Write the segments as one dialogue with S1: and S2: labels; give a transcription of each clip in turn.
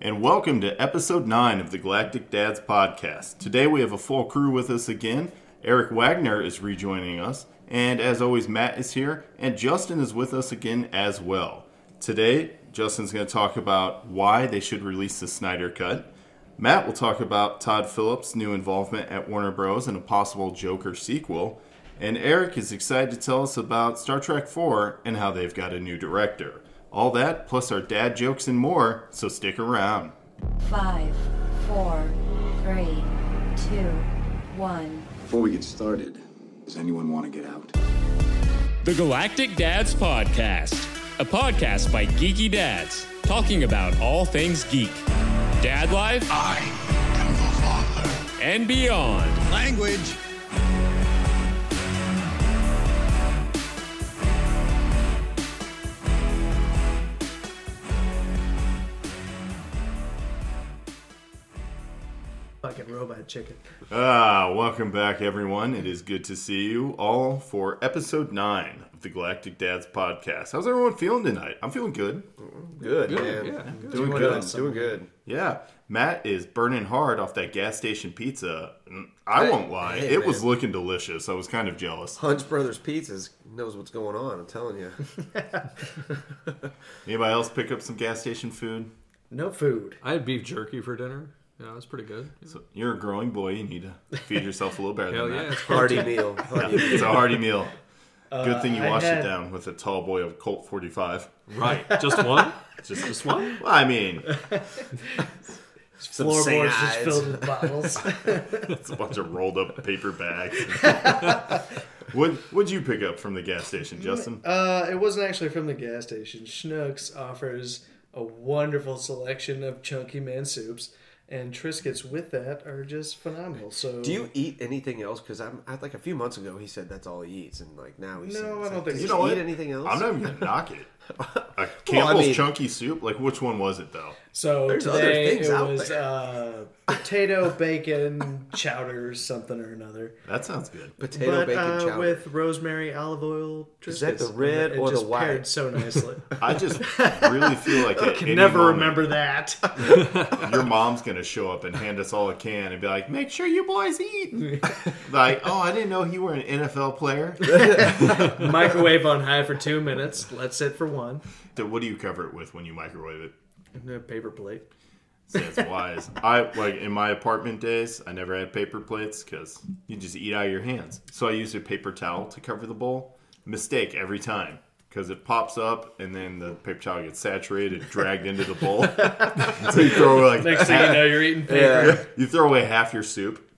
S1: and welcome to episode 9 of the Galactic Dads podcast. Today we have a full crew with us again. Eric Wagner is rejoining us, and as always, Matt is here, and Justin is with us again as well. Today, Justin's going to talk about why they should release the Snyder Cut. Matt will talk about Todd Phillips' new involvement at Warner Bros. and a possible Joker sequel. And Eric is excited to tell us about Star Trek 4 and how they've got a new director. All that, plus our dad jokes and more, so stick around.
S2: Five, four, three, two, one.
S3: Before we get started, does anyone want to get out?
S4: The Galactic Dads Podcast, a podcast by geeky dads talking about all things geek, dad life,
S5: I am the father.
S4: and beyond.
S5: Language.
S6: Fucking robot chicken.
S1: Ah, welcome back, everyone. It is good to see you all for episode 9 of the Galactic Dads Podcast. How's everyone feeling tonight? I'm feeling good.
S7: Good, man. Doing
S6: Doing
S7: good.
S6: well, someone.
S7: Doing good.
S1: Yeah, Matt is burning hard off that gas station pizza. Mm, I
S7: Hey,
S1: won't lie,
S7: hey,
S1: it was
S7: man.
S1: looking delicious. I was kind of jealous.
S7: Hunch Brothers Pizzas knows what's going on. I'm telling you.
S1: Anybody else pick up some gas station food?
S6: No food.
S8: I had beef jerky for dinner. Yeah, it was pretty good.
S1: So you're a growing boy. You need to feed yourself a little better
S8: Hell
S1: than
S8: yeah,
S1: that.
S8: it's hard.
S7: Hearty meal. Hearty meal.
S1: It's a hearty meal. Good thing you
S6: Uh, I
S1: washed it
S6: had-
S1: down with a tall boy of Colt 45.
S8: right. Just one?
S1: Just,
S8: Just one?
S1: well, I mean,
S7: Some
S6: Floorboards just
S7: sayings.
S6: filled with bottles.
S1: it's a bunch of rolled up paper bags. what would you pick up from the gas station, Justin?
S6: uh, it wasn't actually from the gas station. Schnucks offers a wonderful selection of chunky man soups, and Triscuits with that are just phenomenal. So
S7: Do you eat anything else? Because I'm I, like a few months ago he said that's all he eats, and like now he's
S6: No,
S7: saying,
S6: I
S7: it's
S6: don't think
S7: like, does
S6: so.
S1: You
S7: he
S1: know what?
S7: eat anything else?
S1: I'm not even gonna knock it. A Campbell's
S7: mean-
S1: chunky soup. Like, which one was it though?
S6: So
S7: There's other
S6: today
S7: things
S6: it
S7: out
S6: was
S7: there.
S6: uh, potato, bacon, chowder, something or another,
S1: That sounds good.
S7: Potato
S6: but
S7: bacon
S6: uh,
S7: chowder.
S6: with rosemary, olive oil. Triscuits.
S7: Is that the red
S6: it
S7: or the
S6: just
S7: white?
S6: Paired so nicely.
S1: I just really feel like I
S6: I can never remember that.
S1: Your mom's gonna show up and hand us all a can and be like, "Make sure you boys eat." like, oh, I didn't know you were an NFL player.
S6: Microwave on high for two minutes. Let's sit for one.
S1: So what do you cover it with when you microwave it?
S6: A paper plate.
S1: So That's wise. I like in my apartment days, I never had paper plates because you just eat out of your hands. So I used a paper towel to cover the bowl. Mistake every time because it pops up and then the paper towel gets saturated, dragged into the bowl. so you throw like
S6: Next thing you know, you're eating paper.
S7: yeah.
S1: you throw away half your soup.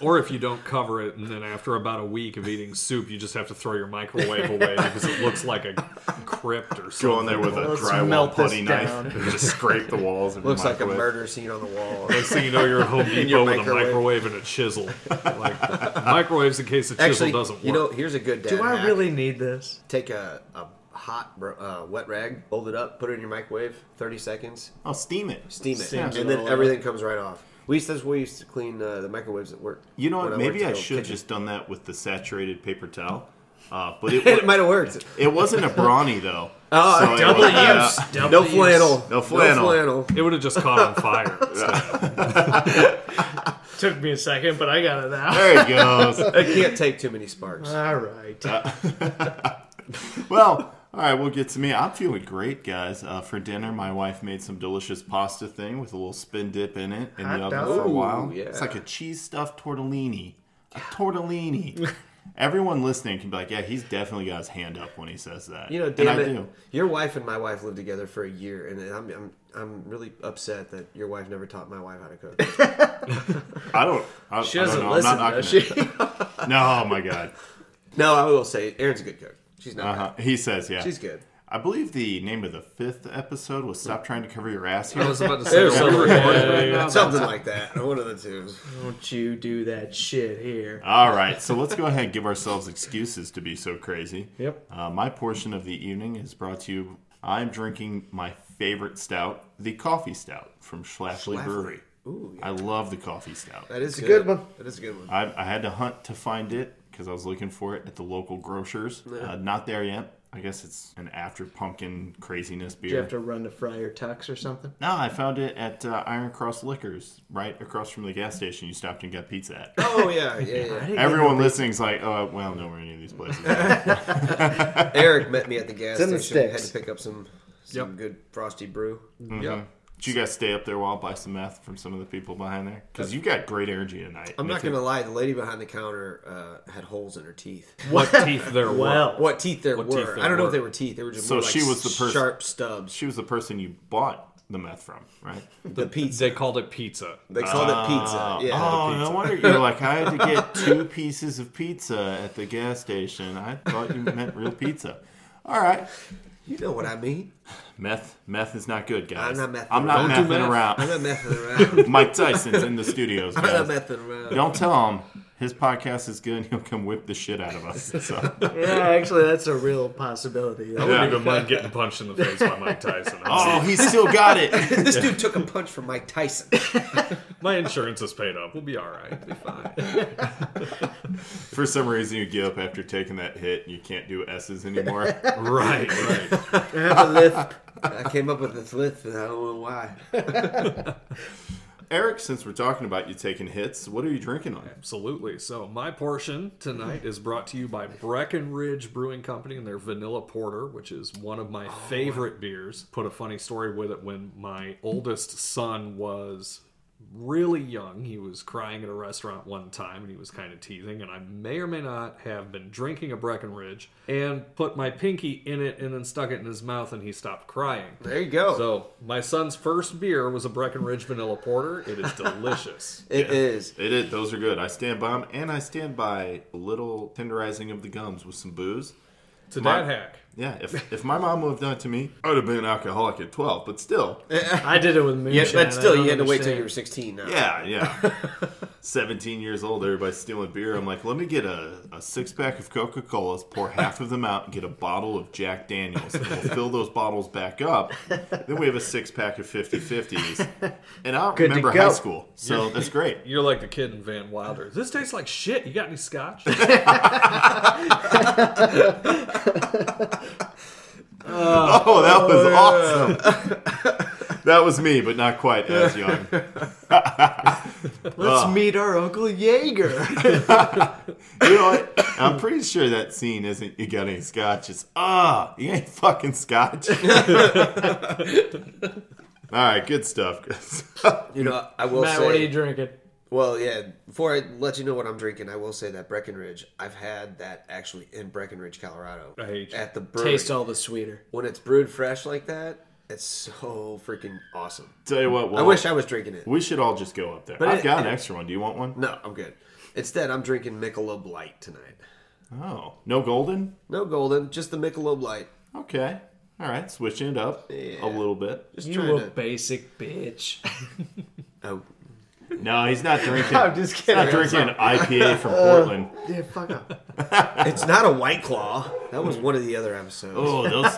S8: Or if you don't cover it, and then after about a week of eating soup, you just have to throw your microwave away because it looks like a crypt or something.
S1: Go in there with a
S6: Let's
S1: drywall
S6: melt this
S1: putty knife
S6: down.
S1: and just scrape the walls. Of your
S7: Looks like a
S1: microwave.
S7: murder scene on the wall.
S8: Next thing you know, you're at Home
S7: your
S8: Depot with a
S7: microwave.
S8: microwave and a chisel. Like microwaves in case the chisel
S7: Actually,
S8: doesn't work.
S7: you know, here's a good dad
S6: Do I
S7: hack.
S6: really need this?
S7: take a, a hot bro- uh, wet rag, fold it up, put it in your microwave, 30 seconds,
S1: I'll steam it. Oh,
S7: steam it,
S6: Steams it
S7: and
S6: all
S7: then
S6: up.
S7: everything comes right off. We used to, that's what we used to clean uh, the microwaves at work.
S1: You know
S7: when
S1: what?
S7: worked
S1: Maybe I
S7: at the
S1: should have
S7: kitchen.
S1: just done that with the saturated paper towel. Uh, but it,
S7: it
S1: wa-
S7: might have worked.
S1: it wasn't a brawny though.
S7: Oh,
S1: So it
S7: double
S1: was-
S7: use.
S1: yeah.
S6: Double
S7: No
S6: use.
S7: flannel.
S1: No flannel.
S7: No flannel.
S8: it would have just caught on fire.
S6: Took me a second, but I got it out.
S1: There it goes.
S7: It can't take too many sparks.
S1: Uh,
S6: All right.
S1: Well, all right, we'll get to me. I'm feeling great, guys. Uh, for dinner, my wife made some delicious pasta thing with a little spin dip in it in
S6: Hot
S1: the oven
S6: dog.
S1: for a while.
S7: Ooh, yeah.
S1: It's like a cheese stuffed tortellini. A tortellini. Everyone listening can be like, yeah, he's definitely got his hand up when he says that.
S7: You know,
S1: And
S7: damn
S1: I
S7: it.
S1: do.
S7: Your wife and my wife lived together for a year, and I'm, I'm I'm really upset that your wife never taught my wife how to cook.
S1: I don't. I,
S6: She
S1: I
S6: doesn't
S1: don't know.
S6: listen,
S1: I'm not
S6: does
S1: knocking
S6: she?
S1: it. No, oh my god.
S7: no, I will say Aaron's a good cook. She's not.
S1: Uh-huh. He says, yeah.
S7: bad. She's good.
S1: I believe the name of the fifth episode was "Stop Trying to Cover Your Ass." Here.
S8: I was about to say,
S7: There's
S8: are we
S7: something-
S8: recording right now?
S7: Something like that. One of the two.
S6: Don't you do that shit here.
S1: All right, so let's go ahead and give ourselves excuses to be so crazy.
S6: Yep.
S1: Uh, my portion of the evening is brought to you. I'm drinking my favorite stout, the coffee stout from Schlafly,
S7: Schlafly.
S1: Brewery.
S7: Ooh,
S1: I love the coffee stout.
S7: that is
S6: a good one.
S7: That is a good one.
S1: I, I had to hunt to find it because I was looking for it at the local grocers. Uh, not there yet. I guess it's an after pumpkin craziness
S9: Do you
S1: beer.
S9: have to run to Friar Tuck's or something?
S1: no, I found it at uh, Iron Cross Liquors, right across from the gas station you stopped and got pizza at.
S7: Oh yeah, yeah, yeah.
S1: Everyone listening's like, oh, well, I don't know where any of these places. are."
S7: Eric met me at the
S9: It's
S7: gas
S9: in the
S7: station. We had
S9: sticks.
S7: to pick up some some
S8: Yep.
S7: good frosty brew.
S8: Yep.
S1: Did you guys stay up there a while, buy some meth from some of the people behind there? Because you got great energy tonight.
S7: I'm
S1: Me
S7: not
S1: too.
S7: gonna lie, the lady behind the counter uh, had holes in her teeth.
S8: What teeth there were?
S9: Well,
S7: What teeth there
S8: What
S7: were?
S8: teeth there
S7: I don't know
S8: were.
S7: if they were teeth. They were just
S1: So
S7: more like
S1: she was the person-
S7: sharp stubs.
S1: She was the person you bought the meth from, right?
S7: The pizza.
S8: They called it pizza.
S7: They called it pizza. Yeah.
S1: Oh, no wonder you're like, I had to get two pieces of pizza at the gas station. I thought you meant real pizza. All right.
S7: You know what I mean?
S1: Meth, meth is not good, guys.
S7: I'm not messing
S1: I'm not
S7: around.
S1: messing
S7: Don't do meth.
S1: around.
S7: I'm not messing around.
S1: Mike Tyson's in the studios,
S7: I'm not
S1: guys.
S7: messing around.
S1: Ah. Don't tell him his podcast is good. and He'll come whip the shit out of us. So.
S9: yeah, actually, that's a real possibility.
S8: I wouldn't even mind getting punched in the face by Mike Tyson.
S1: Oh, he still got it.
S7: This dude took a punch from Mike Tyson.
S8: My insurance is paid up. We'll be all right. We'll be fine.
S1: For some reason, you get up after taking that hit, and you can't do S's anymore.
S8: right, right.
S9: I have a lisp.
S7: I came up with this list, and I don't know why.
S1: Eric, since we're talking about you taking hits, what are you drinking on?
S8: Absolutely. So, my portion tonight is brought to you by Breckenridge Brewing Company and their Vanilla Porter, which is one of
S7: Oh,
S8: my favorite beers. Put a funny story with it when my oldest son was really young. He was crying at a restaurant one time and he was kind of teasing, and I may or may not have been drinking a Breckenridge and put my pinky in it and then stuck it in his mouth and he stopped crying.
S7: There you go.
S8: So, my son's first beer was a Breckenridge Vanilla Porter. It is delicious.
S7: It is.
S1: It is. Those are good. I stand by 'em, and I stand by a little tenderizing of the gums with some booze.
S8: It's a
S1: My-
S8: dad hack.
S1: Yeah, if, if my mom would have done it to me, I would have been an alcoholic at 12, but still.
S9: I did it with
S7: Yeah,
S9: moonshine.
S7: but still,
S9: I
S7: you
S9: don't
S7: had to wait till you were
S9: understand.
S7: 16. Now.
S1: Yeah, yeah. 17 years old, everybody's stealing beer. I'm like, let me get a, a six pack of Coca Cola's, pour half of them out, and get a bottle of Jack Daniels. And we'll fill those bottles back up. Then we have a six pack of 50 50s. And I don't
S9: Good to
S1: remember
S9: go.
S1: high school, so that's great.
S8: You're like the kid in Van Wilder. This tastes like shit. You got any scotch?
S1: Oh, that was awesome. that was me, but not quite as young.
S9: Let's meet our Uncle Jaeger.
S1: You know what? I'm pretty sure that scene isn't you got any scotch. It's ah, you ain't fucking scotch. All right, good stuff.
S7: You know, I will
S9: Matt,
S7: say.
S9: what are you drinking?
S7: Well, yeah. Before I let you know what I'm drinking, I will say that Breckenridge. I've had that actually in Breckenridge, Colorado.
S8: I hate you.
S7: at the brewery.
S9: Taste all the sweeter.
S7: when it's brewed fresh like that, it's so freaking awesome.
S1: Tell you what,
S7: I wish I was drinking it.
S1: we should all just go up there.
S7: But
S1: I've
S7: it-
S1: got an
S7: it-
S1: extra one. Do you want one?
S7: No, I'm good. Instead, I'm drinking Michelob Light tonight.
S1: Oh, no golden.
S7: No golden, just the Michelob Light.
S1: Okay, all right, switching it up a little bit.
S7: Just
S9: You
S7: trying
S9: a
S7: to.
S9: basic bitch.
S7: Oh,
S1: No, he's not drinking.
S9: I'm just kidding.
S1: not drinking an IPA from Portland.
S7: Uh.
S9: Yeah, fuck up.
S7: it's not a White Claw. That was one of the other episodes.
S1: Oh, those.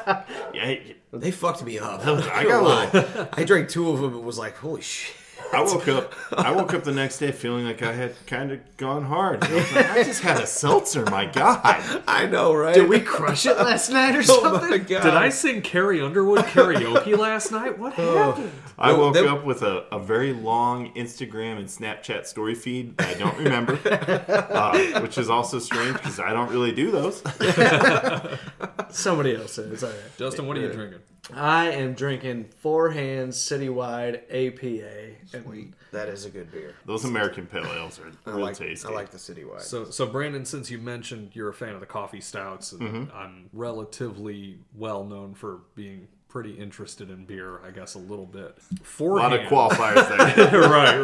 S1: Yeah,
S7: They fucked me up.
S1: I got
S7: I
S1: a
S7: got lie. I drank two of them and was like, holy shit.
S1: I woke up. I woke up the next day feeling like I had kind of gone hard. I, was like, I just had a seltzer. My God.
S7: I know, right?
S9: Did we crush it last night or
S7: Oh
S9: something?
S7: my god!
S8: Did I sing Carrie Underwood karaoke last night? What happened?
S1: I
S7: Well,
S1: woke
S7: they-
S1: up with a, a very long Instagram and Snapchat story feed that I don't remember, uh, which is also strange because I don't really do those.
S9: Somebody else said it's all right.
S8: Justin, what are you drinking?
S9: I am drinking Four Hands Citywide APA. And
S7: That is a good beer.
S1: Those American pale ales are
S7: I
S1: real
S7: like.
S1: tasty.
S7: I like the citywide.
S8: So, so Brandon, since you mentioned you're a fan of the coffee stouts, and
S1: Mm-hmm.
S8: I'm relatively well known for being pretty interested in beer. I guess a little bit.
S1: a lot
S8: Forehand,
S1: of qualifiers there.
S8: right,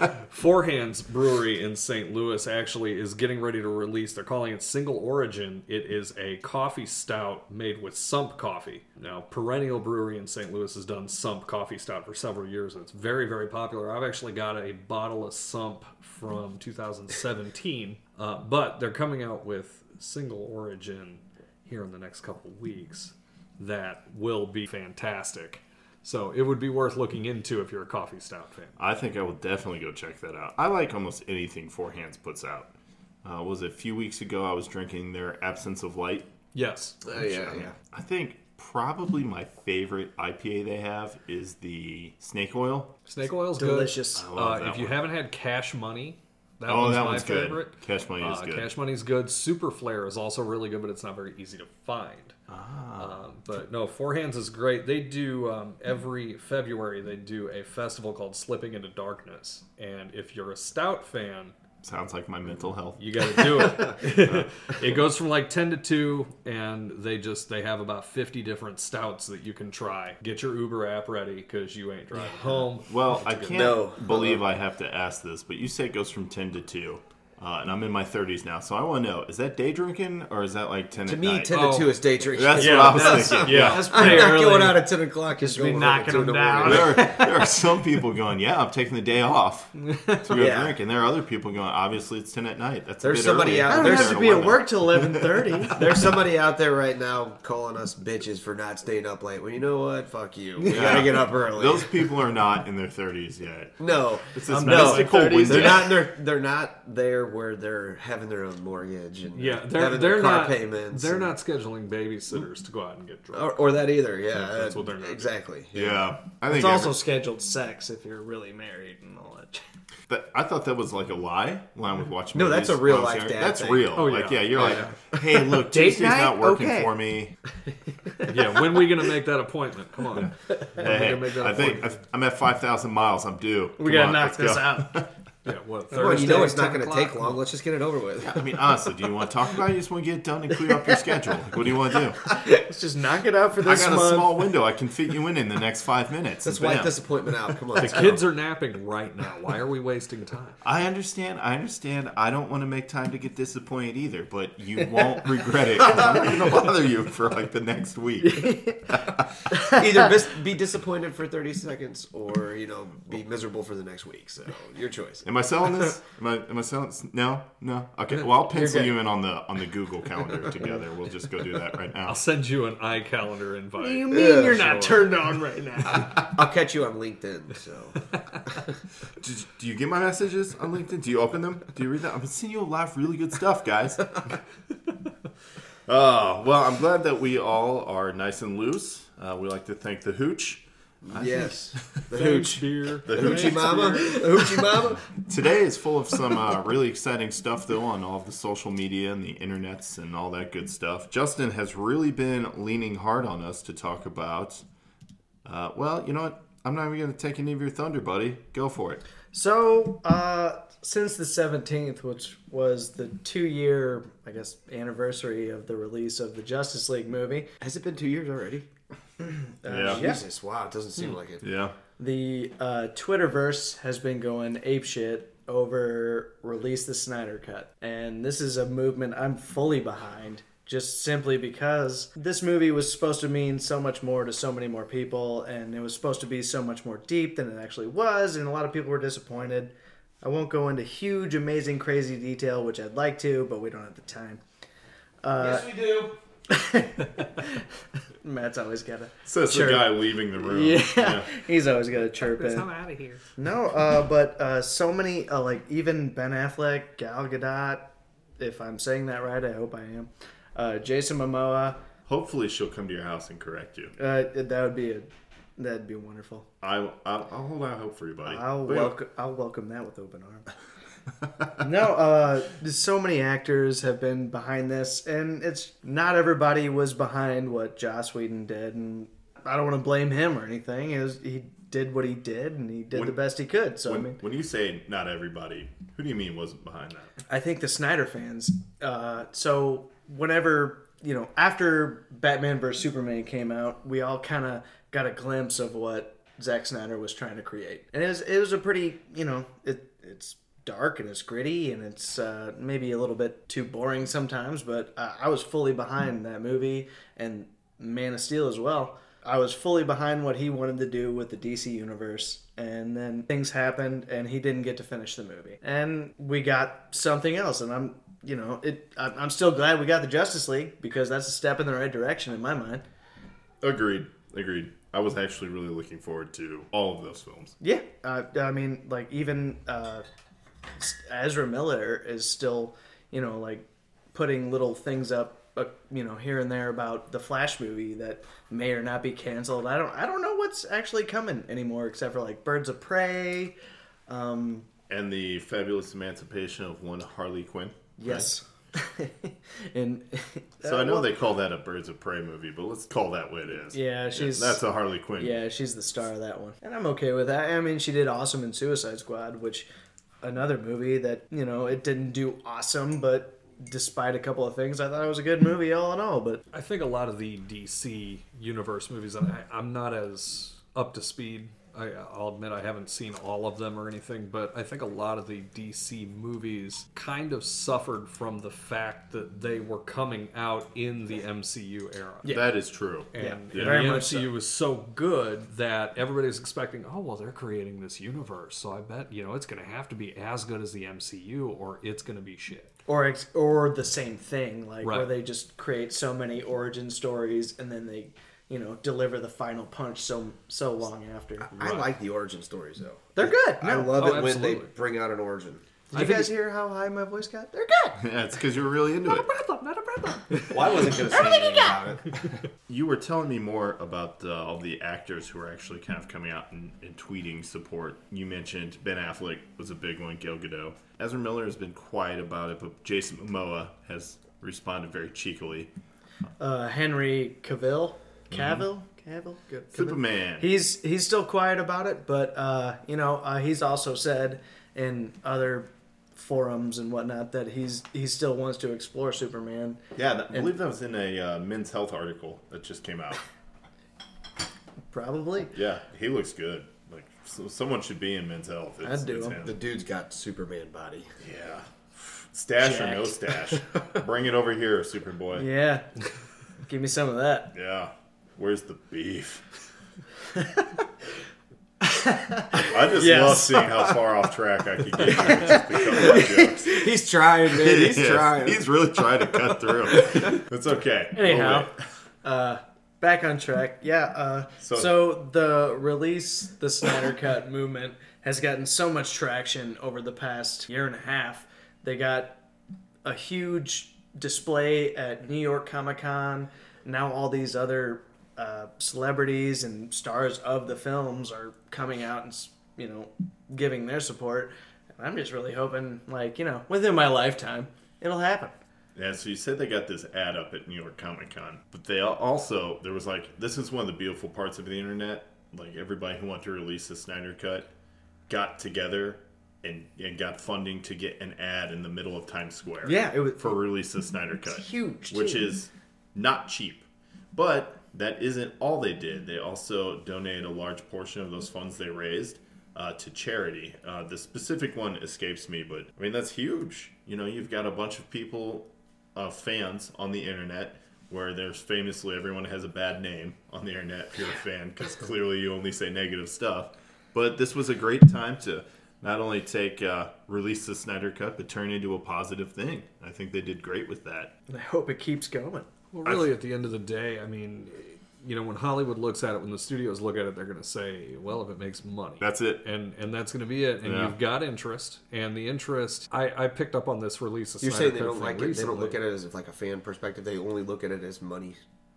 S8: right. Four Hands Brewery in St. Louis actually is getting ready to release. They're calling it Single Origin. It is a coffee stout made with sump coffee. Now, Perennial Brewery in St. Louis has done sump coffee stout for several years, and it's very, very popular. I've actually got a bottle of sump from 2017, uh, but they're coming out with Single Origin here in the next couple weeks. That will be fantastic. So it would be worth looking into if you're a coffee stout fan.
S1: I think I will definitely go check that out. I like almost anything Four Hands puts out. Uh, was it a few weeks ago I was drinking their Absence of Light
S8: Yes.
S7: Oh, yeah, yeah.
S1: I think probably my favorite IPA they have is the snake oil.
S8: Snake oil's
S9: Delicious.
S8: good.
S1: I love
S8: uh,
S1: that
S8: if you
S1: one.
S8: haven't had Cash Money, that
S1: Oh,
S8: one's
S1: that
S8: my
S1: one's good.
S8: favorite.
S1: Cash Money is
S8: Uh,
S1: good.
S8: Cash Money's good. Super Flare is also really good, but it's not very easy to find. Um, but no, Four Hands is great. They do um, every February. They do a festival called Slipping into Darkness, and if you're a stout fan,
S1: Sounds like my mental health.
S8: you got to do it. Uh, it goes from like 10 to 2 and they just they have about 50 different stouts that you can try. Get your Uber app ready cuz you ain't driving home.
S1: Well, I can't
S7: No.
S1: believe I have to ask this, but you say it goes from 10 to 2, uh, and I'm in my 30s now, so I want to know is that day drinking or is that like 10
S7: To
S1: at
S7: me,
S1: night?
S7: ten
S8: Oh.
S7: to two is day drinking.
S1: That's
S8: Yeah,
S1: what I was
S8: that's-
S1: thinking.
S8: yeah.
S9: That's
S7: I'm
S9: pretty
S7: not
S9: early.
S7: going out at ten o'clock. Just
S9: be
S7: going
S9: knocking
S7: over
S9: them
S7: at 2 in the
S9: down.
S7: morning.
S1: There are, there are some people going, yeah, I'm taking the day off to go
S7: Yeah.
S1: drink, and there are other people going, obviously it's 10 at night. That's a
S7: There's
S1: bit
S7: somebody
S1: early.
S7: out-
S9: I don't
S7: There's
S9: have to be at work till eleven thirty.
S7: There's somebody out there right now calling us bitches for not staying up late. Well, you know what? Fuck you. We gotta get up early.
S1: Those people are not in their 30s yet.
S7: no,
S1: It's this
S7: Um,
S1: mystical
S7: no,
S1: window.
S7: they're not. They're they're not there where they're having their own mortgage and
S8: Yeah, they're
S7: having
S8: they're
S7: their car
S8: not
S7: payments.
S8: they're
S7: and-
S8: not scheduling babysitters to go out and get drunk.
S7: or, or that either. Yeah,
S8: that's
S7: uh,
S8: what they're not.
S7: exactly.
S1: Yeah. I think
S9: It's also
S1: every-
S9: scheduled sex if you're really married and all that.
S1: But I thought that was like a lie when I was watching.
S7: No,
S1: movies
S7: that's a real
S1: when I was
S7: life
S1: younger.
S7: dad
S1: That's
S7: thing.
S1: real.
S8: Oh,
S1: Like,
S8: yeah.
S1: yeah, you're like, hey, look, Tuesday's
S7: night?
S1: not working
S7: Okay.
S1: for me.
S8: yeah, when we going to make that appointment? Come on.
S1: Hey,
S8: gonna make that
S1: I think I've- I'm at five thousand miles. I'm due.
S9: We
S1: Come
S9: gotta
S1: on,
S9: knock
S1: let's
S9: this
S1: go.
S9: out.
S8: Yeah, what? Thursday,
S7: Well, you know it's not
S8: 10
S7: going to
S8: o'clock?
S7: take long. Let's just get it over with.
S1: I mean, honestly, do you want to talk about it? You just want to get it done and clear up your schedule. Like, what do you want to do?
S9: Let's just knock it out for
S1: I
S9: this
S1: got a
S9: month.
S1: small window. I can fit you in in the next five minutes.
S7: Let's
S1: and
S7: wipe
S1: bam.
S7: this appointment out. Come on,
S8: The kids are napping right now. Why are we wasting time?
S1: I understand. I understand. I don't want to make time to get disappointed either, but you won't regret it. 'cause I'm not going to bother you for like the next week.
S7: either bis- be disappointed for thirty seconds or you know be miserable for the next week. So your choice.
S1: Am I selling this? Am I am I selling this? No? No? Okay. Well I'll pencil you in on the on the Google calendar together. We'll just go do that right now.
S8: I'll send you an iCalendar invite.
S9: You mean you're not turned on right now?
S7: I'll catch you on LinkedIn. So
S1: Do, do you get my messages on LinkedIn? Do you open them? Do you read them? I've been sending you a lot of really good stuff, guys. Oh, well, I'm glad that we all are nice and loose. Uh, we like to thank the Hooch.
S7: yes, the
S8: Huge
S7: hooch,
S8: beer.
S1: The Hooch.
S7: hoochie mama, the hoochie mama.
S1: Today is full of some uh, really exciting stuff, though, on all of the social media and the internets and all that good stuff. Justin has really been leaning hard on us to talk about. Uh, well, you know what? I'm not even going to take any of your thunder, buddy. Go for it.
S9: So, uh, since the 17th, which was the two year, I guess, anniversary of the release of the Justice League movie,
S7: Has it been two years already?
S1: Yeah.
S9: yeah.
S7: Jesus, wow, it doesn't seem like it.
S1: Yeah.
S9: the uh, Twitterverse has been going apeshit over release the Snyder Cut. And this is a movement I'm fully behind just simply because this movie was supposed to mean so much more to so many more people and it was supposed to be so much more deep than it actually was and a lot of people were disappointed. I won't go into huge, amazing, crazy detail, which I'd like to, but we don't have the time. Uh,
S8: yes, we do.
S9: Matt's always got to.
S1: Says
S9: Sure. guy
S1: leaving the room.
S9: Yeah, he's always got to chirp in.
S8: out of here.
S9: No, uh, but uh, so many, uh, like even Ben Affleck, Gal Gadot, if I'm saying that right, I hope I am. Uh, Jason Momoa,
S1: Hopefully, she'll come to your house and correct you.
S9: uh, that would be a, that'd be wonderful.
S1: I, I'll, I'll hold out hope for you, buddy.
S9: I'll
S1: Wait,
S9: welcome, I'll welcome that with open arms. no, uh, there's so many actors have been behind this, and it's not everybody was behind what Joss Whedon did, and I don't want to blame him or anything. It was, he did what he did, and he did
S1: When-
S9: the best he could. So I mean,
S1: When, when you say not everybody, who do you mean wasn't behind that?
S9: I think the Snyder fans. Uh, so whenever you know, after Batman vs Superman came out, we all kind of got a glimpse of what Zack Snyder was trying to create, and it was it was a pretty you know it it's dark and it's gritty and it's uh, maybe a little bit too boring sometimes, but uh, I was fully behind that movie and Man of Steel as well. I was fully behind what he wanted to do with the DC universe, and then things happened, and he didn't get to finish the movie, and we got something else. And I'm, you know, it. I'm I'm still glad we got the Justice League because that's a step in the right direction in my mind.
S1: Agreed. Agreed. I was actually really looking forward to all of those films.
S9: Yeah, uh, I mean, like even uh, Ezra Miller is still, you know, like putting little things up uh, you know here and there about the Flash movie that may or not be canceled. I don't I don't know what's actually coming anymore except for like Birds of Prey. Um,
S1: And the fabulous emancipation of one Harley Quinn.
S9: yes. and Uh,
S1: So I know they call that a Birds of Prey movie, but let's call that what it is.
S9: yeah, she's
S1: That's a Harley Quinn.
S9: Yeah, she's the star of that one. And I'm okay with that. I mean, she did awesome in Suicide Squad, which another movie that, you know, it didn't do awesome, but despite a couple of things, I thought it was a good movie all in all, but
S8: I think a lot of the DC universe movies, and I, I'm not as up to speed. I, I'll admit I haven't seen all of them or anything, but I think a lot of the DC movies kind of suffered from the fact that they were coming out in the MCU era.
S1: That is true.
S8: And
S1: Yeah.
S8: and
S1: Very
S8: the
S9: much so.
S8: MCU was so good that everybody's expecting, oh, well, they're creating this universe, so I bet, you know, it's going to have to be as good as the MCU or it's going to be shit.
S9: or ex- or the same thing, like where
S8: Right.
S9: they just create so many origin stories and then they, you know, deliver the final punch so so long after.
S7: I like the origin stories though.
S9: They're good.
S7: I
S9: No.
S7: love
S8: Oh,
S7: it when they
S8: absolutely.
S7: bring out an origin.
S9: Did you
S8: think
S9: guys
S8: it's-
S9: hear how high my voice got? They're good.
S1: Yeah, it's because you're really into it.
S7: Well, I wasn't going to say anything about it.
S1: You were telling me more about uh, all the actors who are actually kind of coming out and, and tweeting support. You mentioned Ben Affleck was a big one, Gail Godot. Ezra Miller has been quiet about it, but Jason Momoa has responded very cheekily.
S9: Uh, Henry Cavill,
S1: Mm-hmm.
S9: Cavill, Cavill, good.
S1: Superman.
S9: He's he's still quiet about it, but uh, you know uh, he's also said in other forums and whatnot that he's he still wants to explore Superman.
S1: yeah, that, I believe that was in a uh, Men's Health article that just came out.
S9: Probably,
S1: yeah, he looks good. Like so, someone should be in Men's Health. It's,
S9: I'd do
S1: it's
S9: him.
S7: The
S1: him.
S7: dude's got Superman body.
S1: Yeah. Stash or no
S9: Jacked.
S1: stash. Bring it over here, Superboy.
S9: yeah. Give me some of that.
S1: Yeah. Where's the beef? I just
S9: Yes.
S1: love seeing how far off track I can get. Here just to cover my jokes.
S7: He's trying, man. He's
S1: Yes,
S7: trying.
S1: He's really trying to cut through. It's okay.
S9: Anyhow,
S1: We'll wait.
S9: Back on track. Yeah. Uh,
S1: So-
S9: so, the release the Snyder Cut movement has gotten so much traction over the past year and a half. They got a huge display at New York Comic Con. Now all these other uh, celebrities and stars of the films are coming out and s- you know giving their support. And I'm just really hoping, like you know, within my lifetime, it'll happen.
S1: Yeah, so you said they got this ad up at New York Comic Con, but they al- also there was like this is one of the beautiful parts of the internet. Like everybody who wanted to release the Snyder Cut got together and, and got funding to get an ad in the middle of Times Square.
S9: Yeah, it was-
S1: for release the Snyder Cut,
S9: huge,
S1: which
S9: too.
S1: is not cheap. But that isn't all they did. They also donated a large portion of those funds they raised uh, to charity. Uh, the specific one escapes me, but I mean, that's huge. You know, you've got a bunch of people, uh, fans on the internet, where there's famously everyone has a bad name on the internet if you're a fan, because clearly you only say negative stuff. But this was a great time to not only take uh, release the Snyder Cut, but turn it into a positive thing. I think they did great with that.
S9: And I hope it keeps going.
S8: Well, really, at the end of the day, I mean, you know, when Hollywood looks at it, when the studios look at it, they're going to say, "Well, if it makes money,
S1: That's it.
S8: and and that's going to be it." And
S1: Yeah.
S8: you've got interest, and the interest. I, I picked up on this release. Of
S7: You're
S8: Snyder
S7: saying they
S8: Cut
S7: don't
S8: thing
S7: like it. They
S8: recently.
S7: don't look at it as if like a fan perspective. They only look at it as money,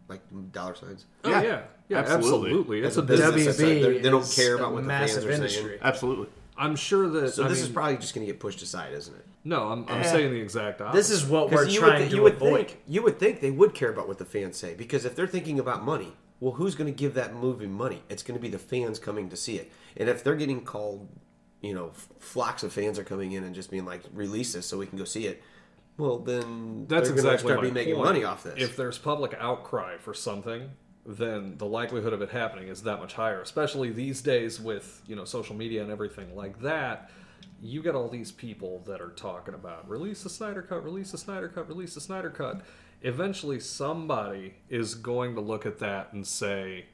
S7: like dollar signs.
S8: Oh, yeah, yeah,
S1: Absolutely.
S8: absolutely. It's
S7: As
S8: a
S7: a
S8: business.
S7: business. it's like they're- they don't
S9: is
S7: care
S9: a
S7: about what the fans
S9: massive
S7: are saying.
S9: industry.
S1: Absolutely.
S8: I'm sure that.
S7: So
S8: I
S7: this
S8: mean,
S7: is Eh. probably just going to get pushed aside, isn't it?
S8: no. I'm, I'm saying the exact opposite.
S9: This is what we're
S7: Because you
S9: trying
S7: would, thi-
S9: to
S7: you would
S9: avoid.
S7: think you would think they would care about what the fans say because if they're thinking about money, well, who's going to give that movie money? It's going to be the fans coming to see it, and if they're getting called, you know, f- flocks of fans are coming in and just being like, "Release this so we can go see it." Well, then
S8: That's
S7: they're gonna
S8: exactly
S7: start
S8: my
S7: be making
S8: point.
S7: money off this.
S8: If there's public outcry for something, then the likelihood of it happening is that much higher. Especially these days with you know social media and everything like that. You get all these people that are talking about release the Snyder Cut, release the Snyder Cut, release the Snyder Cut. Eventually, somebody is going to look at that and say,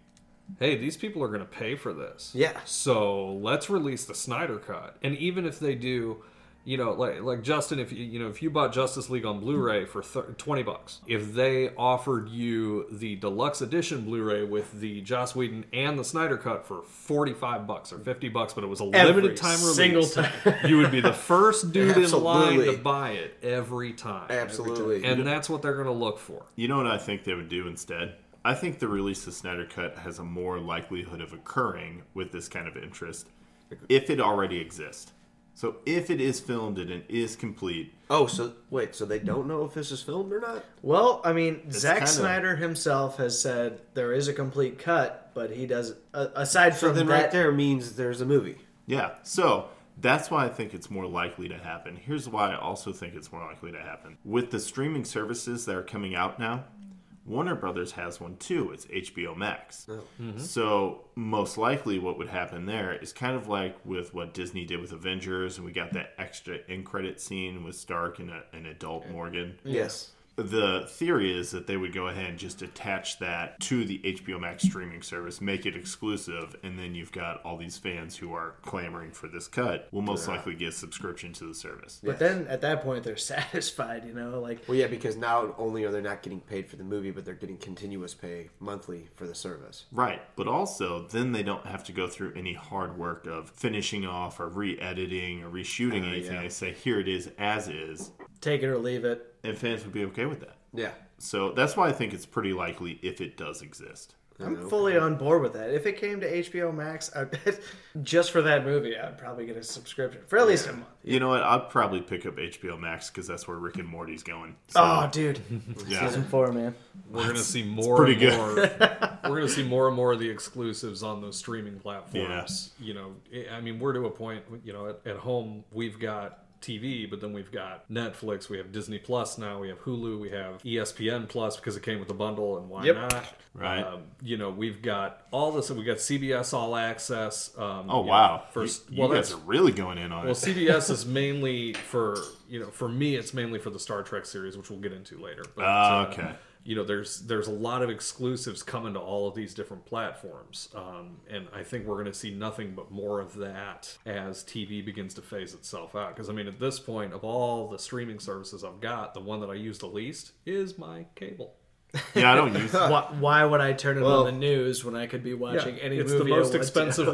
S8: hey, these people are going to pay for this.
S7: Yeah.
S8: So let's release the Snyder Cut. And even if they do, you know, like like Justin, if you you know if you bought Justice League on Blu-ray for thir- twenty bucks, if they offered you the deluxe edition Blu-ray with the Joss Whedon and the Snyder cut for forty-five bucks or fifty bucks, but it was a limited time release,
S9: single time.
S8: you would be the first dude in line
S7: Absolutely.
S8: to buy it every time.
S7: Absolutely.
S8: And that's what they're going to look for.
S1: You know what I think they would do instead? I think the release of Snyder Cut has a more likelihood of occurring with this kind of interest if it already exists. So if it is filmed and it is complete,
S7: Oh, so wait, so they don't know if this is filmed or not?
S9: Well, I mean, Zack
S1: kinda-
S9: Snyder himself has said there is a complete cut, but he does uh, aside
S7: So
S9: from
S7: then
S9: that.
S7: right there means there's a movie.
S1: yeah. So that's why I think it's more likely to happen. Here's why I also think it's more likely to happen. With the streaming services that are coming out now, Warner Brothers has one too. It's HBO Max. So most likely, what would happen there is kind of like with what Disney did with Avengers, and we got that extra end credit scene with Stark and a, an adult Morgan.
S7: Yes.
S1: The theory is that they would go ahead and just attach that to the HBO Max streaming service, make it exclusive, and then you've got all these fans who are clamoring for this cut will most likely get a subscription to the service.
S9: but then at that point they're satisfied, you know, like
S7: Well, yeah, because now only are they not getting paid for the movie, but they're getting continuous pay monthly for the service.
S1: Right, but also then they don't have to go through any hard work of finishing off or re editing or reshooting
S9: Uh,
S1: anything. They say, here it is as is,
S9: take it or leave it.
S1: and fans would be okay with that.
S7: Yeah.
S1: So that's why I think it's pretty likely if it does exist.
S9: I'm fully on board with that. If it came to HBO Max, I bet just for that movie, I'd probably get a subscription for at least a month.
S1: You know what? I'd probably pick up HBO Max because that's where Rick and Morty's going. So,
S9: Oh, dude,
S1: yeah.
S9: season four, man.
S8: We're going to see more
S1: pretty
S8: and
S1: good.
S8: more. we're going to see more and more of the exclusives on those streaming platforms. You know, I- I mean, we're to a point. You know, at, at home we've got TV, but then we've got Netflix, we have Disney Plus now, we have Hulu, we have E ESPN Plus because it came with the bundle, and why
S9: Yep.
S8: not?
S1: Right.
S8: Um, you know, we've got all this. We got CBS All Access. Um,
S1: Oh
S8: you know,
S1: wow!
S8: First,
S1: you,
S8: well,
S1: you
S8: that's
S1: guys are really going in on
S8: Well,
S1: it.
S8: CBS is mainly for you know for me it's mainly for the Star Trek series, which we'll get into later. But,
S1: Ah,
S8: uh,
S1: okay.
S8: you know, there's there's a lot of exclusives coming to all of these different platforms, um, and I think we're going to see nothing but more of that as TV begins to phase itself out. Because I mean, at this point, of all the streaming services I've got, the one that I use the least is my cable.
S1: yeah, I don't use.
S9: Why, why would I turn it on the news when I could be watching any
S8: it's the
S9: movie? I
S8: most
S9: want to?
S8: expensive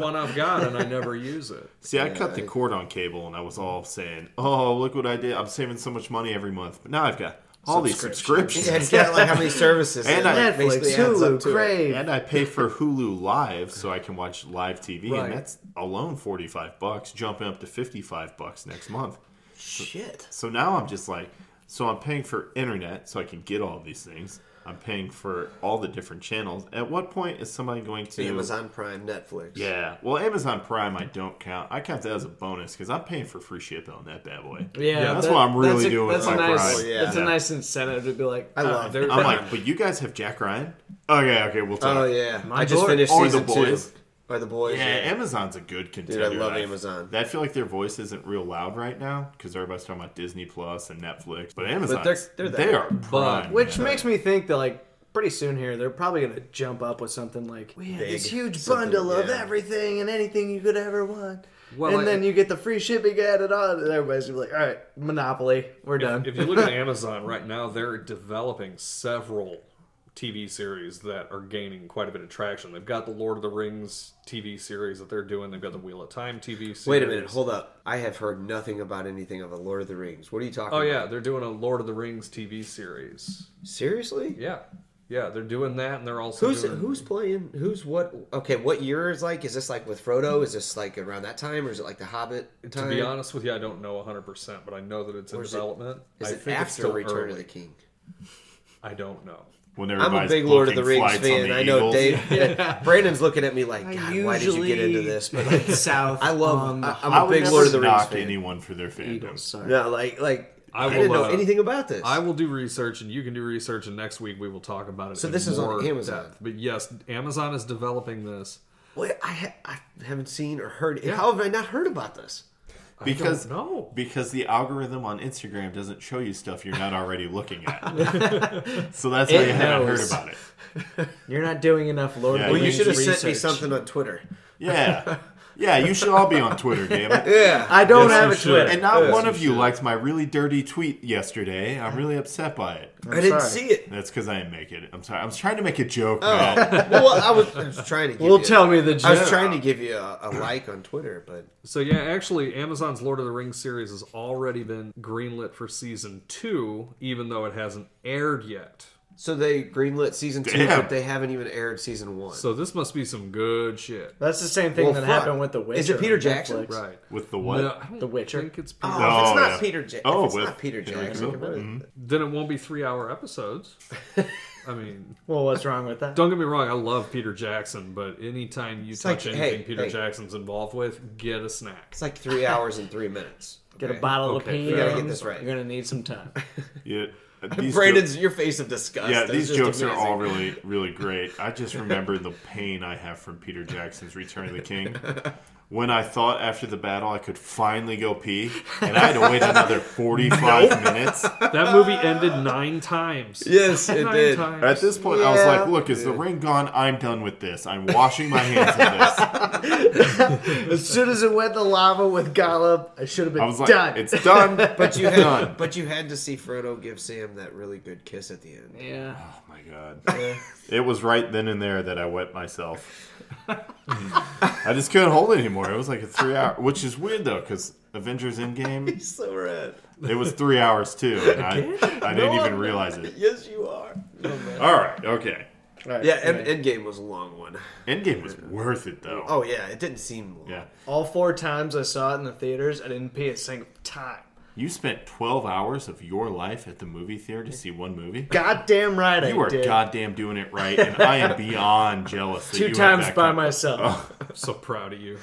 S8: one I've got, and I never use it.
S1: See, I cut the cord on cable, and I was all saying, "Oh, look what I did! I'm saving so much money every month." But now I've got all these subscriptions,
S7: Yeah, it's got like how many services.
S1: And I-
S7: like,
S9: Netflix,
S7: basically adds up
S9: Hulu,
S7: to it.
S9: Crave.
S1: and I pay for Hulu Live so I can watch live TV,
S8: Right.
S1: and that's alone forty five bucks, jumping up to fifty five bucks next month.
S7: Shit.
S1: So now I'm just like, so I'm paying for internet so I can get all these things. I'm paying for all the different channels. At what point is somebody going to
S7: Amazon Prime, Netflix.
S1: Yeah. Well, Amazon Prime, I don't count. I count that as a bonus because I'm paying for free shipping on that bad boy.
S9: Yeah,
S1: that's what I'm really
S9: that's a,
S1: doing with
S9: That's a
S1: my
S9: nice.
S1: pride.
S7: Yeah.
S9: That's a nice incentive to be like. I
S7: love
S9: They're,
S1: I'm like, but you guys have Jack Ryan? Okay, okay, we'll talk.
S7: Oh yeah.
S9: My
S7: I just
S9: boy-
S7: finished
S1: or The
S7: season
S1: Boys.
S7: two. Or the boys.
S1: Yeah,
S7: yeah.
S1: Amazon's a good contender.
S7: love
S1: I-
S7: Amazon.
S1: I feel like their voice isn't real loud right now because everybody's talking about Disney Plus and Netflix, but Amazon,
S7: they're
S1: they
S7: there.
S1: are prime.
S9: which makes me think that like pretty soon here they're probably gonna jump up with something like we have this
S7: Big,
S9: huge
S7: something,
S9: bundle of
S7: yeah.
S9: everything and anything you could ever want.
S8: Well,
S9: and
S8: I-
S9: then you get the free shipping added on, and everybody's gonna be like, "All right, Monopoly, we're done."
S8: if you look at Amazon right now, they're developing several TV series that are gaining quite a bit of traction. They've got the Lord of the Rings TV series that they're doing. They've got the Wheel of Time TV series.
S7: Wait a minute, hold up. I have heard nothing about anything of the Lord of the Rings. What are you talking
S8: Oh
S7: about?
S8: yeah, they're doing a Lord of the Rings TV series.
S7: Seriously?
S8: Yeah, yeah, they're doing that, and they're also
S7: Who's
S8: doing-
S7: who's playing? Who's what? Okay, what year is like? Is this like with Frodo? Is this like around that time, or is it like the Hobbit
S8: To
S7: time?
S8: be honest with you, I don't know 100%, but I know that it's in
S7: Or is it-
S8: development.
S7: is
S8: I
S7: it
S8: think it's
S7: after
S8: still
S7: Return
S8: early.
S7: of the King?
S8: I don't know.
S1: when
S7: I'm a
S1: everybody's
S7: big Lord of the
S1: booking
S7: Rings
S1: flights on
S7: fan.
S1: the
S7: I know
S1: Eagles.
S7: Dave. Brandon's looking at me like,
S9: I
S7: God, why did you get into
S9: usually Um,
S7: this? But like,
S9: south
S7: I love.
S9: on
S7: I,
S9: the
S7: I'm
S1: I
S7: a
S1: would
S7: big
S1: never
S7: Lord of the Rings
S1: knock
S7: fan.
S1: anyone for their fandom.
S9: Eagles, sorry.
S7: No, like like
S8: I
S7: I,
S8: will,
S7: didn't know
S8: uh,
S7: anything about this.
S8: I will do research, and you can do research, and next week we will talk about it.
S7: So
S8: in
S7: this is on
S8: more
S7: Amazon.
S8: depth. but yes, Amazon is developing this.
S7: Wait, I, ha- I haven't seen or heard. How have I not heard about this?
S1: because
S8: no.
S1: because the algorithm on Instagram doesn't show you stuff you're not already looking at. so that's how
S9: It
S1: you haven't heard
S9: knows.
S1: about it.
S9: You're not doing enough Lord.
S1: Yeah,
S9: of the
S1: you
S9: Rings
S1: should
S7: have
S9: research.
S7: sent me something on Twitter.
S1: Yeah, Yeah, you should all be on Twitter, damn it.
S9: I don't
S8: Yes,
S9: have
S8: you
S9: a
S8: should.
S9: Twitter.
S1: And not one of you liked my really dirty tweet yesterday. I'm really upset by it.
S7: I didn't
S9: sorry.
S7: see it.
S1: That's because I didn't make it. I'm sorry. I was trying to make a joke, Matt.
S7: Well, I was, I was trying to. Give
S9: Well,
S7: you,
S9: tell me the
S7: I was
S9: joke.
S7: trying to give you a, a like on Twitter, but
S8: So yeah, actually, Amazon's Lord of the Rings series has already been greenlit for season two, even though it hasn't aired yet.
S7: so they greenlit season two,
S1: Damn.
S7: but they haven't even aired season one.
S8: So this must be some good shit,
S9: That's the same thing
S7: Well,
S9: that
S7: fuck.
S9: happened with The Witcher.
S7: Is it Peter
S9: on
S7: Jackson?
S9: Netflix.
S8: right?
S1: With the what?
S8: No, I don't
S9: The Witcher.
S8: Think it's
S7: oh,
S8: Peter.
S1: No,
S7: if it's not
S1: yeah.
S7: Peter. Ja-
S1: Oh,
S7: if it's
S1: with
S7: not Peter
S1: Henry
S7: Jackson.
S1: Cavill.
S8: Then it won't be three-hour episodes. I mean,
S9: Well, what's wrong with that?
S8: don't get me wrong. I love Peter Jackson, but anytime you touch
S7: like,
S8: anything
S7: hey,
S8: Peter
S7: hey.
S8: Jackson's involved with, get a snack.
S7: It's like three hours and three minutes.
S9: Get a
S7: Okay.
S9: bottle
S8: Okay,
S9: of
S8: fair
S9: pain.
S8: enough.
S7: Gotta get this right.
S9: You're gonna need some time.
S1: Yeah, these
S7: Brandon's
S1: jo-
S7: your face of disgust.
S1: yeah,
S7: is
S1: these
S7: just
S1: jokes are
S7: amazing.
S1: all really, really great. I just remember the pain I have from Peter Jackson's Return of the King. When I thought after the battle I could finally go pee, and I had to wait another 45 minutes.
S8: That movie ended nine times.
S7: Yes, it
S8: nine
S7: did.
S8: Times.
S1: At this point, I was
S7: Yeah.
S1: like, look, is the ring gone? I'm done with this. I'm washing my hands of this.
S9: as soon as it went in the lava with Gollum, I should have been
S1: I was like,
S9: done.
S1: it's done.
S7: But you had, but you had to see Frodo give Sam that really good kiss at the end.
S9: yeah.
S1: oh my god. It was right then and there that I wet myself. I just couldn't hold it anymore. It was like a three hour, which is weird though, because Avengers Endgame,
S7: So red.
S1: it was three hours too, and I, I didn't even realize it.
S7: Yes, you are.
S1: All right, okay.
S7: Yeah, and Endgame was a long one.
S1: Endgame was worth it though.
S7: Oh yeah, it didn't seem long.
S1: Yeah,
S9: All four times I saw it in the theaters, I didn't pee a single time.
S1: you spent twelve hours of your life at the movie theater to see one movie.
S9: Goddamn right
S1: You
S9: I
S1: are
S9: did.
S1: goddamn doing it right, and I am beyond jealous. That you
S9: Two
S1: have
S9: times
S1: that Oh.
S9: by
S1: kind-
S9: myself.
S8: I'm so proud of you.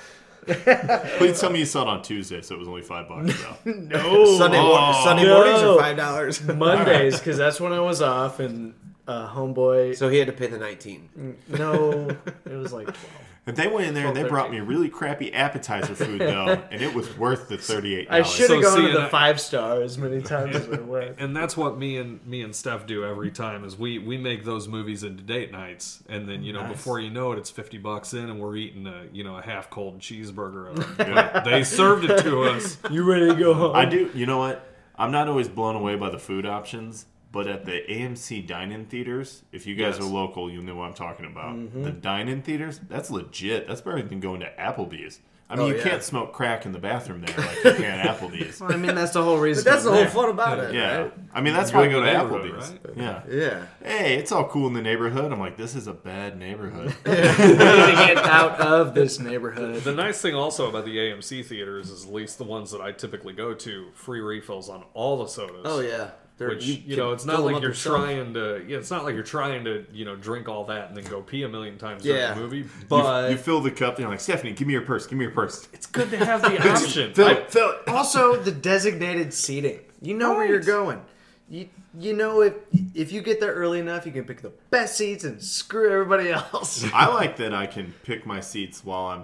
S1: Please tell me you saw it on Tuesday, so it was only five bucks though.
S9: No,
S7: Sunday, mor-
S1: Oh,
S7: Sunday
S9: no.
S7: mornings are five dollars.
S9: Mondays, because that's when I was off, and uh, homeboy.
S7: so he had to pay the
S1: Mm.
S7: nineteen.
S9: No, it was like twelve.
S1: And they went in there and they brought me really crappy appetizer food though, and it was worth the thirty-eight.
S9: I should have
S8: So
S9: gone
S8: see,
S9: to the
S8: and I-
S9: five star as many times as I went.
S8: and that's what me and me and Steph do every time is we we make those movies into date nights, and then you know before you know it, it's fifty bucks in, and we're eating a you know a half cold cheeseburger. Of it. But they served it to us.
S9: You ready to go home?
S1: I do. You know what? I'm not always blown away by the food options, but at the AMC dine-in theaters, if you guys
S8: Yes. Mm-hmm.
S1: are local, you'll know what I'm talking about. The dine-in theaters, that's legit. That's better than going to Applebee's. I
S8: Oh,
S1: mean, you
S7: yeah.
S1: can't smoke crack in the bathroom there like you can at Applebee's.
S9: I mean, that's the whole reason.
S7: That's the
S9: I'm
S7: whole
S9: there.
S7: fun about it.
S1: Yeah,
S7: right?
S1: I mean that's
S8: You're
S1: why I
S8: in
S1: go to
S8: the neighborhood,
S1: Applebee's. Yeah.
S7: Yeah.
S1: Hey, it's all cool in the neighborhood. I'm like, this is a bad neighborhood.
S9: We need to get out of this neighborhood.
S8: The nice thing also about the AMC theaters is at least the ones that I typically go to, free refills on all the sodas.
S7: Oh yeah. They're-
S8: Which you,
S7: can
S8: know, it's
S7: fill
S8: not
S7: them
S8: like
S7: up
S8: you're
S7: yourself.
S8: trying to. Yeah, it's not like you're trying to you know drink all that and then go pee a million times
S7: Yeah.
S8: during the movie.
S1: You-
S8: But
S1: you, fill the cup, and you're like, Stephanie, give me your purse. Give me your purse.
S8: it's good to have the option.
S1: Fill
S8: I-
S1: it. Fill it.
S9: Also, the designated seating. You know where you're going. You you know if if you get there early enough, you can pick the best seats and screw everybody else.
S1: I like that I can pick my seats while I'm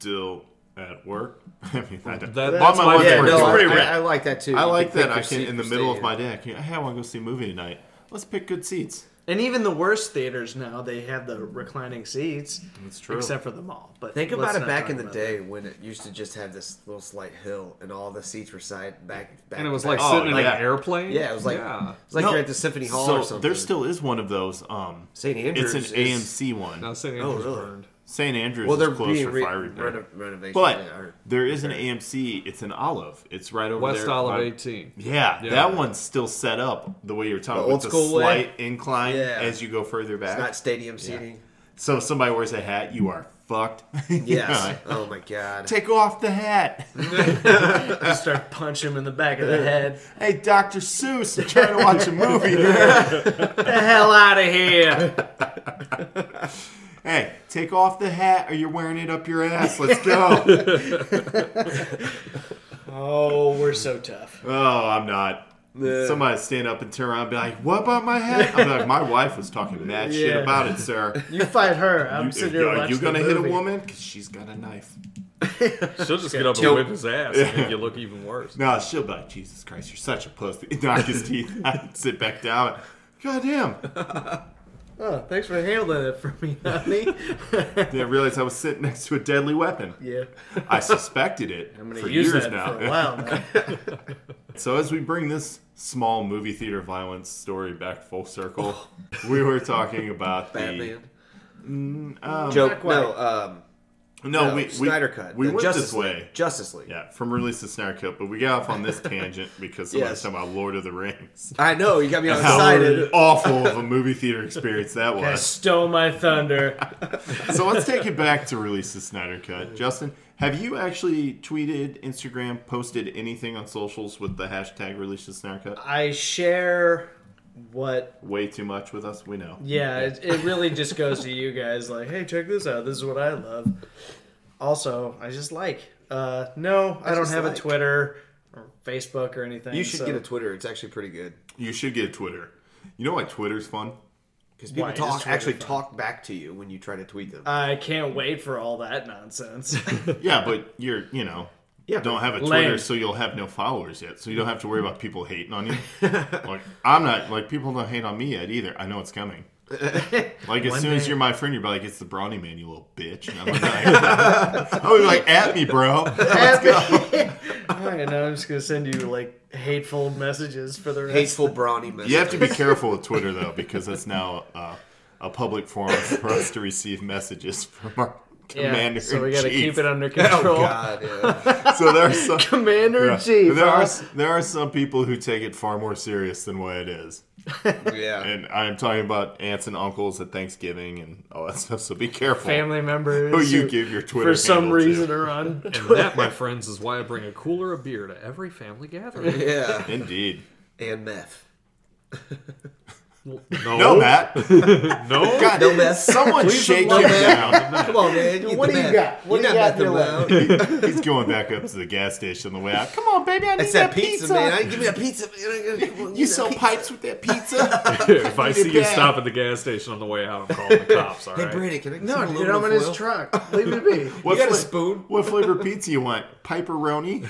S1: still at work. I mean, I don't-
S8: That-
S1: while
S8: that's
S1: my
S8: my-
S1: lunch
S7: Yeah,
S1: break
S8: It's
S7: no,
S1: is pretty
S7: I,
S1: rad.
S7: I, I like that too.
S1: I
S7: You
S1: like
S7: can pick
S1: that I
S7: your
S1: can,
S7: seat
S1: in the
S7: for
S1: middle of
S7: staying.
S1: my day, I can, hey, I want to go see a movie tonight. Let's pick good seats.
S9: and even the worst theaters now they have the reclining seats.
S1: That's true.
S9: Except for the mall. But
S7: Think
S9: let's
S7: about it
S9: not
S7: back
S9: talk
S7: in the
S9: about
S7: day when it used to just have this little slight hill and all the seats were side back. back
S8: and it was
S7: to
S8: like
S7: back.
S1: Oh,
S8: sitting in
S1: yeah.
S8: an airplane.
S7: yeah, it was like
S8: Yeah.
S7: it was like
S1: No,
S7: you're at the Symphony Hall
S1: so
S7: or something.
S1: there still is one of those. Um,
S7: St.
S1: it's
S7: Andrews.
S1: an
S7: is-
S1: AMC one.
S8: Now St.
S7: Oh,
S8: Andrews
S7: really?
S8: burned.
S1: St. Andrews
S7: Well, they're
S1: is close
S7: being
S1: for
S7: re-
S1: fire repair.
S7: reno- renovation.
S1: But
S7: yeah, or-
S1: there is an AMC. It's an Olive. It's right over
S8: West
S1: there.
S8: Olive
S1: by-
S8: 18.
S1: Yeah,
S8: Yeah.
S1: that one's still set up the way you're talking.
S7: The old
S1: with
S7: school
S1: the
S7: way?
S1: slight incline
S7: Yeah.
S1: as you go further back.
S7: it's not stadium seating.
S1: so if somebody wears a hat, you are fucked.
S7: Yes. Oh my god.
S1: Take off the hat.
S9: it. You start punching him in the back of the head.
S1: Hey, Dr. Seuss, I'm trying to watch a movie.
S9: the hell out of here.
S1: hey, take off the hat or you're wearing it up your ass. Let's go.
S9: Oh, we're so tough.
S1: oh, I'm not. Somebody stand up and turn around and be like, What about my hat? I'm like, My wife was talking mad shit
S9: Yeah.
S1: about it, sir.
S9: You fight her. I'm
S1: You,
S9: sitting
S1: are
S9: here watching
S1: you gonna
S9: the
S1: hit a
S9: movie.
S1: woman? Because she's got a knife.
S8: She'll just get up and
S7: tilt.
S8: whip his ass and make you look even worse.
S1: No, she'll be like, Jesus Christ, you're such a pussy. Knock his teeth out, sit back down. God damn.
S9: Oh, thanks for handling it for me, honey.
S1: Didn't realize I was sitting next to a deadly weapon.
S9: yeah.
S1: I suspected it
S9: I'm going
S1: for
S9: to use
S1: years
S9: that
S1: now.
S9: for a while now.
S1: So as we bring this small movie theater violence story back full circle, we were talking about the
S7: Oh. Batman.
S9: not
S1: Mm,
S7: Joke.
S9: quite.
S7: No, um,
S1: no,
S7: no,
S1: we, we
S7: Snyder cut.
S1: We
S7: The
S1: went
S7: Justice
S1: this way.
S7: League. Justice League.
S1: Yeah, from release to Snyder Cut, but we got off on this tangent because somebody's
S7: Yes.
S1: talking about Lord of the Rings.
S7: I know you got me all
S1: How
S7: excited.
S1: awful of a movie theater experience that
S9: I
S1: was.
S9: stole my thunder.
S1: So let's take it back to release the Snyder Cut. Justin, have you actually tweeted, Instagram, posted anything on socials with the hashtag release the Snyder Cut?
S9: I share what.
S1: Way too much with us, we know.
S9: Yeah, it, it really just goes to you guys. Like, hey, check this out. This is what I love. Also, I just like. Uh, no, I, don't
S7: just
S9: have
S7: like.
S9: a Twitter or Facebook or anything.
S7: You should
S9: so-
S7: get a Twitter. It's actually pretty good
S1: You should get a Twitter. You know why Twitter's fun?
S7: because people
S9: Why is
S7: talk
S9: Twitter
S7: actually
S9: fun?
S7: talk back to you when you try to tweet them.
S1: Uh,
S9: I can't wait for all that nonsense.
S1: Yeah, but you're, you know,
S7: Yeah,
S1: don't have a
S9: lame.
S1: Twitter, so you'll have no followers yet. So you don't have to worry about people hating on you. like I'm not like people don't hate on me yet either. I know it's coming. Like as soon as you're my friend, you're like, "It's the Brawny Man, you little bitch." And I'm like, "Oh, you're like at me, bro." Let's go.
S9: all right, now I'm just gonna send you like hateful messages for the rest.
S7: Hateful brawny messages.
S1: You have to be careful with Twitter though, because that's now uh, a public forum for us to receive messages from our commander.
S9: Yeah, so we gotta keep it under
S7: Oh
S9: control.
S7: God! Yeah.
S1: So there are some
S9: Commander
S1: yeah.
S9: in Chief.
S1: There
S9: huh?
S1: are s- there are some people who take it far more serious than what it is.
S7: yeah.
S1: And I'm talking about aunts and uncles at Thanksgiving and all that stuff. So be careful.
S9: family members
S1: who you give your Twitter
S9: for some
S1: handle to.
S9: reason are on.
S8: And that, my friends, is why I bring a cooler of beer to every family gathering.
S7: Yeah.
S1: Indeed.
S7: And meth.
S1: No, Matt.
S8: No?
S1: God,
S7: No meth.
S1: someone shake him down.
S7: Come on, man. You
S9: What do
S7: get the
S9: you
S7: meth.
S9: got? What
S7: You're
S9: do you
S7: not
S9: got
S7: mething around.
S1: He's going back up to the gas station on the way out. Come on, baby, I need
S7: It's
S1: that,
S7: that pizza, man. I, give me that pizza. Man. I, come on, give me
S1: You
S7: that
S1: sell
S7: pizza.
S1: pipes with that pizza?
S8: if I see you
S1: bad.
S8: stop at the gas station on the way out, I'm calling the cops, all
S7: Hey,
S8: right?
S7: Brady, can I get
S9: No,
S7: some
S9: dude,
S7: aluminum
S9: I'm in his
S7: foil?
S9: truck. Leave it be.
S1: What
S7: got a
S1: fla-
S7: spoon?
S1: What flavor pizza you want? Piperoni?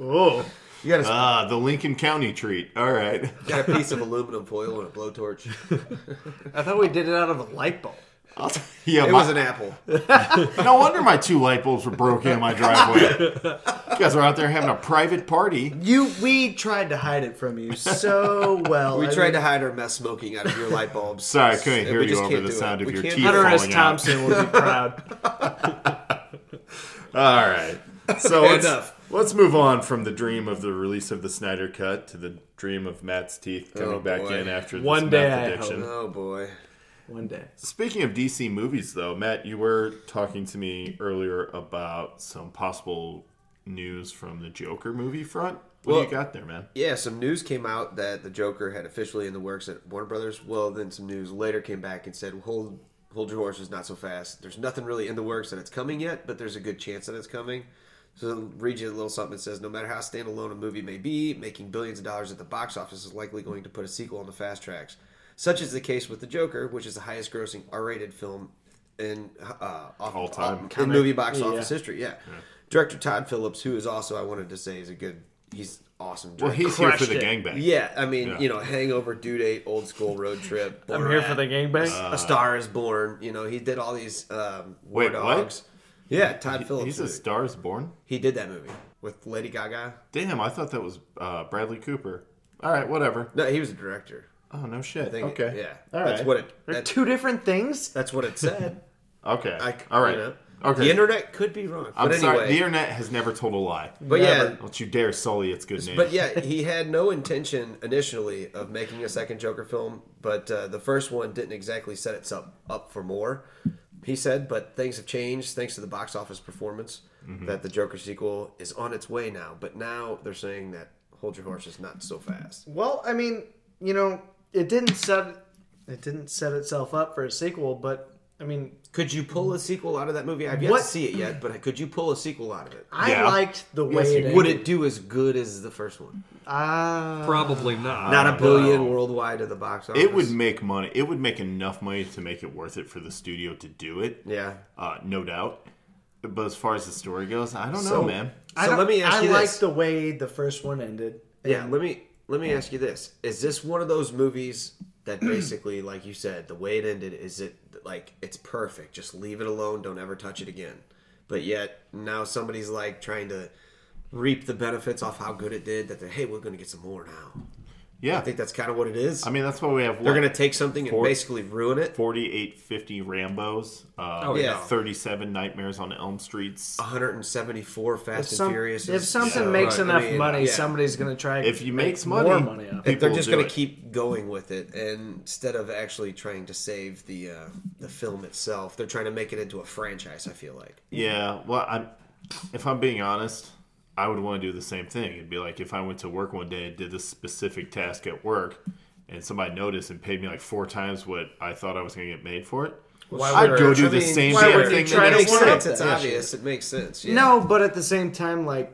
S9: Oh,
S7: You got a,
S1: Ah, the Lincoln County treat. All right.
S7: got a piece of aluminum foil and a blowtorch.
S9: I thought we did it out of a light bulb.
S1: I'll t- yeah,
S7: It
S1: my-
S7: was an apple.
S1: no wonder my two light bulbs were broken in my driveway. you guys are out there having a private party.
S9: You, we tried to hide it from you so well.
S7: We
S9: I
S7: tried
S9: mean,
S7: to hide our meth smoking out of your light bulbs.
S1: Sorry, I couldn't
S7: And
S1: hear
S7: we
S1: you
S7: just
S1: over
S7: can't
S1: the
S7: do
S1: sound
S7: it.
S1: of
S7: We
S1: your
S7: can't-
S1: teeth
S9: Hunter S.
S1: falling out.
S9: Thompson would be proud.
S1: All right. So
S7: Fair
S1: let's,
S7: enough.
S1: let's move on from the dream of the release of the Snyder Cut to the dream of Matt's teeth coming
S7: Oh,
S1: back
S7: boy.
S1: in after this
S9: One day
S1: meth
S9: I
S1: addiction.
S7: Oh boy.
S9: One day.
S1: Speaking of DC movies, though, Matt, you were talking to me earlier about some possible news from the Joker movie front. What
S7: Well-
S1: do you got there, man?
S7: Yeah, some news came out that the Joker had officially in the works at Warner Brothers. Well, then some news later came back and said, "Hold, hold your horses, not so fast." There's nothing really in the works that it's coming yet, but there's a good chance that it's coming. So it'll read you a little something that says, "No matter how standalone a movie may be, making billions of dollars at the box office is likely going to put a sequel on the fast tracks." Such is the case with the Joker, which is the highest-grossing R-rated film in uh, off-
S1: All time.
S7: off- in movie box office history. Yeah. Director Todd Phillips, who is also I wanted to say is a good, he's awesome.
S1: Well,
S7: Director.
S1: he's here for
S9: crushed
S1: the
S9: it.
S1: gangbang.
S7: Yeah, I mean,
S1: Yeah.
S7: you know, Hangover, Due Date, Old School Road Trip.
S9: I'm here
S7: Borat,
S9: for the gangbang.
S7: A Star Is Born. You know, he did all these um, War
S1: Wait, what?
S7: Dogs. Yeah, Todd Phillips.
S1: He's a
S7: movie.
S1: Star is Born?
S7: he did that movie with Lady Gaga.
S1: Damn, I thought that was uh, Bradley Cooper. All right, whatever.
S7: No, he was a director.
S1: Oh, no shit.
S7: I think.
S1: okay.
S7: Yeah,
S1: All
S7: that's
S1: right.
S7: what it.
S9: They're
S7: That's,
S9: two different things.
S7: that's what it said.
S1: Okay.
S7: I,
S1: All right.
S7: you know.
S1: Okay.
S7: The internet could be wrong,
S1: I'm
S7: but anyway.
S1: sorry. The internet has never told a lie.
S7: but yeah,
S1: Don't you dare sully its good name.
S7: But yeah, he had no intention initially of making a second Joker film, but uh, the first one didn't exactly set itself up for more. He said, but things have changed thanks to the box office performance that the Joker sequel is on its way now. But now they're saying that Hold Your Horses not so fast.
S9: Well, I mean, you know, it didn't set it didn't set itself up for a sequel, but I mean,
S7: Could you pull a sequel out of that movie? I've yet
S9: What-
S7: to see it yet, but could you pull a sequel out of it?
S9: I
S1: Yeah.
S9: liked the way
S1: you
S9: it ended.
S7: Would it do as good as the first one?
S9: Ah,
S8: Uh, Probably not.
S7: Not a billion
S8: No.
S7: worldwide at the box office.
S1: it would make money. It would make enough money to make it worth it for the studio to do it.
S7: Yeah.
S1: Uh, no doubt. But as far as the story goes, I don't
S7: So-
S1: know, man.
S7: So let me ask
S9: I
S7: you
S9: liked
S7: this.
S9: the way the first one ended.
S7: Yeah, let me let me ask you this: Is this one of those movies that basically, like you said, the way it ended, is it like it's perfect? Just leave it alone. Don't ever touch it again. But yet now somebody's like trying to reap the benefits off how good it did. That they, hey, we're going to get some more now.
S1: Yeah.
S7: I think that's kind of what it is.
S1: I mean, that's why we have
S7: they're
S1: what,
S7: going to take something and
S1: Four-
S7: basically ruin it.
S1: 4850 Rambos, uh,
S8: Oh,
S7: yeah.
S1: 37 Nightmares on Elm Streets.
S7: 174 Fast
S9: Some-
S7: and Furious.
S9: if
S7: is-
S9: something
S7: so,
S9: makes
S7: I
S9: enough
S7: mean,
S9: money,
S7: yeah.
S9: somebody's gonna try.
S1: If you
S9: make
S1: makes
S9: more
S1: money,
S9: money off.
S1: people
S7: they're
S1: will
S7: just
S1: do
S7: going
S1: it.
S7: to keep going with it, and instead of actually trying to save the uh, the film itself, they're trying to make it into a franchise. I feel like
S1: Yeah, well, I, if I'm being honest, I would want to do the same thing. It'd be like if I went to work one day and did this specific task at work, and somebody noticed and paid me like four times what I thought I was going to get made for it. I'd go do
S7: I
S1: the
S7: mean,
S1: same
S7: why
S1: damn
S7: would you
S1: thing. the
S7: try to
S1: next
S7: make
S1: day.
S7: sense?
S9: one?
S7: It's
S9: Yeah.
S7: obvious. It makes sense. yeah.
S9: No, but at the same time, like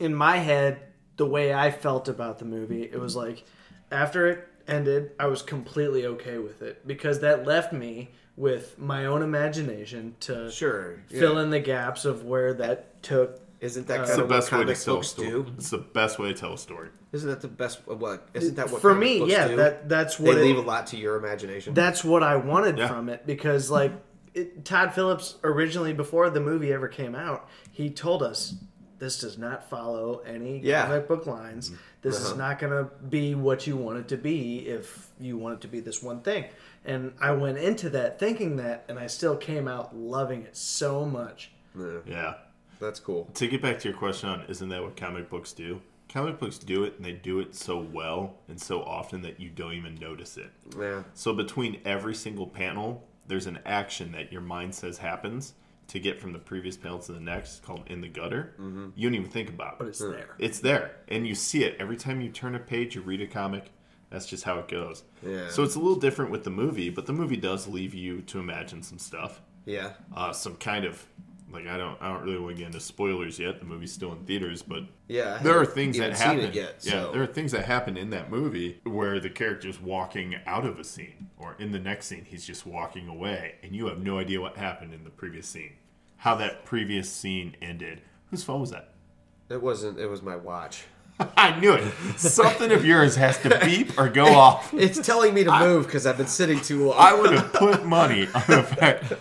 S9: in my head, the way I felt about the movie, it was like after it ended, I was completely okay with it because that left me with my own imagination to
S7: Sure, yeah.
S9: fill in the gaps of where that took.
S7: isn't that
S1: It's
S7: kind
S1: the
S7: of what
S1: best way to
S7: comic
S1: tell a
S7: books
S1: story.
S7: do?
S1: It's the best way to tell a story.
S7: Isn't that the best? uh, What isn't that what
S9: For
S7: comic
S9: me,
S7: books
S9: yeah,
S7: do?
S9: that that's
S7: they
S9: what
S7: leave
S9: it,
S7: a lot to your imagination.
S9: that's what I wanted
S1: Yeah.
S9: from it because like it, Todd Phillips originally before the movie ever came out, he told us this does not follow any
S7: Yeah.
S9: comic book lines. This is not going to be what you want it to be if you want it to be this one thing. And I went into that thinking that and I still came out loving it so much.
S1: Yeah.
S7: that's cool.
S1: To get back to your question on isn't that what comic books do? Comic books do it, and they do it so well and so often that you don't even notice it.
S7: Yeah,
S1: So between every single panel, there's an action that your mind says happens to get from the previous panel to the next called in the gutter. Mm-hmm. You don't even think about it. But
S9: It's there.
S1: it's there, and you see it every time you turn a page. You read a comic. That's just how it goes.
S7: Yeah.
S1: So it's a little different with the movie, but the movie does leave you to imagine some stuff,
S7: yeah.
S1: uh, some kind of like I don't I don't really want to get into spoilers yet. The movie's still in theaters, but
S7: Yeah, I
S1: there are
S7: haven't
S1: things
S7: even
S1: that
S7: seen
S1: happen.
S7: it yet,
S1: Yeah,
S7: so-
S1: there are things that happen in that movie where the character's walking out of a scene, or in the next scene he's just walking away, and you have no idea what happened in the previous scene, how that previous scene ended. Whose phone was that?
S7: It wasn't. It was my watch.
S1: I knew it. Something of yours has to beep or go off.
S7: It's telling me to move because I've been sitting too long.
S1: I would have put money on the fact.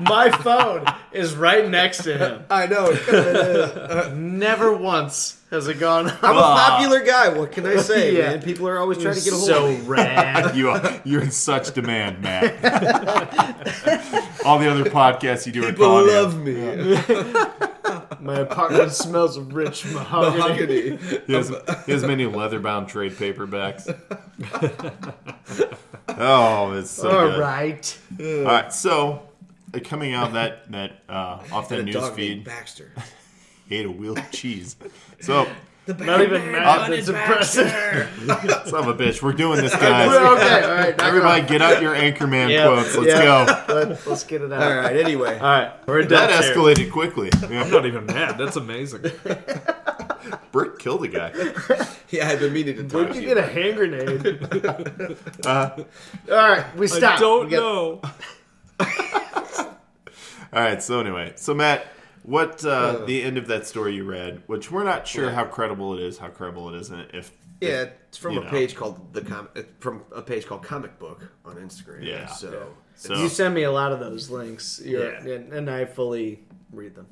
S9: My phone is right next to him.
S7: I know. it could've been it.
S9: Never once has it gone
S7: I'm a
S9: off.
S7: popular guy. What can I say,
S9: Yeah.
S7: man? People are always trying to get a hold
S9: so
S7: of me.
S9: rad.
S1: You are, you're in such demand, Matt. All the other podcasts you do
S7: People
S1: are caught in.
S7: love me.
S9: My apartment smells of rich mahogany.
S7: Mahogany.
S1: He has, he has many leather-bound trade paperbacks. oh, it's so
S9: All
S1: good.
S9: right.
S1: All right, so uh, coming out of that that uh, off that
S7: And a
S1: news
S7: dog named
S1: feed,
S7: Baxter.
S1: ate a wheel of cheese. So,
S9: Not even mad. It's impressive.
S1: son of a bitch, we're doing this,
S9: We're
S1: guys.
S9: okay. All right.
S1: Everybody, get out your Anchorman
S9: Yeah,
S1: quotes. Let's go.
S9: Let, let's get it out.
S7: All right. Anyway,
S9: All right. We're done.
S1: That
S9: here.
S1: escalated quickly.
S8: I'm
S1: Yeah.
S8: not even mad. That's amazing.
S1: Brick killed a guy.
S7: yeah, I've been meaning to talk
S9: Where'd
S7: to
S9: you
S7: you.
S9: get a hand grenade? All right. We stopped.
S8: Don't
S9: We got-
S8: know.
S1: All right. So anyway, so Matt, what uh, the end of that story you read, which we're not sure how credible it is, how credible it isn't. If
S7: Yeah, it's from
S1: You
S7: a
S1: know.
S7: page called the com- uh, from a page called Comic Book on Instagram.
S1: Yeah.
S7: So
S1: so,
S9: You send me a lot of those links. You're,
S1: Yeah.
S9: and, and I fully read them.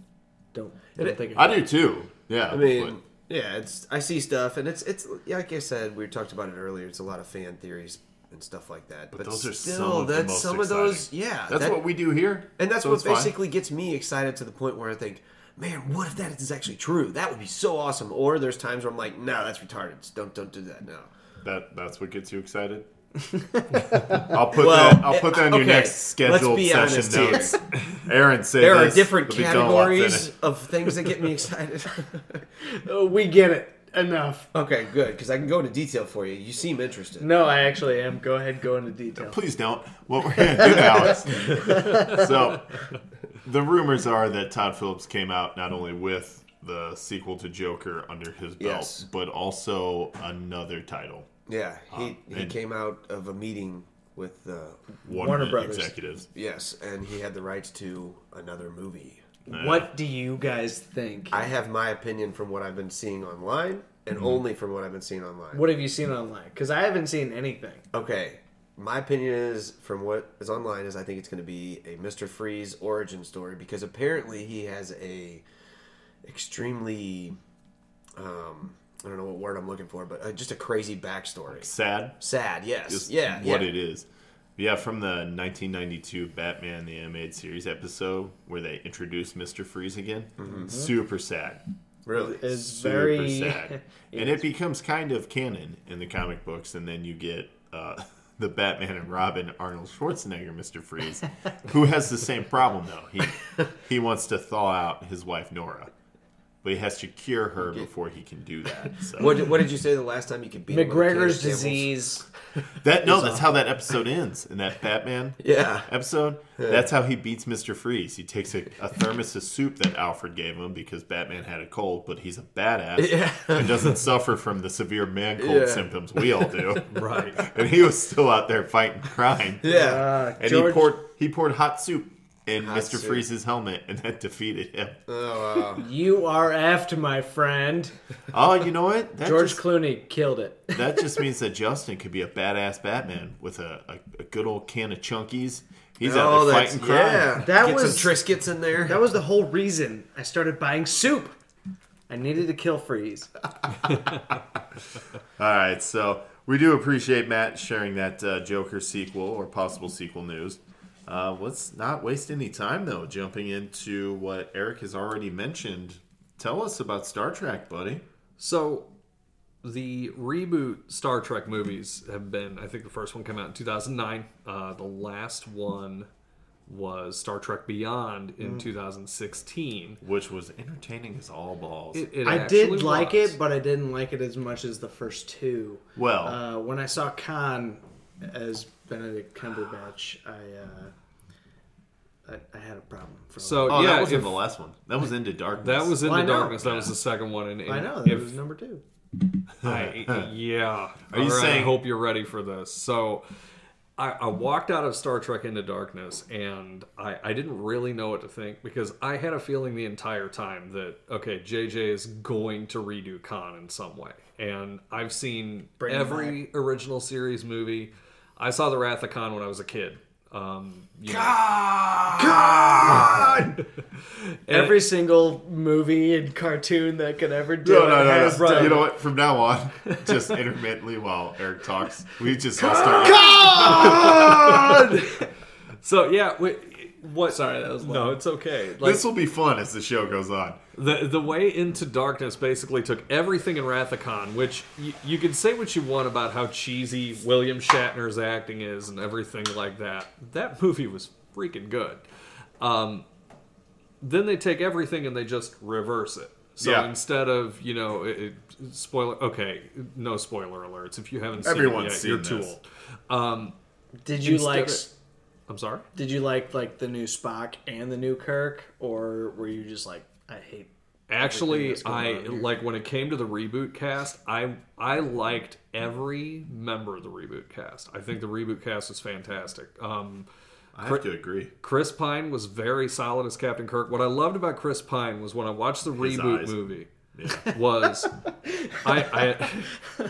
S9: Don't. don't think
S1: I do too. Yeah.
S7: I mean, yeah, it's I see stuff, and it's it's yeah, like I said, we talked about it earlier. It's a lot of fan theories and stuff like that. But,
S1: those are
S7: still,
S1: some of the
S7: that's
S1: most
S7: some of those.
S1: exciting.
S7: Yeah,
S1: that's
S7: that-
S1: what we do here,
S7: And that's
S1: so
S7: what
S1: it's fine.
S7: basically gets me excited to the point where I think, man, what if that is actually true? That would be so awesome. Or there's times where I'm like, no, that's retarded. Just Don't don't do that. No.
S1: that that's what gets you excited. I'll put
S7: Well,
S1: that. I'll put that on your
S7: okay,
S1: next
S7: let's
S1: scheduled
S7: be
S1: session
S7: honest here.
S1: notes. Aaron said
S7: There are
S1: this,
S7: different
S1: but we don't want to
S7: categories
S1: finish.
S7: of things that get me excited.
S9: Oh, we get it. Enough.
S7: okay, good, because I can go into detail for you. You seem interested.
S9: No, I actually am. Go ahead. Go into detail.
S1: Please don't. What we're gonna do now is so the rumors are that Todd Phillips came out not only with the sequel to Joker under his belt,
S7: Yes.
S1: but also another title.
S7: Yeah, he he
S1: Uh, and-
S7: came out of a meeting with uh,
S1: Warner,
S9: Brothers.
S1: executives.
S7: yes, and he had the rights to another movie.
S9: What do you guys think?
S7: I have my opinion from what I've been seeing online. and
S1: Mm-hmm.
S7: only from what I've been seeing online.
S9: What have you seen online? Because I haven't seen anything.
S7: Okay, my opinion is from what is online is I think it's going to be a Mister Freeze origin story because apparently he has a extremely, um, I don't know what word I'm looking for, but uh, just a crazy backstory.
S1: Sad
S7: Sad, yes,
S1: is
S7: yeah,
S1: what
S7: yeah.
S1: it is. Yeah, from the 1992 Batman the Animated Series episode where they introduced Mister Freeze again.
S7: Mm-hmm.
S1: Super sad.
S7: really
S9: It's
S1: super
S9: very
S1: sad, and it becomes kind of canon in the comic books, and then you get uh, the Batman and Robin Arnold Schwarzenegger Mister Freeze, who has the same problem though. He he wants to thaw out his wife Nora, but he has to cure her before he can do that. So
S7: What did, what did you say the last time you could beat him with a can of
S9: McGregor's
S7: Campbell's?
S9: disease.
S1: that no, that's how that episode ends in that Batman
S7: Yeah,
S1: episode. That's how he beats Mister Freeze. He takes a, a thermos of soup that Alfred gave him because Batman had a cold, but he's a badass and doesn't suffer from the severe man cold
S7: Yeah.
S1: symptoms we all do.
S8: Right.
S1: and he was still out there fighting crime.
S7: yeah.
S9: Uh,
S1: and
S9: George,
S1: he poured he poured hot soup in Mister
S7: soup.
S1: Freeze's helmet, and that defeated him.
S9: you are effed, my friend.
S1: oh, you know what? That
S9: George
S1: just,
S9: Clooney killed it.
S1: that just means that Justin could be a badass Batman with a, a, a good old can of Chunkies. He's out
S7: oh,
S1: there
S7: that's
S1: fighting crime.
S7: yeah.
S9: That
S7: Get
S9: was-
S7: some Triscuits in there.
S9: That was the whole reason I started buying soup. I needed to kill Freeze.
S1: All right, so we do appreciate Matt sharing that uh, Joker sequel or possible sequel news. Uh, let's not waste any time though. Jumping into what Eric has already mentioned, tell us about Star Trek, buddy.
S8: So, the reboot Star Trek movies have been, I think the first one came out in 2009. Uh, the last one was Star Trek Beyond in 2016.
S1: which was entertaining as all balls.
S8: It, it
S9: I did
S8: actually
S9: like
S8: was.
S9: it, but I didn't like it as much as the first two.
S1: well,
S9: Uh, when I saw Khan as Benedict Cumberbatch, I uh, I, I had a problem. For a
S8: So,
S1: oh,
S8: yeah,
S1: that wasn't
S8: if-
S1: the last one. That was Into Darkness.
S8: that was in
S9: Well, I
S8: the
S9: know,
S8: darkness. That was the second one. And,
S9: while. I
S8: and
S9: know that
S8: if-
S9: was number two.
S8: I, yeah. Are
S1: you
S8: I
S1: saying-
S8: hope you're ready for this. So, I, I walked out of Star Trek Into Darkness, and I, I didn't really know what to think because I had a feeling the entire time that okay, JJ is going to redo Khan in some way, and I've seen
S9: him
S8: every original series movie. I saw The Wrath of Khan when I was a kid. Um, you know,
S1: Ah!
S9: Every single movie and cartoon that could ever do
S1: no,
S9: it
S1: no, no,
S9: has
S1: no.
S9: done
S1: You know
S9: it.
S1: what? From now on, just intermittently while Eric talks, we just all start.
S8: so yeah, wait, what?
S9: Sorry, that was
S8: no, it's okay. Like,
S1: This will be fun as the show goes on.
S8: The the way into darkness basically took everything in Wrath of Khan, which y- you can say what you want about how cheesy William Shatner's acting is and everything like that. That movie was freaking good. Um, then they take everything and they just reverse it. So
S1: Yeah.
S8: instead of you know it, it- spoiler, okay, no spoiler alerts. If you haven't seen it
S1: Everyone's
S8: yet,
S1: seen
S8: you're too
S1: this.
S8: old. Um,
S9: Did you
S8: Instead
S9: like?
S8: of- I'm sorry.
S9: Did you like like the new Spock and the new Kirk, or were you just like, I hate?
S8: Actually,
S9: that's going
S8: I
S9: on here.
S8: like when it came to the reboot cast. I I liked every member of the reboot cast. I think the reboot cast was fantastic. Um,
S1: I have to agree.
S8: Chris Pine was very solid as Captain Kirk. What I loved about Chris Pine was when I watched the reboot
S1: eyes.
S8: movie was I,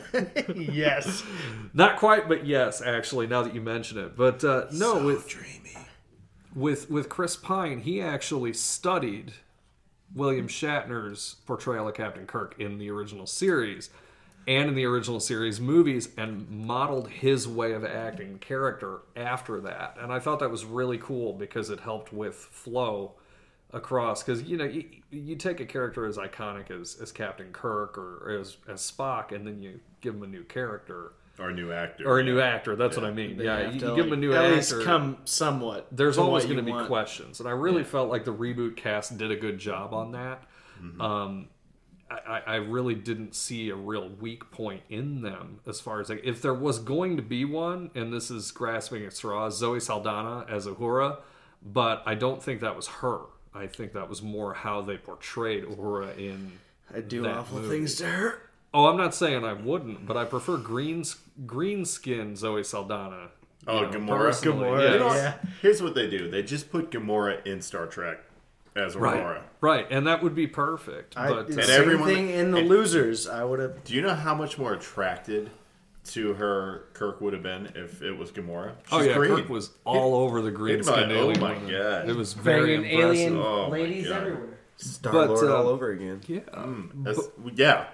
S8: I
S9: Yes.
S8: not quite, but yes, actually. Now that you mention it, but uh, no, with
S1: Dreamy.
S8: with with Chris Pine, he actually studied William Shatner's portrayal of Captain Kirk in the original series and in the original series movies and modeled his way of acting character after that. And I thought that was really cool because it helped with flow across cuz you know you, you take a character as iconic as as Captain Kirk or as as Spock and then you give him a new character
S1: Our new actor.
S8: or a new actor. That's what I mean.
S9: They
S8: yeah,
S9: have
S8: you,
S9: to,
S8: you give him a
S9: like,
S8: new
S9: at
S8: actor
S9: least come somewhat.
S8: there's
S9: to
S8: always
S9: what
S8: going to
S9: you
S8: be
S9: want.
S8: questions, and I really felt like the reboot cast did a good job on that.
S9: Mm-hmm.
S8: Um, I, I- I really didn't see a real weak point in them as far as like if there was going to be one, and this is grasping at straws. Zoe Saldana as Uhura, but I don't think that was her. I think that was more how they portrayed Uhura in.
S9: I do
S8: that
S9: awful
S8: movie.
S9: things to her.
S8: Oh, I'm not saying I wouldn't, but I prefer green green skin Zoe Saldana. you
S1: Oh,
S8: know,
S1: Gamora.
S8: personally.
S9: Gamora,
S8: Yes.
S1: You know,
S9: Yeah.
S1: Here's what they do. They just put Gamora in Star Trek. as
S8: Right.
S1: Aurora.
S8: Right, and that would be perfect.
S9: I,
S8: but
S9: the
S1: And
S9: same
S1: everyone-
S9: thing in the
S1: and-
S9: losers. I would have.
S1: Do you know how much more attracted to her Kirk would have been if it was Gamora?
S8: oh
S1: She's
S8: yeah,
S1: green.
S8: Kirk was all over the green
S1: think about it,
S8: Scandalia
S1: oh my
S8: woman.
S1: God.
S8: it was very
S9: Banging
S8: impressive.
S9: alien
S1: Oh, my
S9: ladies
S1: God.
S9: everywhere.
S7: Star
S8: But,
S7: Lord
S8: uh,
S9: um,
S7: all over again.
S8: Yeah,
S1: That's- yeah.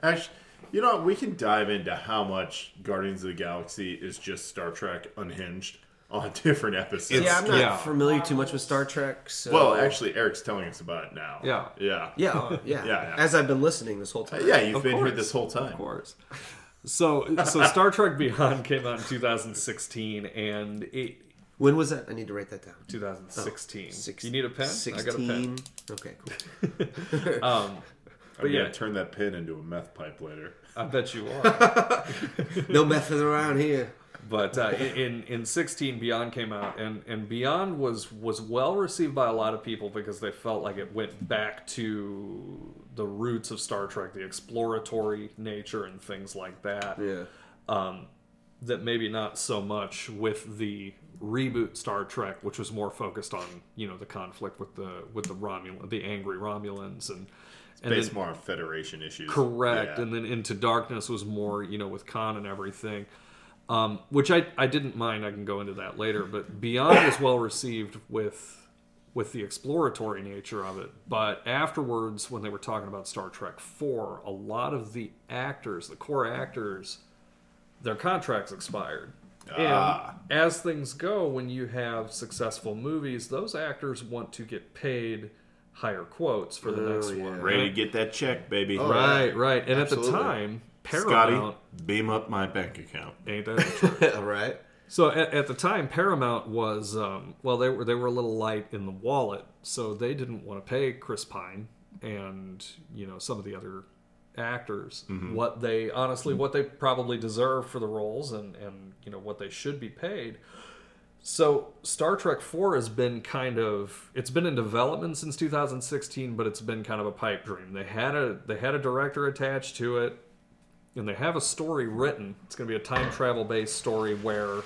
S1: Actually, you know, we can dive into how much Guardians of the Galaxy is just Star Trek unhinged on different episodes.
S7: yeah, I'm not
S8: yeah.
S7: familiar too much with Star Trek. So.
S1: well, actually, Eric's telling us about it now.
S8: Yeah.
S1: Yeah.
S7: yeah, uh,
S1: Yeah,
S7: yeah,
S1: yeah.
S7: As I've been listening this whole time.
S1: Yeah, you've been
S8: course.
S1: here this whole time.
S8: of course. So, so Star Trek Beyond came out in 2016, and it
S7: When was that? I need to write that down.
S8: 2016.
S7: Six-
S8: you need a pen? I got a pen.
S7: 16. Okay, cool.
S1: I'm gonna
S8: Oh, yeah.
S1: turn that pin into a meth pipe later.
S8: I bet you are.
S7: No method around here.
S8: but uh, in in 16, Beyond came out, and and Beyond was was well received by a lot of people because they felt like it went back to the roots of Star Trek, the exploratory nature and things like that.
S7: Yeah.
S8: um, that maybe not so much with the reboot Star Trek, which was more focused on you know the conflict with the with the Romulan, the angry Romulans, and and
S1: Based
S8: then-
S1: more on Federation issues.
S8: correct,
S1: Yeah.
S8: and then Into Darkness was more you know with Khan and everything. Um, which I, I didn't mind. I can go into that later. But Beyond was well received with with the exploratory nature of it. But afterwards, when they were talking about Star Trek Four, a lot of the actors, the core actors, their contracts expired.
S1: Ah.
S8: And as things go, when you have successful movies, those actors want to get paid higher quotes for the next one.
S1: Ready to get that check, baby.
S8: Right, right. And
S7: Absolutely.
S8: at the time,
S1: Scotty,
S8: Paramount
S1: beam up my bank account.
S8: ain't that the truth?
S7: All right.
S8: So at, at the time, Paramount was um, well, they were they were a little light in the wallet, so they didn't want to pay Chris Pine and you know some of the other actors what they honestly what they probably deserve for the roles and and you know what they should be paid. So Star Trek 4 has been kind of it's been in development since 2016 but it's been kind of a pipe dream. They had a they had a director attached to it and they have a story written. It's going to be a time travel based story where,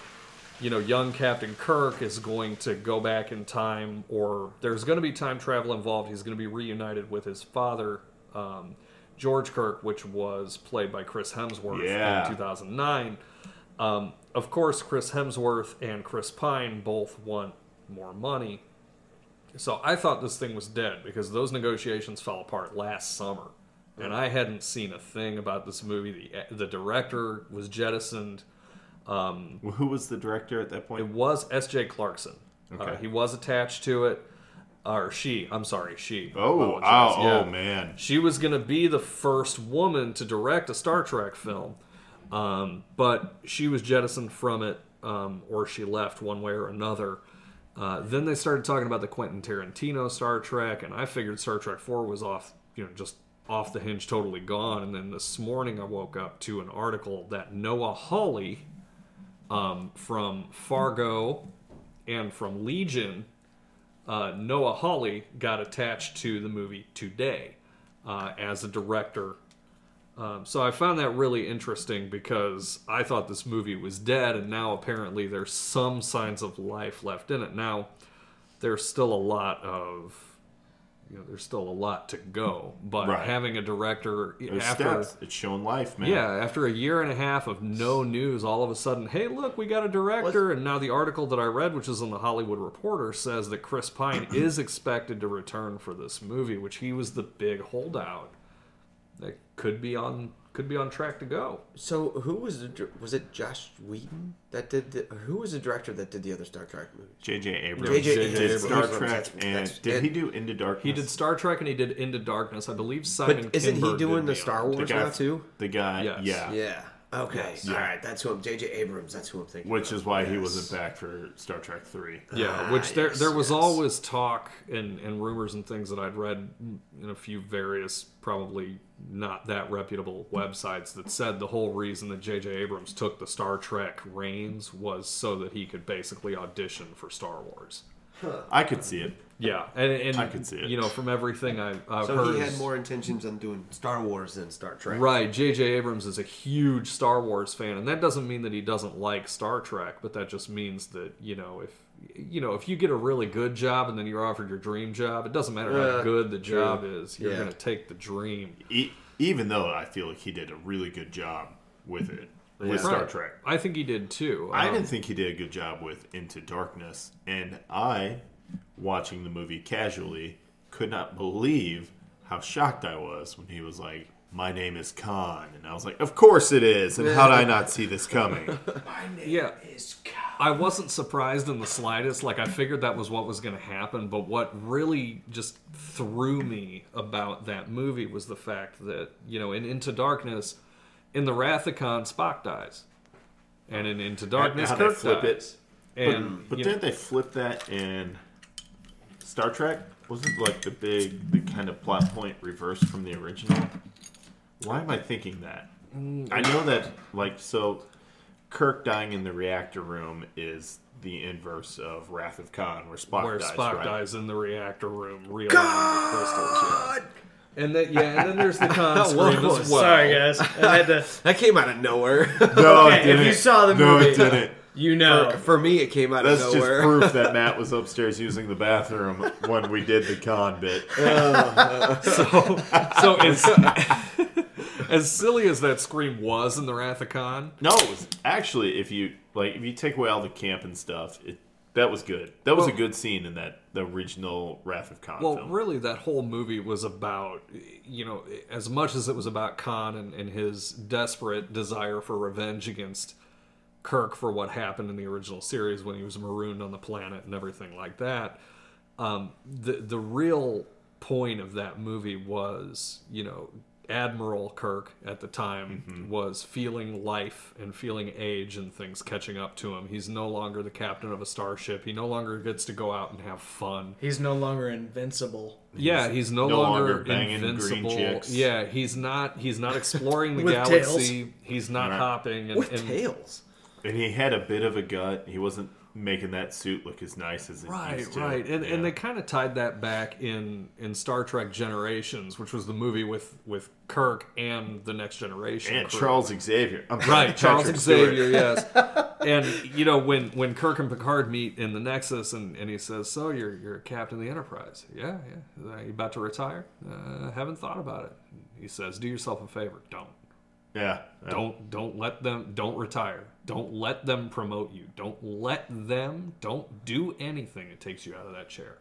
S8: you know, young Captain Kirk is going to go back in time, or there's going to be time travel involved. He's going to be reunited with his father, um, George Kirk, which was played by Chris Hemsworth
S1: Yeah.
S8: in 2009. Um, of course, Chris Hemsworth and Chris Pine both want more money. So I thought this thing was dead because those negotiations fell apart last summer, and I hadn't seen a thing about this movie. The the director was jettisoned.
S1: Well, who was the director at that
S8: It
S1: point?
S8: was S.J. Clarkson. Uh,
S1: Okay.
S8: he was attached to it, or she. I'm sorry, she.
S1: Oh,
S8: Apologize.
S1: oh,
S8: Yeah.
S1: oh man.
S8: She was going to be the first woman to direct a Star Trek film, um, but she was jettisoned from it, um, or she left one way or another. Uh, then they started talking about the Quentin Tarantino Star Trek, and I figured Star Trek Four was off, you know, just off the hinge, totally gone. And then this morning I woke up to an article that Noah Hawley um, from Fargo and from Legion uh, Noah Hawley got attached to the movie today uh, as a director. Um, so I found that really interesting because I thought this movie was dead, and now apparently there's some signs of life left in it. Now there's still a lot of you know there's still a lot to go, but
S1: Right.
S8: having a director
S1: There's
S8: after
S1: steps. It's showing life, man.
S8: yeah, after a year and a half of no news, all of a sudden, hey, look, we got a director. And now the article that I read, which is in the Hollywood Reporter, says that Chris Pine is expected to return for this movie, which he was the big holdout that could be on could be on track to go.
S7: So who was the dir- was it Josh Whedon that did the, or who was the director that did the other Star Trek movies?
S1: J.J. Abrams.
S7: J.J.
S1: did
S7: Abrams.
S1: Star
S7: That's-
S1: Trek,
S7: that's-
S1: and
S7: that's-
S1: did
S7: and-
S1: he do Into Darkness?
S8: He did Star Trek and he did Into Darkness, I believe. Simon
S7: But isn't
S8: Kinberg
S7: he
S8: did
S7: doing the Star
S8: other-
S7: Wars
S1: guy-
S7: now too?
S1: the guy.
S8: Yes.
S1: Yeah.
S7: Yeah. Okay. All right. That's who I'm. J.J. Abrams. That's who I'm thinking.
S1: Which
S7: of.
S1: is why he
S7: Yes.
S1: wasn't back for Star Trek Three.
S8: Yeah,
S7: Ah,
S8: which there
S7: yes,
S8: there was
S7: yes.
S8: always talk and, and rumors and things that I'd read in a few various probably not that reputable websites that said the whole reason that J.J. Abrams took the Star Trek reins was so that he could basically audition for Star Wars.
S1: I could see it.
S8: Yeah, and, and
S1: I could see it.
S8: You know, from everything I, I've
S7: So
S8: heard,
S7: he had
S8: is-
S7: more intentions on doing Star Wars than Star Trek.
S8: Right, J.J. Abrams is a huge Star Wars fan, and that doesn't mean that he doesn't like Star Trek, but that just means that you know if you know if you get a really good job and then you're offered your dream job, it doesn't matter how
S7: Uh,
S8: good the job is, you're
S7: Yeah.
S8: going to take the dream.
S1: E- even though I feel like he did a really good job with it with Star
S8: Right.
S1: Trek.
S8: I think he did too.
S1: I
S8: Um,
S1: didn't think he did a good job with Into Darkness, and I, watching the movie casually, could not believe how shocked I was when he was like, "My name is Khan," and I was like, "Of course it is!" And how did I not see this coming?
S8: yeah. I wasn't surprised in the slightest. Like I figured that was what was going to happen, but what really just threw me about that movie was the fact that, you know, in Into Darkness, in the Wrath of Khan, Spock dies. And in Into Darkness,
S1: how they
S8: Kirk
S1: flip it.
S8: dies. And
S1: But
S8: you
S1: didn't they flip that in Star Trek? Wasn't like the big, the kind of plot point reversed from the original? Why am I thinking that? I know that, like, so Kirk dying in the reactor room is the inverse of Wrath of Khan, where Spock
S8: where
S1: dies.
S8: Spock
S1: right?
S8: dies in the reactor room, real crystals. Yeah. And that yeah, and then there's the Khan
S7: Whoa,
S8: scream as well.
S9: Sorry, guys. I had to.
S7: That came out of nowhere.
S1: No, it
S9: Okay, if
S1: didn't.
S9: you saw the
S1: no,
S9: movie,
S1: it didn't.
S9: you know.
S7: For me, it came out
S1: That's
S7: of
S1: just
S7: nowhere.
S1: proof that Matt was upstairs using the bathroom when we did the con bit.
S8: So as, as silly as that scream was in the Wrath of Khan,
S1: No, it was actually if you like if you take away all the camp and stuff, it that was good. That was a good scene in that the original Wrath of Khan
S8: Well,
S1: film.
S8: really, that whole movie was about, you know, as much as it was about Khan and, and his desperate desire for revenge against Kirk for what happened in the original series when he was marooned on the planet and everything like that. Um, the the real point of that movie was, you know, Admiral Kirk at the time
S1: Mm-hmm.
S8: was feeling life and feeling age and things catching up to him. He's no longer the captain of a starship. He no longer gets to go out and have fun.
S9: He's no longer invincible.
S8: Yeah, he's no,
S1: no
S8: longer,
S1: longer banging green
S8: invincible.
S1: chicks.
S8: Yeah, he's not he's not exploring the
S9: With
S8: galaxy. He's not
S1: Right.
S8: hopping and,
S7: With
S8: and-
S7: tails.
S1: and he had a bit of a gut. He wasn't making that suit look as nice as it
S8: right,
S1: used to.
S8: right. And and
S1: Yeah.
S8: they kind of tied that back in in Star Trek Generations, which was the movie with with Kirk and the Next Generation
S1: and
S8: crew.
S1: Charles Xavier. I'm sorry,
S8: Right, Charles
S1: Patrick Stewart.
S8: Xavier, yes. and you know when when Kirk and Picard meet in the Nexus, and, and he says, "So you're you're a captain of the Enterprise? Yeah, yeah. Are you about to retire? Uh, haven't thought about it." He says, "Do yourself a favor. Don't.
S1: Yeah.
S8: Don't don't let them don't retire. Don't let them promote you. Don't let them don't do anything that takes you out of that chair.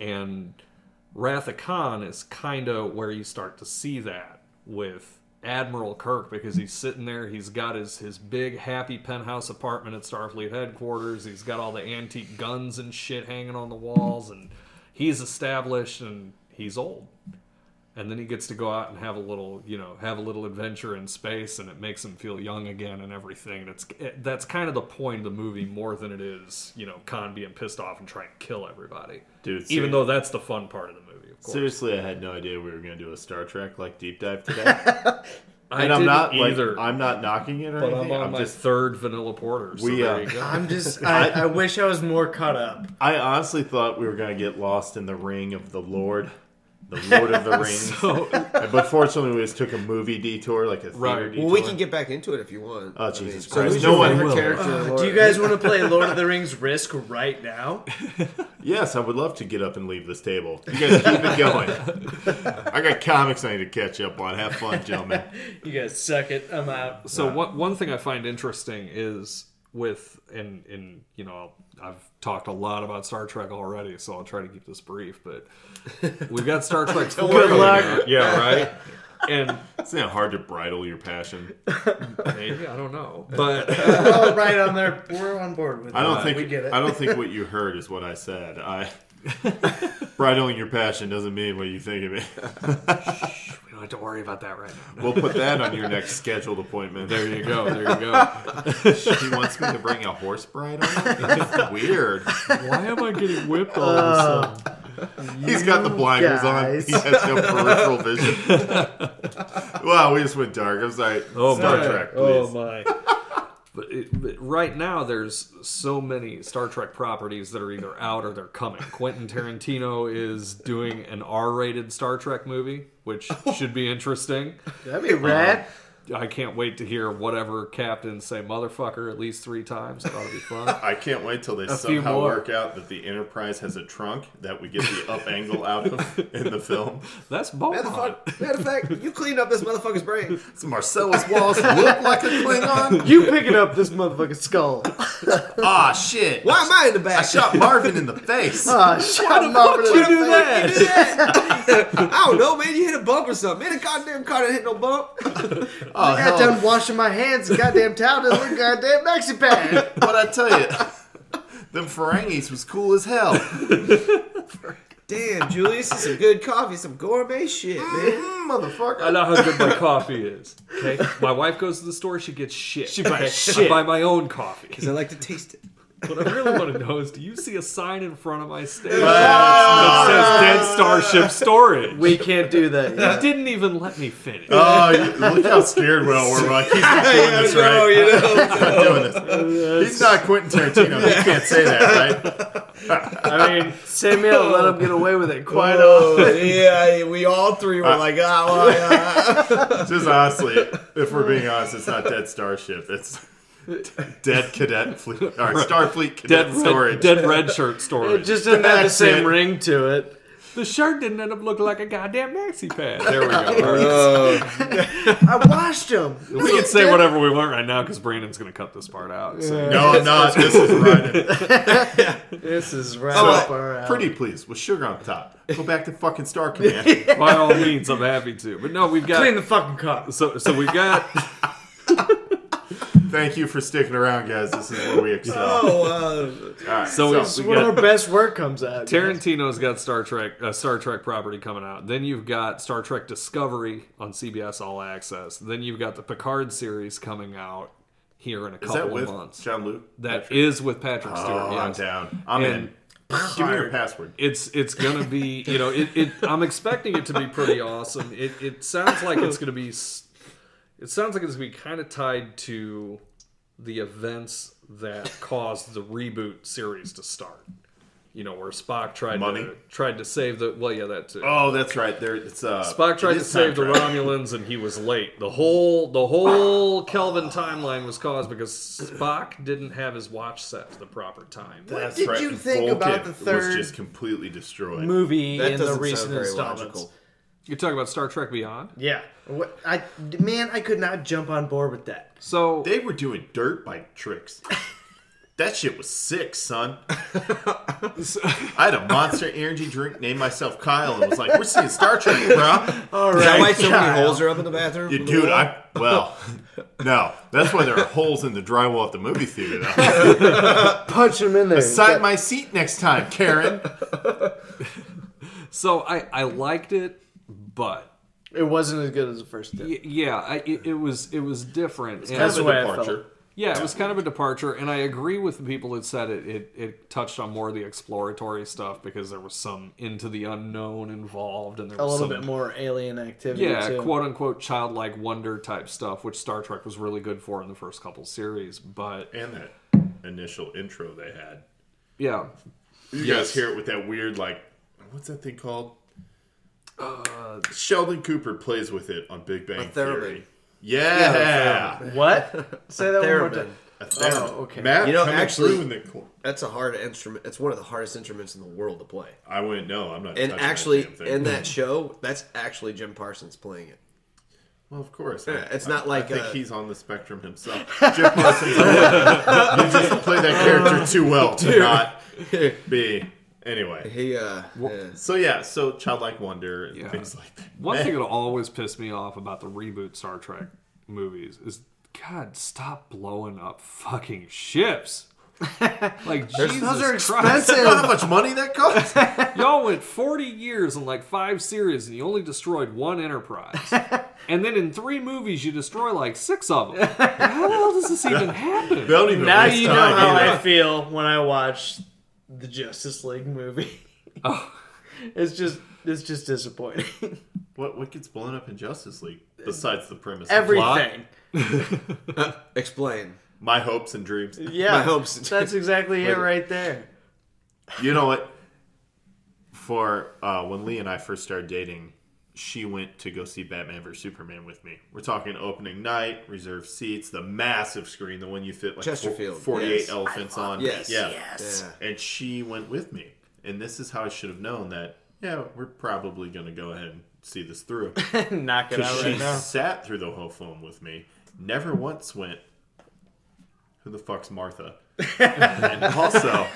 S8: And Wrath of Khan is kind of where you start to see that with Admiral Kirk because he's sitting there, he's got his his big happy penthouse apartment at Starfleet headquarters. He's got all the antique guns and shit hanging on the walls and he's established and he's old and then he gets to go out and have a little you know have a little adventure in space and it makes him feel young again and everything and it's it, that's kind of the point of the movie more than it is you know khan being pissed off and trying to kill everybody
S1: Dude,
S8: even
S1: seriously.
S8: though Oh, that's the fun part of the movie of course
S1: Seriously, I had no idea we were going to do a Star Trek like deep dive today.
S8: I
S1: and I'm
S8: didn't
S1: not like,
S8: either
S1: I'm not knocking it or
S8: but i'm
S1: anything.
S8: on
S1: I'm
S8: my
S1: just
S8: third vanilla porter so
S1: We, uh,
S8: there you go
S9: I'm just. I, I wish I was more caught up.
S1: I honestly thought we were going to get lost in the ring of the Lord, the Lord of the Rings. but fortunately, we just took a movie detour, like a theater
S8: Right.
S1: detour.
S7: Well, we can get back into it if you want.
S1: Oh, Jesus
S7: so
S1: Christ.
S7: who's
S1: No
S7: your
S1: one
S7: favorite
S1: will.
S7: character? Laura?
S9: Uh, Do you guys want to play Lord of the Rings Risk right now?
S1: yes, I would love to get up and leave this table. You guys keep it going. I got comics I need to catch up on. Have fun, gentlemen.
S6: You guys suck it. I'm out.
S8: So one one thing I find interesting is with and and you know I've talked a lot about Star Trek already, so I'll try to keep this brief. But we've got Star Trek. Four
S7: worry
S8: coming
S7: about
S8: out. Yeah, right. And
S1: Isn't it hard to bridle your passion?
S8: maybe I don't know, but
S6: All right, on there. We're on board with
S1: I don't
S6: that.
S1: think
S6: we get it.
S1: I don't think what you heard is what I said. I bridling your passion doesn't mean what you think of it.
S8: we don't have to worry about that right now.
S1: We'll put that on your next scheduled appointment.
S8: There you go. There you go.
S1: She wants me to bring a horse bride on. That's weird.
S8: Why am I getting whipped all of a sudden?
S1: He's got the blinders
S9: guys.
S1: on. He has no peripheral vision. wow, we just went dark. I'm sorry.
S8: Oh
S1: Star
S8: my.
S1: Trek, please.
S8: Oh my. But, it, but right now, there's so many Star Trek properties that are either out or they're coming. Quentin Tarantino is doing an R-rated Star Trek movie, which should be interesting.
S9: That'd be rad.
S8: I can't wait to hear whatever captains say "motherfucker" at least three times. That ought to be fun.
S1: I can't wait till they
S8: few
S1: somehow
S8: more.
S1: work out that the Enterprise has a trunk that we get the up angle out of in the film.
S8: That's Beaumont.
S7: Matter of fact- matter of fact, you cleaned up this motherfucker's brain.
S1: Does Marcellus Wallace look like a Klingon?
S9: you picking up this motherfucking skull?
S1: Ah, shit.
S7: Why am I in the back?
S1: I shot Marvin in the face.
S8: Oh,
S9: Ah, shot him over to the
S7: do
S9: face.
S7: that? You do that? I don't know, man. You hit a bump or something. Man, a goddamn car didn't hit no bump.
S1: oh,
S9: I got
S1: hell.
S9: done washing my hands. and Goddamn towel doesn't look goddamn maxi pad.
S1: But I tell you, them Ferengis was cool as hell.
S7: Damn, Julius, this is some good coffee, some gourmet shit, man.
S8: I
S1: Mm-hmm, Motherfucker.
S8: know how good my coffee is. Okay, my wife goes to the store. She gets shit. She buys shit. I buy my own coffee.
S7: Because I like to taste it.
S8: What I really want to know is, do you see a sign in front of my station that says "Dead Starship Storage"?
S9: We can't do that. yet.
S8: You didn't even let me finish.
S1: Oh, you- look how scared we all were. We're Like, he's not doing this right.
S7: you know.
S1: He's not doing this. He's not Quentin Tarantino. He can't say that, right?
S8: I mean,
S9: Samuel, let him get away with it. Quite
S7: Oh, yeah, we all three were like, ah, well, yeah.
S1: Just honestly, if we're being honest, it's not Dead Starship. It's Dead Cadet Fleet. Or Starfleet Cadet
S8: dead
S1: Storage.
S8: red, dead red shirt
S9: It
S8: storage.
S9: just didn't have the
S1: That's
S9: same
S1: it.
S9: ring to it.
S8: the shirt didn't end up looking like a goddamn maxi pad. There we go. Uh,
S9: I washed him.
S8: we can say whatever we want right now because Brandon's going to cut this part out. So.
S1: Oh, No, I'm not. This is right.
S9: This is right up our
S1: So,
S9: alley.
S1: pretty please with sugar on top. Go back to fucking Star Command.
S8: By all means, I'm happy to. But no, we've got
S9: Clean the fucking car.
S8: so so we've got
S1: Thank you for sticking around, guys. This is
S8: Oh,
S1: where we excel. All right,
S8: so
S1: so,
S8: we- we
S9: When
S8: got
S9: our best work comes out.
S8: Tarantino's got Star Trek, uh, Star Trek property coming out. Then you've got Star Trek Discovery on CBS All Access. Then you've got the Picard series coming out here in a
S1: is
S8: couple
S1: that
S8: of
S1: with
S8: months.
S1: John Luke?
S8: That is with Patrick Stewart.
S1: Oh, I'm
S8: yes.
S1: down. I'm
S8: And-
S1: in. Give me your password.
S8: It's it's gonna be you know it, it I'm expecting it to be pretty awesome. It it sounds like it's gonna be s- it sounds like it's gonna be kind of tied to the events that caused the reboot series to start. You know where Spock tried
S1: Money?
S8: to tried to save the well yeah that too.
S1: Oh, that's right. There, it's uh,
S8: Spock tried
S1: it
S8: to
S1: is
S8: save the
S1: time travel.
S8: Romulans and he was late. The whole the whole Kelvin timeline was caused because Spock didn't have his watch set to the proper time.
S1: That's
S9: did
S1: right.
S9: you
S1: and
S9: think about
S1: Vulcan
S9: the
S1: Was
S9: third-
S1: just completely destroyed.
S9: movie
S7: That
S9: in the
S7: doesn't
S9: recent
S7: sound very
S9: installments.
S7: logical.
S8: You're talking about Star Trek Beyond.
S9: Yeah. What, I man, I could not jump on board with that.
S8: So
S1: They were doing dirt bike tricks. that shit was sick, son. I had a monster energy drink, named myself Kyle, and was like, "We're seeing Star Trek, bro."
S7: Is that why so many holes are up in the bathroom?
S1: You dude, I well, no, that's why there are holes in the drywall at the movie theater. Though.
S9: Punch him in there.
S1: Side my seat next time, Karen.
S8: So I, I liked it, but
S9: It wasn't as good as the first dip.
S8: y- yeah, I, it, it was it was different. And-
S9: That's
S1: That's a
S9: the way I
S1: departure.
S8: yeah, it was kind of a departure, and I agree with the people that said it, it. It touched on more of the exploratory stuff because there was some into the unknown involved, and there
S9: A
S8: was
S9: little
S8: some,
S9: bit more alien activity.
S8: yeah,
S9: too.
S8: quote unquote childlike wonder type stuff, which Star Trek was really good for in the first couple series. But
S1: And that initial intro they had.
S8: yeah,
S1: You
S8: Yes.
S1: guys hear it with that weird, like, what's that thing called?
S9: Uh,
S1: Sheldon Cooper plays with it on Big Bang
S7: theremin.
S1: Theory. Yeah,
S9: What? Say that one more
S7: Theremin.
S9: time.
S1: A theremin.
S9: Oh, okay.
S1: Matt,
S7: You know,
S1: coming
S7: actually-
S1: through in the cor-
S7: That's a hard instrument. It's one of the hardest instruments in the world to play.
S1: I wouldn't know. I'm not.
S7: And
S1: touching
S7: actually,
S1: that damn thing.
S7: in that show, that's actually Jim Parsons playing it.
S1: well, of course,
S7: Yeah,
S1: I-
S7: it's not
S1: I-
S7: like
S1: I think
S7: a-
S1: he's on the spectrum himself. Jim Parsons, you just play that character too well to not be. Anyway,
S7: He, uh, yeah.
S1: so yeah, so childlike wonder and
S8: Yeah.
S1: things like that.
S8: one thing that always pissed me off about the reboot Star Trek movies is God, stop blowing up fucking ships. Like Jesus
S9: Those are
S8: Christ.
S9: expensive.
S1: How much money that costs?
S8: Y'all went 40 years in like five series and you only destroyed one Enterprise. and then in three movies, you destroy like six of them. How the hell does this even happen?
S1: Don't even
S9: now
S1: waste
S9: you know
S1: time
S9: how
S1: either.
S9: I feel when I watch the Justice League movie. It's just it's just disappointing.
S1: What what gets blown up in Justice League besides the premise?
S9: Everything.
S7: explain.
S1: My hopes and dreams.
S9: Yeah,
S7: My hopes-
S9: That's exactly it
S7: Wait.
S9: right there.
S1: You know what? For uh, when Lee and I first started dating, she went to go see Batman vs Superman with me. We're talking opening night, reserved seats, the massive screen, the one you fit like four-
S7: Chesterfield,
S1: 48
S7: yes.
S1: elephants on.
S7: Yes.
S1: Yeah.
S9: Yes.
S7: Yeah.
S1: And she went with me. And this is how I should have known that, yeah, we're probably going to go ahead and see this through.
S9: Knock it
S1: Because
S9: out
S1: she
S9: right now.
S1: sat through the whole film with me. Never once went, who the fuck's Martha? and also,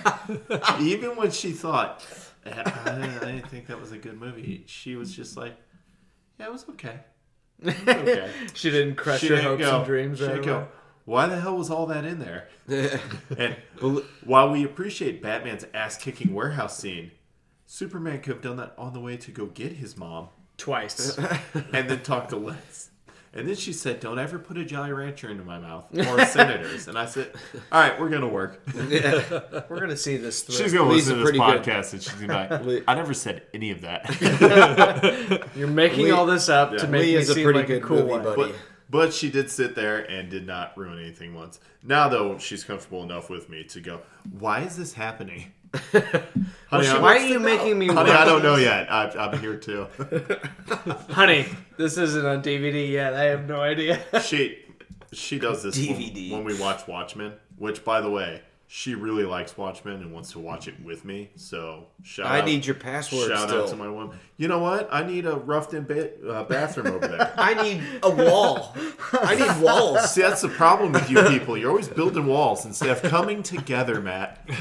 S1: even when she thought, I, I didn't think that was a good movie, she was just like, yeah, it was okay. It was okay.
S9: She didn't crush
S1: she
S9: her
S1: didn't
S9: hopes
S1: go,
S9: and dreams
S1: she
S9: right
S1: didn't
S9: away.
S1: go, why the hell was all that in there? and
S7: Bel-
S1: while we appreciate Batman's ass kicking warehouse scene, Superman could have done that on the way to go get his mom
S9: Twice.
S1: and then talk to Les. And then she said, "Don't ever put a Jolly Rancher into my mouth or a Senators." And I said, "All right, we're gonna work.
S9: We're gonna see this through.
S1: She's gonna
S7: Lee's
S1: listen to
S7: pretty
S1: this
S7: good.
S1: podcast, and she's gonna be
S7: Lee-
S1: like, I never said any of that."
S9: You're making all this up to make
S7: Lee
S9: me
S7: is a
S9: seem
S7: pretty
S9: like
S7: good
S9: a cool
S7: movie
S9: one.
S7: buddy.
S1: but but she did sit there and did not ruin anything once. Now though, she's comfortable enough with me to go. Why is this happening? honey, I-
S9: Why are you making me?
S1: honey,
S9: watch
S1: I don't know
S9: this?
S1: yet. I, I'm here too.
S9: honey. This isn't on DVD yet. I have no idea.
S1: she she does this when-
S7: DVD.
S1: When, we watch Watchmen, which by the way, she really likes Watchmen and wants to watch it with me. So shout
S7: I
S1: out-
S7: need your password
S1: Shout
S7: still.
S1: out to my woman. You know what? I need a roughed in ba- uh, bathroom over there.
S7: I need a wall. I need walls.
S1: See, that's the problem with you people. You're always building walls instead of coming together, Matt.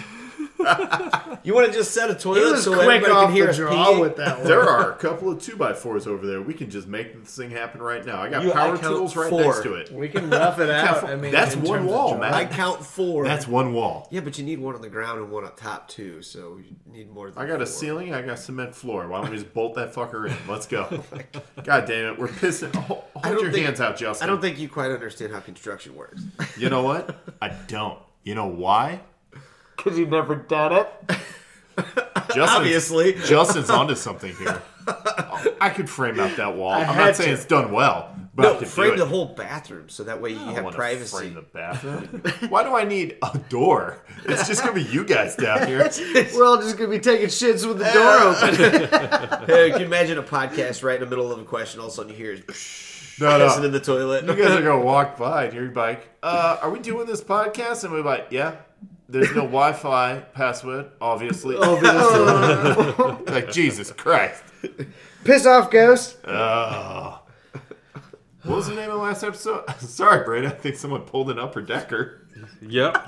S7: You want to just set a toilet
S9: He was
S7: so
S9: quick
S7: everybody
S9: off
S7: can hear
S9: the
S7: us
S9: draw
S7: peeing?
S9: with that one.
S1: There are a couple of two by fours over there. We can just make this thing happen right now. I got
S7: You- I
S1: power
S7: count
S1: tools right
S7: four.
S1: next to it.
S9: We can rough it out. I mean,
S1: that's
S9: in
S1: one
S9: terms of
S1: wall,
S9: genre.
S1: Matt.
S7: I count four.
S1: That's one wall.
S7: yeah, but you need one on the ground and one up top too. So you need more. Than
S1: I got a
S7: four.
S1: ceiling. I got cement floor. Why don't we just bolt that fucker in? Let's go. God damn it, we're pissing. Hold,
S7: I
S1: hold
S7: don't
S1: your
S7: think-
S1: hands out, Justin.
S7: I don't think you quite understand how construction works.
S1: You know what? I don't. You know why?
S9: Because you never done it.
S1: Justin's,
S7: Obviously.
S1: Justin's onto something here. I could frame out that wall. I am
S9: had
S1: not saying
S9: to.
S1: it's done well, but I
S7: No,
S1: could do
S7: frame
S1: it.
S7: the whole bathroom so that way you
S1: I don't
S7: have
S1: wanna Frame
S7: privacy.
S1: the bathroom. Why do I need a door? It's just gonna be you guys down here.
S9: We're all just gonna be taking shits with the door open.
S7: Hey, can you imagine a podcast right in the middle of a question? All of a sudden you hear is
S1: No, no.
S7: in the toilet.
S1: You guys are gonna walk by and you're like, uh, are we doing this podcast? And we're like, yeah. There's no Wi-Fi password, obviously. like Jesus Christ.
S9: Piss off, ghost.
S1: Oh. What was the name of the last episode? Sorry, Brad. I think someone pulled an upper decker.
S8: Yep,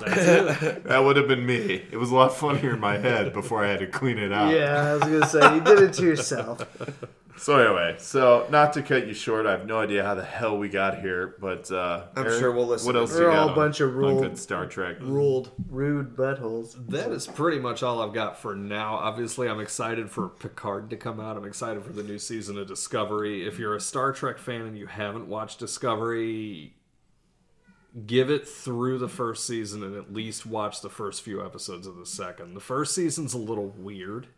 S8: that's it.
S1: That would have been me. It was a lot funnier in my head before I had to clean it out.
S9: Yeah, I was gonna say you did it to yourself.
S1: So anyway, so not to cut you short, I have no idea how the hell we got here, but uh,
S7: I'm sure we'll listen.
S1: What else?
S9: We're
S1: you got
S9: all a
S1: on-
S9: bunch of
S1: on
S9: rule-
S1: good Star Trek.
S9: Ruled rude buttholes.
S8: That is pretty much all I've got for now. Obviously, I'm excited for Picard to come out. I'm excited for the new season of Discovery. If you're a Star Trek fan and you haven't watched Discovery, give it through the first season and at least watch the first few episodes of the second. The first season's a little weird.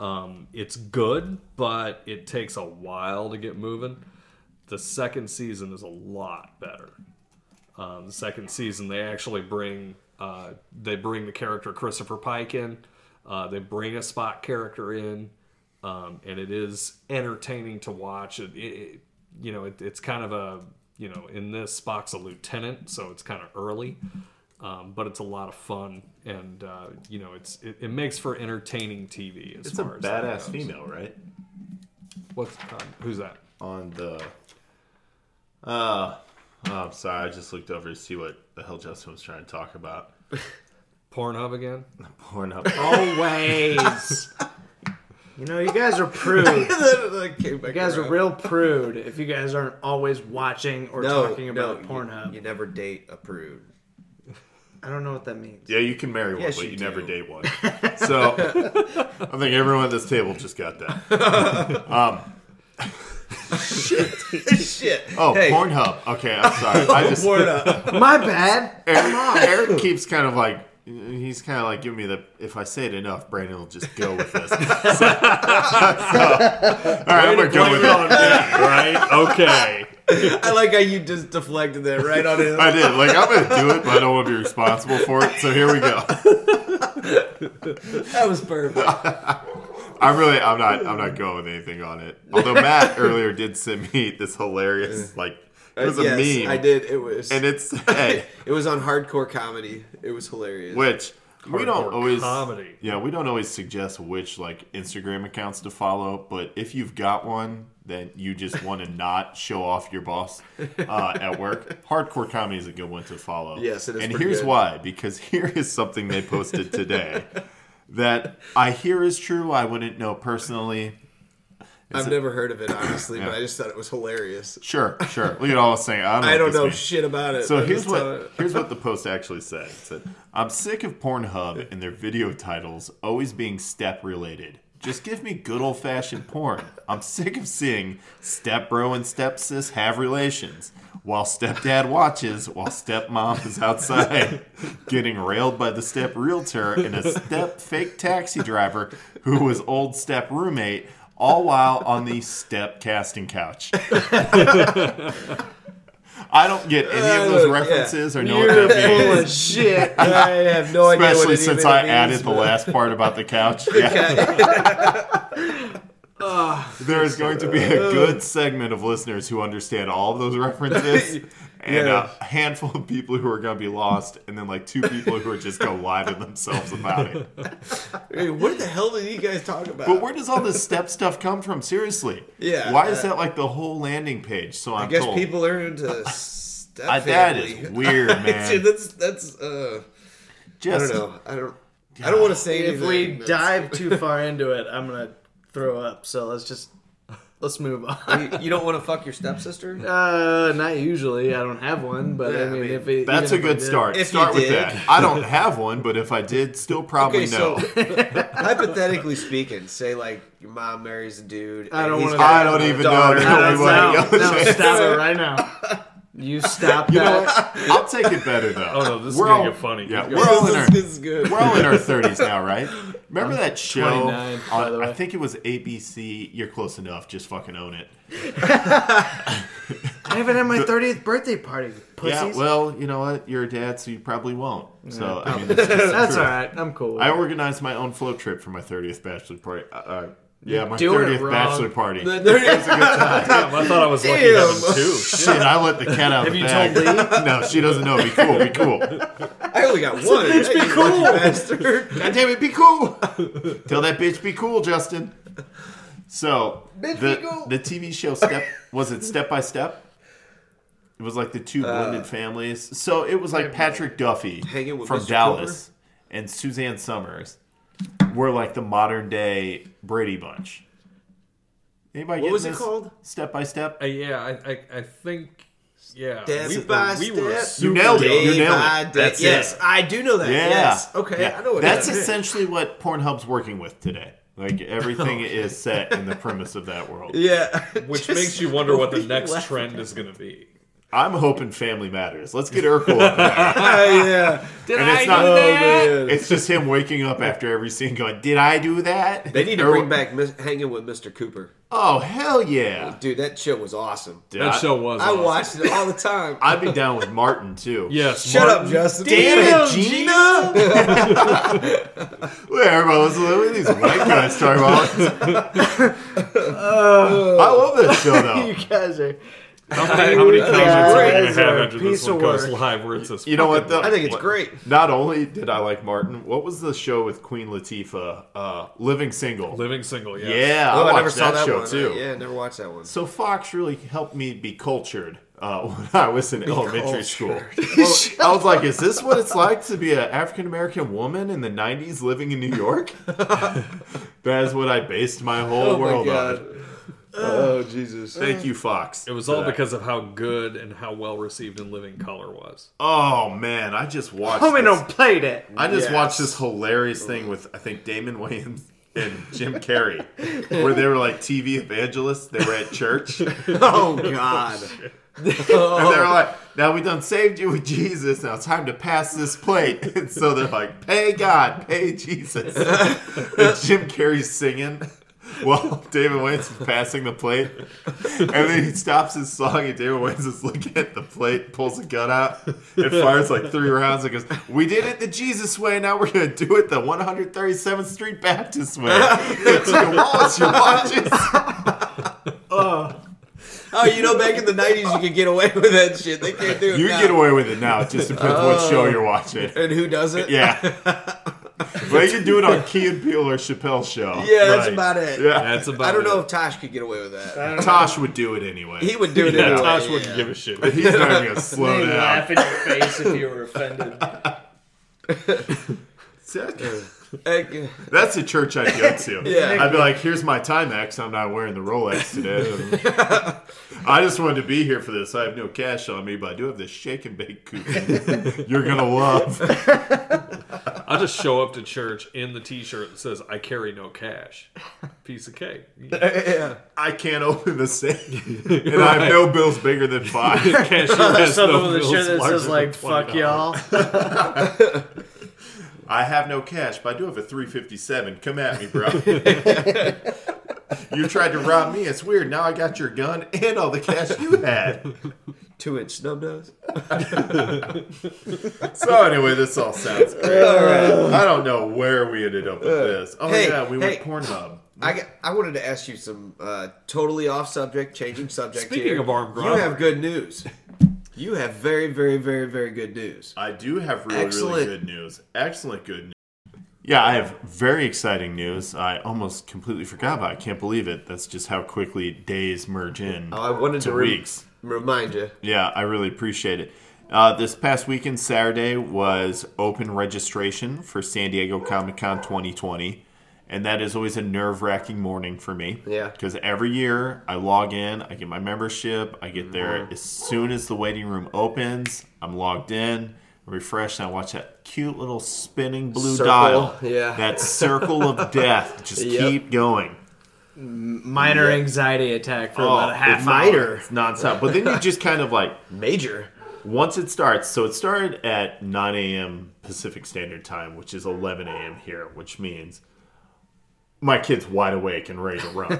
S8: Um, it's good, but it takes a while to get moving. The second season is a lot better. Um, the second season, they actually bring uh, they bring the character Christopher Pike in. Uh, they bring a Spock character in, um, and it is entertaining to watch. It, it, it- you know it, it's kind of a you know in this Spock's a lieutenant, so it's kind of early, um, but it's a lot of fun, and uh, you know it's it, it makes for entertaining TV. As
S1: It's a
S8: far as that
S1: badass
S8: goes.
S1: female, right?
S8: What's um, who's that?
S1: On the. Uh, oh, I'm sorry. I just looked over to see what the hell Justin was trying to talk about.
S8: Pornhub again?
S1: Pornhub.
S7: Oh.
S9: Always. you know, you guys are prude.
S7: you
S9: You guys are real prude if you guys aren't always watching or
S7: no,
S9: talking about
S7: no,
S9: Pornhub.
S7: You, you never date a prude.
S9: I don't know what that means.
S1: Yeah, you can marry one,
S7: Yes,
S1: but you,
S7: you
S1: never
S7: do.
S1: date one. So I think everyone at this table just got that. Um,
S7: Shit.
S1: Oh,
S7: Hey.
S1: Pornhub. Okay, I'm sorry. I just
S7: Pornhub.
S9: My bad.
S1: Eric, Eric keeps kind of like he's kind of like giving me the if I say it enough, Brandon will just go with this. So- so- all right, I'm gonna go with it. Yeah, right? Okay.
S7: I like how you just deflected that right on him.
S1: I did. Like, I'm going to do it, but I don't want to be responsible for it. So here we go.
S9: That was perfect.
S1: I'm really, I'm not, I'm not going with anything on it. Although Matt earlier did send me this hilarious, like, it was a
S7: yes,
S1: meme.
S7: I did. It was.
S1: And it said,
S7: it was on hardcore comedy. It was hilarious.
S1: which we don't
S8: Hardcore
S1: always
S8: comedy.
S1: yeah we don't always suggest which like instagram accounts to follow but if you've got one that you just want to not show off your boss uh, at work hardcore comedy is a good one to follow
S7: Yes, it is
S1: and
S7: pretty
S1: here's
S7: good.
S1: why because here is something they posted today that i hear is true i wouldn't know personally
S7: I've never heard of it honestly, but
S1: Yeah.
S7: I just thought it was hilarious.
S1: sure sure look at all us saying i don't know,
S7: I
S1: what
S7: don't
S1: this
S7: know
S1: means.
S7: shit about it.
S1: So
S7: but
S1: here's
S7: it's on
S1: what
S7: it.
S1: here's what the post actually said. It said, "I'm sick of Pornhub and their video titles always being step related. Just give me good old fashioned porn. I'm sick of seeing step bro and stepsis have relations while stepdad watches while stepmom is outside getting railed by the step realtor and a step fake taxi driver who was old step roommate." All while on the step casting couch. I don't get any of
S7: Uh,
S1: those
S7: yeah.
S1: references or know what
S7: You're
S1: that
S7: full
S1: means.
S7: of Oh, shit. I have no idea. what
S1: Especially
S7: it
S1: since
S7: even
S1: I
S7: means,
S1: added the
S7: but-
S1: last part about the couch. Yeah. there is going to be a
S7: Uh.
S1: good segment of listeners who understand all of those references. And a handful of people who are going to be lost, and then like two people who are just going to lie to themselves about it.
S7: Hey, what the hell did you guys talk about?
S1: But where does all this step stuff come from? Seriously.
S7: Yeah,
S1: Why is
S7: uh,
S1: that like the whole landing page? So I'm
S7: I guess
S1: told.
S7: people are into step
S1: Uh, that is
S7: family.
S1: weird,
S7: See,
S1: man.
S7: that's that's. Uh, I
S1: Just
S7: don't know. I don't. I don't want to say
S9: if
S7: anything.
S9: we
S7: that's-
S9: dive too far into it, I'm gonna throw up. So let's just let's move on.
S7: You- you don't want to fuck your stepsister.
S9: Uh, not usually. I don't have one, but
S7: Yeah,
S9: I
S7: I
S9: mean,
S7: mean,
S9: if it,
S1: That's a
S9: even if I
S1: good
S9: did-
S1: start.
S7: If you
S1: start with
S7: did.
S1: that. I don't have one, but if I did, still probably
S7: Okay,
S1: no.
S7: so hypothetically speaking, say like your mom marries a dude.
S9: I
S7: and
S9: don't
S7: he's
S9: wanna-
S7: got
S1: I don't
S7: a
S1: even
S7: daughter.
S1: know.
S9: No, no,
S1: Anyway,
S9: no,
S1: okay.
S9: stop it right now. You stop
S1: You know
S9: that.
S1: what? I'll take it better though.
S8: Oh, no, this is
S1: We're
S8: gonna
S1: all-
S8: get funny.
S1: Yeah,
S8: Keep
S1: we're all in our
S7: This is good.
S1: we're all in our thirties now, right? Remember that show?
S9: 29, by
S1: On,
S9: the
S1: I
S9: way.
S1: think it was ABC. You're close enough. Just fucking own it.
S9: I haven't had my 30th birthday party. you Pussies.
S1: Yeah. Well, you know what? You're a dad, so you probably won't. So I mean, that's just the
S9: Oh. That's
S1: truth.
S9: all right. I'm cool. with
S1: I
S9: it.
S1: organized my own float trip for my 30th bachelor party. Uh, Uh, yeah, my
S9: doing it
S1: 30th
S9: wrong.
S1: bachelor party.
S7: The- the-
S8: Damn, I thought I was lucky
S7: Damn.
S8: having two. Shit.
S1: Shit, I let the cat out of
S9: Have
S1: the
S9: you
S1: bag.
S9: told
S1: No, she doesn't know. Be cool. Be cool.
S7: I only got one. Hey, you lucky bastard.
S1: God damn it, be cool. Tell that bitch be cool, Justin. So the, the TV show Step was it Step by Step? It was like the two blended families. So it was like Patrick Duffy
S7: Uh, Hanging with
S1: from
S7: Mr.
S1: Dallas and Suzanne Summers were like the modern day Brady Bunch. Anybody
S7: What
S1: get
S7: was it
S1: this?
S7: called?
S1: Step by Step.
S8: Uh, yeah, I, I, I think. Yeah,
S7: Step
S8: we,
S7: by
S8: were, we were
S7: step.
S8: super
S1: You nailed it.
S8: young.
S1: You
S7: Day
S1: nailed
S7: by
S1: it.
S7: day.
S1: That's
S7: yes,
S1: it.
S7: I do know that.
S1: Yeah.
S7: Yes. Okay,
S1: Yeah.
S7: I know what
S1: That's
S7: that is.
S1: essentially what Pornhub's working with today. Like everything is set in the premise of that world.
S7: Yeah.
S8: Which
S7: Just-
S8: makes you wonder what the next
S7: laugh.
S8: trend is going to be.
S1: I'm hoping Family Matters. Let's get Urkel up there.
S7: Ah, yeah.
S1: and it's not.
S7: man.
S1: It's just him waking up after every scene, going, "Did I do that?"
S7: They need to
S1: Or-
S7: bring back Mis- hanging with Mr. Cooper.
S1: Oh hell yeah!
S7: Dude, that show was awesome.
S1: Dude,
S8: That
S1: I-
S8: show was.
S7: I
S8: awesome.
S7: watched it all the time.
S1: I'd be down with Martin too.
S8: Yes.
S7: Shut
S8: Martin,
S7: up, Justin.
S1: Damn it, Gina! Wait, everybody was like, "What are these white guys talking about?" Uh, I love that show though.
S9: you guys are.
S8: How many, how many
S9: Dude,
S8: comments are we going
S9: guys
S8: to have
S9: are a
S8: after this
S9: piece
S8: one
S9: of
S8: goes
S9: work.
S8: live? Where it says,
S1: You know what though?
S7: I think it's
S1: What-
S7: great.
S1: Not only did I like Martin, what was the show with Queen Latifah? Uh, Living Single.
S8: living single. Yes.
S1: yeah,
S7: Oh,
S1: I,
S7: I,
S1: watched
S7: never saw that,
S1: show
S7: one.
S1: too.
S7: Yeah, I never watched that one.
S1: So Fox really helped me be cultured uh, when I was in elementary school. Well, I was like, "Is this what it's like to be an African American woman in the '90s living in New York?" that is what I based my whole
S7: Oh my
S1: world
S7: god.
S1: on.
S7: Oh Jesus.
S1: Thank you, Fox.
S8: It was
S1: for
S8: all
S1: that.
S8: because of how good and how well received in Living Color was.
S1: Oh man, I just watched.
S9: Homie
S1: this-
S9: don't played it.
S1: I just
S7: Yes.
S1: watched this hilarious thing with I think Damon Wayans and Jim Carrey, where they were like TV evangelists. They were at church.
S7: Oh god.
S1: And they're like, now we done saved you with Jesus. Now it's time to pass this plate. And so they're like, pay God, pay Jesus. and Jim Carrey's singing. while David Wayne's is passing the plate. And then he stops his song, and David Wayne's is looking at the plate, pulls a gun out, and fires like three rounds and goes, We did it the Jesus way, now we're going to do it the 137th Street Baptist way. It's your wallets, your watches.
S7: Oh, you know, back in the '90s, you could get away with that shit. They can't do it
S1: You
S7: now.
S1: get away with it now, it just depends what show you're watching.
S7: And who does it?
S1: Yeah. well, you can do it on Key and Peele or Chappelle's show.
S7: yeah, that's
S8: Right.
S7: about it.
S1: Yeah.
S8: That's about.
S7: I don't
S8: it.
S7: know if Tosh could get away with that.
S1: Tosh would do it anyway.
S7: He would do it.
S8: Yeah,
S7: anyway.
S8: Tosh
S7: yeah.
S8: wouldn't give a shit.
S1: He's not even going to slow
S6: They
S1: down.
S6: laugh in your face if you were offended.
S7: Heck,
S1: That's the church I'd go to.
S7: Yeah.
S1: I'd be like, here's my Timex. I'm not wearing the Rolex today. I just wanted to be here for this. I have no cash on me, but I do have this shake and bake coupon you're going to love.
S8: I'll just show up to church in the T-shirt that says "I carry no cash." Piece of cake.
S1: I can't open the safe. And I have no bills bigger than five.
S8: Cashier has
S9: Some
S8: no
S9: of the
S8: bills
S9: shit that
S8: larger
S9: says
S8: than
S9: like "fuck
S8: $20.
S9: y'all."
S1: I have no cash, but I do have a 357. Come at me, bro. you tried to rob me. It's weird. Now I got your gun and all the cash you had.
S7: two-inch snub nose.
S1: So anyway, this all sounds great. I don't know where we ended up with this. Oh
S7: Hey,
S1: yeah, we
S7: hey.
S1: went Pornhub.
S7: I, got- I wanted to ask you some uh, totally off subject, changing subject.
S8: Speaking
S7: here.
S8: of armed
S7: you
S8: robbery.
S7: have good news. You have very, very, very, very good news.
S1: I do have really, really
S7: Excellent.
S1: good news. Excellent good news. Yeah, I have very exciting news. I almost completely forgot about. It. I can't believe it. That's just how quickly days merge in.
S7: Oh, I wanted to,
S1: to
S7: rem-
S1: weeks.
S7: remind you.
S1: Yeah, I really appreciate it. Uh, this past weekend, Saturday, was open registration for San Diego Comic Con 2020. And that is always a nerve wracking morning for me.
S7: Yeah.
S1: Because every year I log in, I get my membership, I get there as soon as the waiting room opens. I'm logged in, refreshed, and I watch that cute little spinning blue
S7: Circle,
S1: dial.
S7: yeah.
S1: That circle of death. Just
S7: Yep.
S1: keep going.
S9: Minor anxiety attack for
S1: Oh,
S9: about a half
S1: it's
S9: hour.
S1: It's nonstop. But then you just kind of like
S7: Major.
S1: once it starts, so it started at 9 a.m. Pacific Standard Time, which is 11 a.m. here, which means my kid's wide awake and ready to run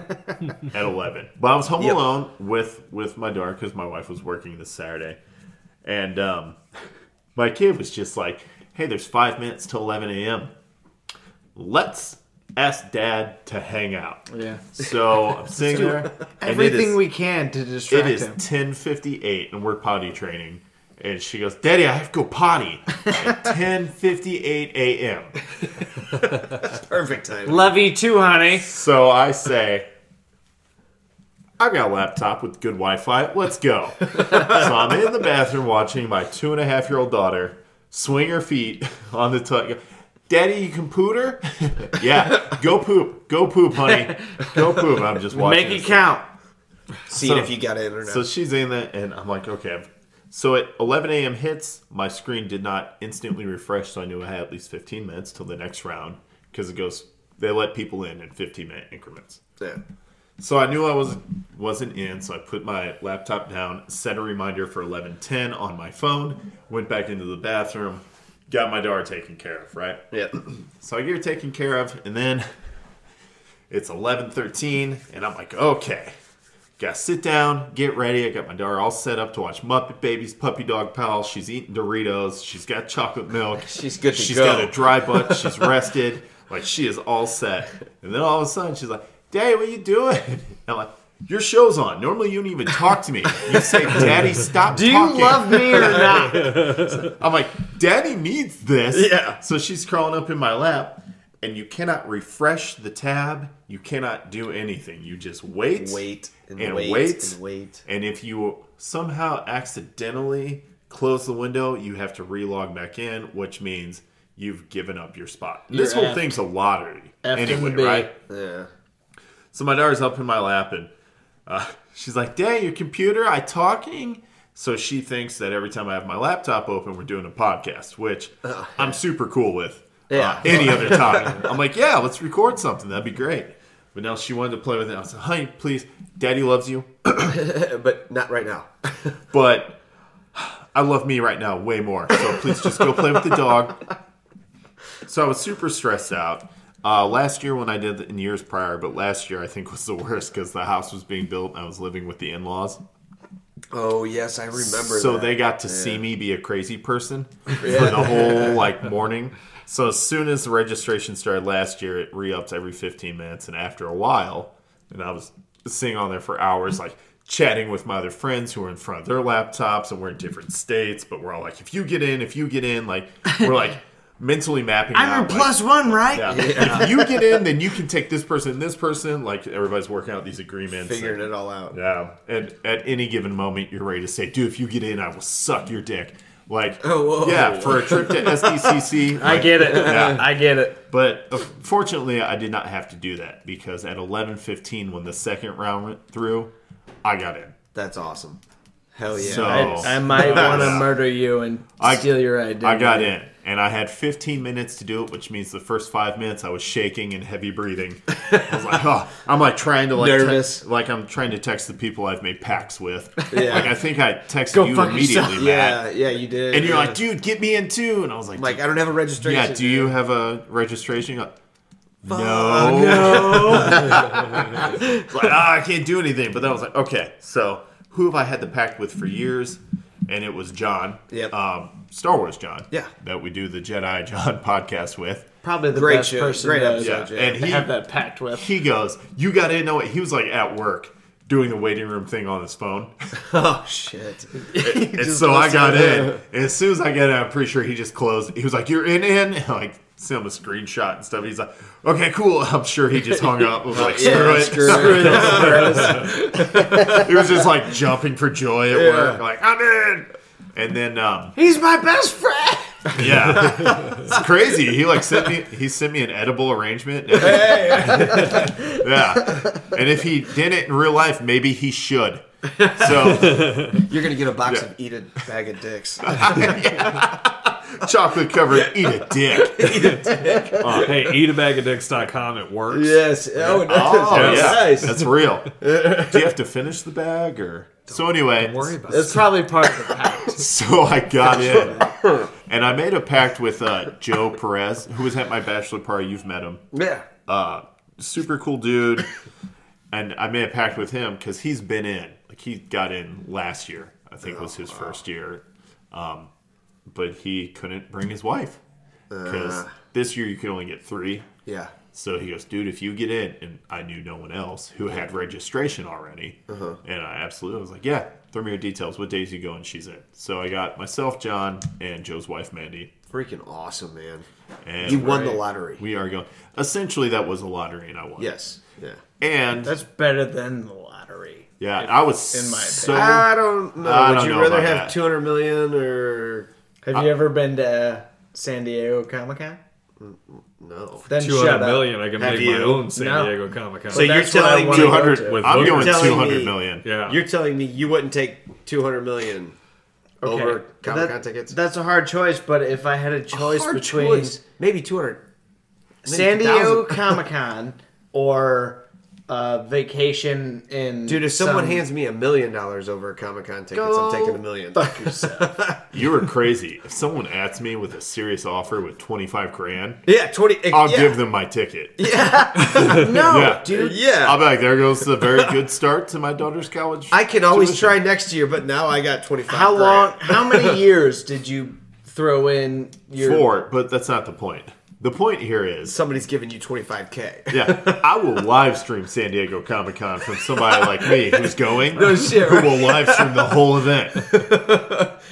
S1: at 11. But I was home alone with with my daughter because my wife was working this Saturday, and um, my kid was just like, "Hey, there's five minutes till 11 a.m. Let's." Ask dad to hang out.
S9: Yeah.
S1: So I'm sitting there. and it
S9: Everything
S1: is-
S9: we can to distract
S1: it is
S9: him.
S1: 10:58, and we're potty training. And she goes, "Daddy, I have to go potty at 10:58 a.m."
S7: Perfect timing.
S9: Love you too, honey.
S1: So I say, "I've got a laptop with good Wi-Fi. Let's go." so I'm in the bathroom watching my two and a half year old daughter swing her feet on the tub. Daddy, you can pooter? yeah, go poop, go poop, honey, go poop. I'm just watching.
S9: Make it
S1: this.
S9: count.
S7: Seeing
S1: So-
S7: if you got in or not.
S1: So she's in that, and I'm like, okay. I've- So at 11 a.m. hits, my screen did not instantly refresh, so I knew I had at least 15 minutes till the next round because it goes. They let people in in 15 minute increments.
S7: yeah.
S1: So I knew I was wasn't in, so I put my laptop down, set a reminder for 11:10 on my phone, went back into the bathroom, got my daughter taken care of, right?
S7: yeah.
S1: So I get her taken care of, and then it's 11:13, and I'm like, okay, gotta sit down, get ready. I got my daughter all set up to watch Muppet Babies, Puppy Dog Pal. She's eating Doritos. She's got chocolate milk.
S7: She's good to
S1: She's
S7: go.
S1: got a dry butt. She's rested. Like she is all set. And then all of a sudden, she's like, "Daddy, what you doing?" And I'm like. Your show's on. Normally, you don't even talk to me. You say, "Daddy, stop
S9: Do you
S1: talking."
S9: love me or not?
S1: I'm like, Daddy needs this.
S7: Yeah.
S1: So she's crawling up in my lap, and you cannot refresh the tab. You cannot do anything. You just wait,
S7: Wait and,
S1: and
S7: wait,
S1: wait,
S7: and wait.
S1: And if you somehow accidentally close the window, you have to relog back in, which means you've given up your spot. this whole
S9: effed.
S1: thing's a lottery,
S9: Effed in
S1: anyway,
S9: the bee.
S1: right?
S7: Yeah.
S1: So my daughter's up in my lap, and uh, she's like, "Dad, your computer, I talking." So she thinks that every time I have my laptop open, we're doing a podcast, which I'm super cool with. uh,
S7: Yeah.
S1: any other time, I'm like, "Yeah, let's record something. That'd be great." But now she wanted to play with it. I was like, "Honey, please, Daddy loves you,
S7: But not right now.
S1: but I love me right now way more. So please just go play with the dog." So I was super stressed out. Uh, last year when I did in years prior, but last year I think was the worst because the house was being built. And I was living with the in-laws,
S7: Oh yes, I remember.
S1: so
S7: that.
S1: they got to see me be a crazy person for the whole like morning. So as soon as the registration started last year, it re-ups every 15 minutes, and after a while, and I was sitting on there for hours, like chatting with my other friends who were in front of their laptops, and we're in different states, but we're all like, if you get in, if you get in, like we're like mentally mapping.
S9: I'm
S1: out,
S9: in
S1: like,
S9: plus one, right?
S1: yeah. If you get in, then you can take this person and this person. Like everybody's working out these agreements.
S7: figuring
S1: and-
S7: it all out.
S1: Yeah. And at any given moment, you're ready to say, dude, if you get in, I will suck your dick. Like,
S7: whoa.
S1: yeah, for a trip to SDCC.
S9: I
S1: like-
S9: get it.
S1: Yeah.
S9: I get it.
S1: But uh, fortunately, I did not have to do that because at 11:15, when the second round went through, I got in.
S7: That's awesome. Hell yeah.
S1: So-
S9: I,
S1: Oh.
S9: I might want to
S1: Yeah.
S9: murder you and
S1: I-
S9: steal your identity.
S1: I got in, and I had 15 minutes to do it, which means the first five minutes I was shaking and heavy breathing. I was like, oh, I'm like trying to like te-
S7: Nervous.
S1: like I'm trying to text the people I've made pacts with.
S7: Yeah.
S1: Like I think I texted
S9: Go
S1: you
S9: fuck yourself.
S1: immediately,
S7: yeah,
S1: Matt.
S7: yeah, you did.
S1: And you're
S7: yeah.
S1: like, dude, get me in too. And I was like,
S7: like I don't have a registration.
S1: yeah, do you have a registration? You're like, no. it's like, ah, I can't do anything. But then I was like, okay, so who have I had the pact with for years? And it was John.
S7: Yep.
S1: Um, Star Wars John.
S7: Yeah.
S1: That we do the Jedi John podcast with.
S9: Probably the
S7: Great
S9: best
S7: show.
S9: person
S7: Great
S9: to
S7: episode.
S1: Yeah.
S7: Jedi.
S1: And he,
S9: have that pact with.
S1: he goes, you got in. No, he was like at work doing the waiting room thing on his phone.
S7: Oh shit.
S1: And so I got in. And as soon as I got in, I'm pretty sure he just closed. He was like, "You're in, in." And like, sent him a screenshot and stuff. He's like, "Okay, cool." I'm sure he just hung up. Was like, "Screw it,
S7: screw
S1: screw
S7: it.
S1: it." He was just like jumping for joy at work, like, "I'm in." And then, um,
S9: He's my best friend.
S1: yeah, it's crazy. He like sent me. He sent me an edible arrangement. yeah, and if he did it in real life, maybe he should. So
S7: You're gonna get a box
S1: Yeah.
S7: of eat a bag of dicks.
S1: chocolate covered, eat a dick.
S8: Uh, hey, eatabagofdicks.com. It works.
S7: yes. Oh,
S1: Oh,
S7: that's
S1: yeah.
S7: nice.
S1: That's real. Do you have to finish the bag or? So anyway,
S8: Don't worry about
S9: That's
S8: it.
S9: probably part of the pact.
S1: so I got in, and I made a pact with uh, Joe Perez, who was at my bachelor party. You've met him,
S7: yeah.
S1: uh, super cool dude, and I made a pact with him because he's been in, like he got in last year, I think was his first year, um, but he couldn't bring his wife because this year you can only get three.
S7: Yeah.
S1: So he goes, dude, if you get in, and I knew no one else who had registration already,
S7: Uh-huh.
S1: and I absolutely was like, yeah, throw me your details. What days you go? And she's in. So I got myself, John, and Joe's wife, Mandy.
S7: Freaking awesome, man.
S1: And
S7: You won the
S1: we're-
S7: lottery.
S1: We are going. Essentially, that was a lottery, and I won.
S7: yes. Yeah.
S1: And
S9: That's better than the lottery.
S1: yeah, I was
S9: in my
S1: so
S7: I don't know.
S1: I
S7: Would
S1: don't
S7: you
S1: know
S7: rather
S1: about
S7: have
S1: that.
S7: 200 million or
S9: Have you ever been to uh, San Diego Comic Con?
S7: no?
S9: Then
S8: Two hundred
S9: shut up.
S8: million. I can make my
S7: you?
S8: own San
S9: No.
S8: Diego Comic Con.
S7: So you're
S9: That's what I
S7: telling
S9: wanna
S7: me-
S9: go
S1: 200
S9: to.
S1: with-
S8: Booker.
S1: I'm going
S7: Telling
S1: 200
S7: me-
S1: million.
S8: yeah.
S7: You're telling me you wouldn't take 200 million over Comic Con
S9: That-
S7: tickets?
S9: That's a hard choice, but if I had a choice
S7: Hard
S9: between
S7: choice. Maybe 200.
S9: San Diego
S7: 1,000.
S9: Comic Con or uh, vacation in
S7: Dude, if someone
S9: some-
S7: hands me a million dollars over Comic Con tickets,
S9: Go
S7: I'm taking a million.
S9: fuck yourself.
S1: You were crazy. If someone asked me with a serious offer with 25 grand,
S7: Yeah, 20.
S1: I'll
S7: yeah.
S1: give them my ticket.
S7: Oh,
S9: no,
S1: Yeah.
S9: dude,
S1: I'll
S7: Yeah.
S1: be like, there goes the very good start to my daughter's college.
S7: I can always
S1: tuition."
S7: try next year, but now I got 25.
S9: how
S7: grand.
S9: long? How many years did you throw in your?
S1: Four, but that's not the point. The point here is,
S7: Somebody's giving you 25K.
S1: yeah, I will live stream San Diego Comic Con from somebody like me who's going.
S7: No shit,
S1: Who
S7: right?
S1: will live stream the whole event.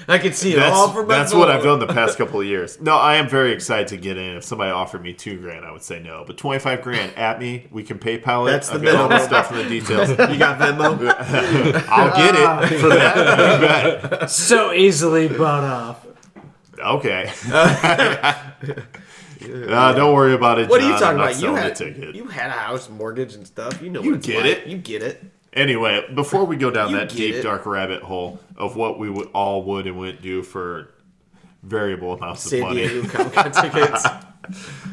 S7: I can see it all
S1: That's,
S7: for my
S1: that's what
S7: phone.
S1: I've done the past couple of years. No, I am very excited to get in. If somebody offered me two grand, I would say no. But twenty five grand at me, we can PayPal it.
S7: That's the
S1: I've got all the
S7: minimum.
S1: stuff and the details.
S7: You got Venmo? Ah.
S1: I'll get it for that. You bet.
S9: So easily bought off.
S1: Okay. Uh, don't worry about it.
S7: What are you
S1: John.
S7: talking
S1: I'm not
S7: about? You
S1: selling
S7: had,
S1: the ticket.
S7: you had a house, mortgage, and stuff. You know
S1: You
S7: what it's
S1: get
S7: like.
S1: it.
S7: You get it.
S1: Anyway, before we go down
S7: You
S1: that
S7: get
S1: deep
S7: it.
S1: dark rabbit hole of what we would all would and wouldn't do for variable amounts of
S7: San
S1: money, Um,
S7: Diego Comic Con tickets.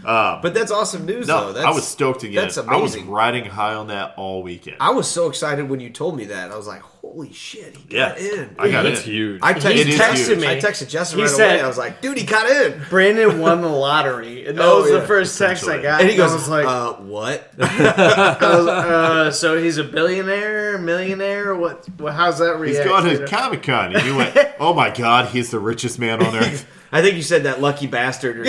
S7: but that's awesome news,
S1: no,
S7: though. That's,
S1: I was stoked to get
S7: that's
S1: it. I was
S7: amazing.
S1: riding high on that all weekend.
S7: I was so excited when you told me that. I was like, holy shit, he
S1: Yeah.
S7: got in.
S1: I got
S8: That's
S1: it.
S8: huge.
S7: I texted,
S1: It is
S7: texted
S1: huge.
S7: me. I texted Justin
S9: He
S7: right
S9: said-
S7: away. I was like, dude, he got in.
S9: Brandon won the lottery, and that
S7: Oh,
S9: was
S7: yeah.
S9: the first text I
S1: Essentially.
S9: got.
S7: And he goes,
S9: I was like,
S7: uh, what?
S9: I was, uh, so he's a billionaire, millionaire. What? what how's that
S1: He's
S9: reaction?
S1: going to Comic Con, and you went, "Oh my God, he's the richest man on earth."
S7: I think you said that lucky bastard or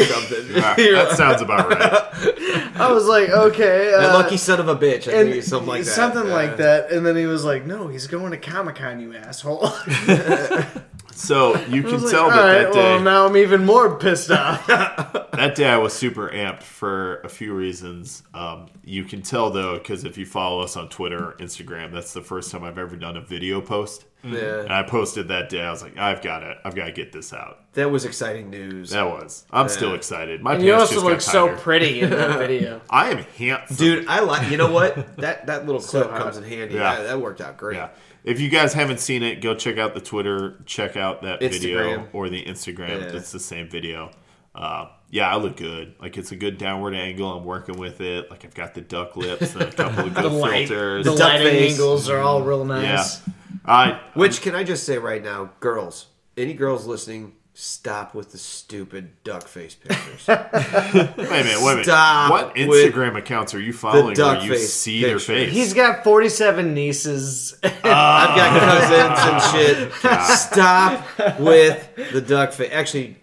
S7: something.
S1: Ah, that sounds about right.
S9: I was like, okay,
S7: that
S9: uh,
S7: lucky son of a bitch. I
S9: and
S7: think it's something like that.
S9: Something
S7: Yeah.
S9: like that. And then he was like, no, he's going to Comic Con, you asshole. I
S1: So you can
S9: was like,
S1: tell
S9: all
S1: that
S9: right,
S1: that day,
S9: well, now I'm even more pissed off.
S1: that day I was super amped for a few reasons. Um, you can tell though, because if you follow us on Twitter or Instagram, that's the first time I've ever done a video post. And
S7: Yeah.
S1: I posted that day. I was like, "I've got it. I've got to get this out."
S7: That was exciting news.
S1: That was. I'm still excited. My
S9: you
S1: pants
S9: also
S1: just got
S9: look so
S1: tighter.
S9: pretty in that video.
S1: I am handsome,
S7: Dude, I like. You know what? That that little clip
S9: hot.
S7: comes in handy.
S1: Yeah.
S7: Yeah. that worked out great.
S1: Yeah. If you guys haven't seen it, go check out the Twitter, check out that video
S7: Instagram.
S1: or the Instagram.
S7: Yeah.
S1: It's the same video. Uh, yeah, I look good. Like it's a good downward angle. I'm working with it. Like I've got the duck lips and a couple of good
S9: light-
S1: filters.
S9: the
S7: duck
S9: lighting
S7: face.
S9: angles are all real
S1: yeah.
S9: nice.
S1: I
S7: Which can I just say right now, girls, any girls listening, stop with the stupid duck face pictures.
S1: wait a minute, wait a minute.
S7: Stop
S1: what
S7: with
S1: Instagram accounts are you following where
S7: duck
S1: you
S7: face
S1: see their
S7: picture.
S1: face?
S9: He's got 47 nieces.
S7: I've got
S1: Uh,
S7: cousins and shit. Stop with the duck face. Actually,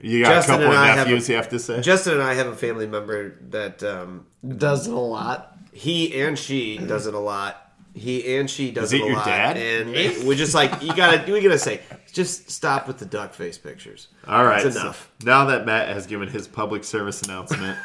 S1: you got
S7: Justin
S1: a couple
S7: and
S1: of
S7: I have
S1: nephews
S7: a-
S1: you have to say.
S7: Justin and I have a family member that um,
S9: Does it a lot.
S7: he and she does it a lot. He and she does
S1: Is it
S7: a
S1: your
S7: lot.
S1: dad?
S7: And it- we're just like, you gotta, we gotta say, just stop with the duck face pictures.
S1: All right.
S7: That's
S1: so
S7: enough.
S1: now that Matt has given his public service announcement,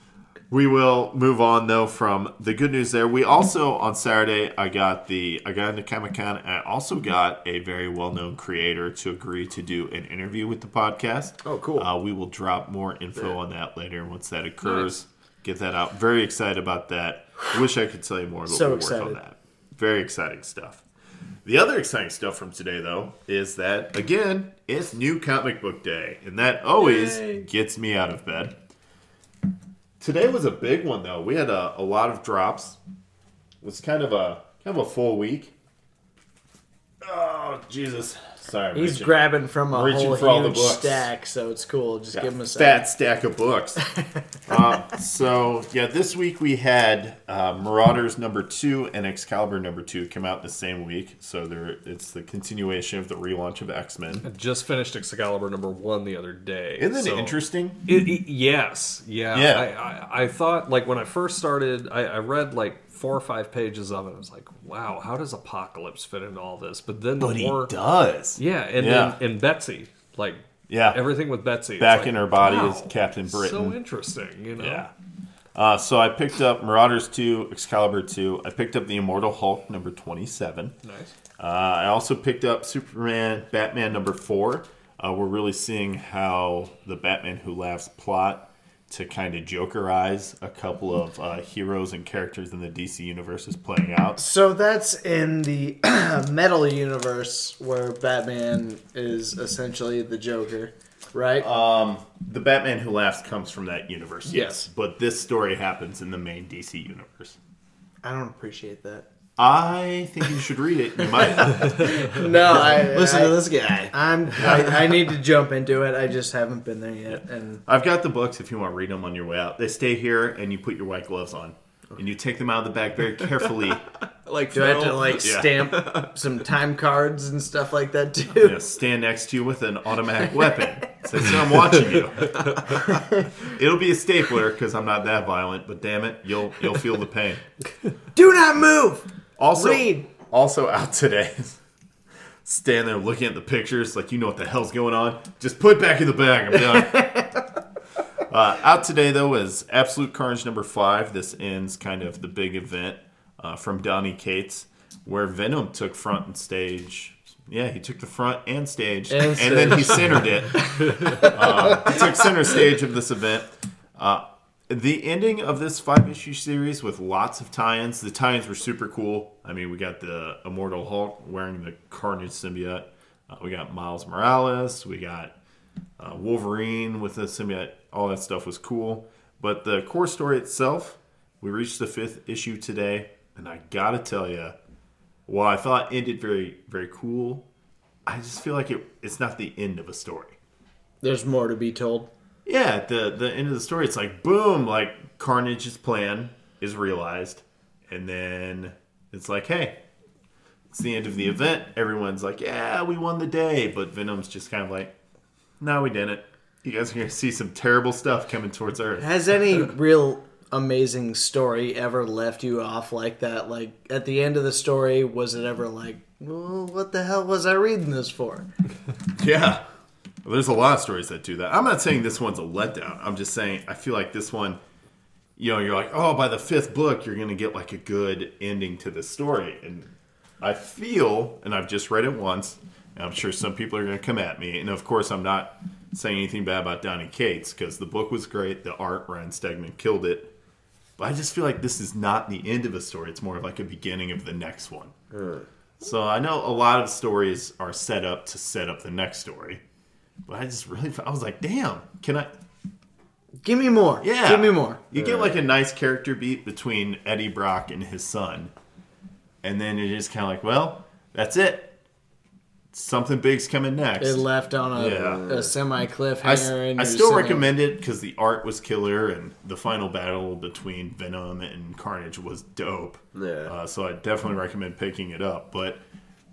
S1: we will move on though from the good news there. We also on Saturday I got the I got into Comic Con and I also got a very well known creator to agree to do an interview with the podcast.
S7: Oh, cool.
S1: Uh, we will drop more info on that later once that occurs. Get that out. Very excited about that. Wish I could tell you more, but
S9: So
S1: we'll work
S9: excited.
S1: on that. Very exciting stuff. The other exciting stuff from today, though, is that again, it's new comic book day, and that always gets me out of bed. Today was a big one, though. We had a, a lot of drops. It was kind of a kind of a full week. Oh Jesus! Sorry, I'm
S9: He's
S1: reaching.
S9: grabbing from a
S1: Reaching
S9: whole
S1: for all the
S9: huge
S1: books.
S9: stack, so it's cool. Just give him a
S1: fat
S9: sec.
S1: stack of books. uh, so yeah, this week we had uh, Marauders number two and Excalibur number two come out the same week. So there, it's the continuation of the relaunch of X Men.
S8: Just finished Excalibur number one the other day.
S1: Isn't it
S8: so-
S1: interesting?
S8: It, it- yes, yeah.
S1: Yeah.
S8: I, I, I thought like when I first started, I, I read like four or five pages of it. I was like, wow, how does Apocalypse fit into all this? But then the more,
S1: does.
S8: yeah, and
S1: Yeah.
S8: then and Betsy, like
S1: Yeah.
S8: everything with Betsy it's
S1: Back
S8: like,
S1: in her body
S8: wow,
S1: is Captain Britain.
S8: So interesting, you know.
S1: yeah. Uh, so I picked up Marauders 2, Excalibur 2. I picked up The Immortal Hulk number 27.
S8: Nice.
S1: Uh, I also picked up Superman, Batman number four. Uh, we're really seeing how the Batman Who Laughs plot to kind of jokerize a couple of uh, heroes and characters in the DC universe is playing out.
S9: So that's in the metal universe where Batman is essentially the Joker, right?
S1: Uh, The Batman Who Laughs comes from that universe, yes,
S9: Yes.
S1: but this story happens in the main DC universe.
S9: I don't appreciate that.
S1: I think you should read it. You might.
S9: No, I,
S7: Listen
S9: I,
S7: to this guy.
S9: I'm. I, I need to jump into it. I just haven't been there yet. And
S1: I've got the books if you want to read them on your way out. They stay here, and you put your white gloves on, and you take them out of the bag very carefully.
S7: Like,
S9: do I have to like
S1: Yeah.
S9: stamp some time cards and stuff like that too?
S1: you know, stand next to you with an automatic weapon. Say, sir, I'm watching you. It'll be a stapler because I'm not that violent, but damn it, you'll you'll feel the pain.
S9: Do not move.
S1: Also,
S9: Read.
S1: also out today. Stand there looking at the pictures like you know what the hell's going on. Just put it back in the bag. I'm done. uh, out today though is Absolute Carnage number five. This ends kind of the big event uh, from Donnie Cates, where Venom took front and stage. Yeah, he took the front and stage, and,
S9: And
S1: then he centered it. Uh, he took center stage of this event. Uh, the ending of this five issue series with lots of tie-ins. The tie-ins were super cool. I mean, we got the Immortal Hulk wearing the Carnage symbiote. Uh, we got Miles Morales. We got uh, Wolverine with the symbiote. All that stuff was cool. But the core story itself, we reached the fifth issue today, and I gotta tell you, while I thought ended very very cool, I just feel like it, it's not the end of a story.
S9: There's more to be told.
S1: Yeah, at the the end of the story, it's like boom, like Carnage's plan is realized, and then it's like, hey, it's the end of the event. Everyone's like, yeah, we won the day, but Venom's just kind of like, no, we didn't. You guys are gonna see some terrible stuff coming towards Earth.
S9: Has any real amazing story ever left you off like that? Like at the end of the story, was it ever like, well, what the hell was I reading this for?
S1: Yeah, Well, there's a lot of stories that do that. I'm not saying this one's a letdown. I'm just saying I feel like this one. You know, you're like, oh, by the fifth book, you're gonna get like a good ending to the story, and I feel, and I've just read it once, and I'm sure some people are going to come at me. And of course, I'm not saying anything bad about Donnie Cates because the book was great, the art, Ryan Stegman killed it. But I just feel like this is not the end of a story, it's more of like a beginning of the next one. So I know a lot of stories are set up to set up the next story. But I just really, I was like, damn, can I?
S9: Give me more.
S1: Yeah.
S9: Give me more.
S1: You get like a nice character beat between Eddie Brock and his son. And then you're just kind of like, well, that's it. Something big's coming next.
S9: It left on a,
S1: Yeah.
S9: a semi cliffhanger.
S1: I, s-
S9: and
S1: I
S9: you're
S1: still
S9: sitting-
S1: recommend it because the art was killer and the final battle between Venom and Carnage was dope.
S7: Yeah.
S1: Uh, so I definitely recommend picking it up. But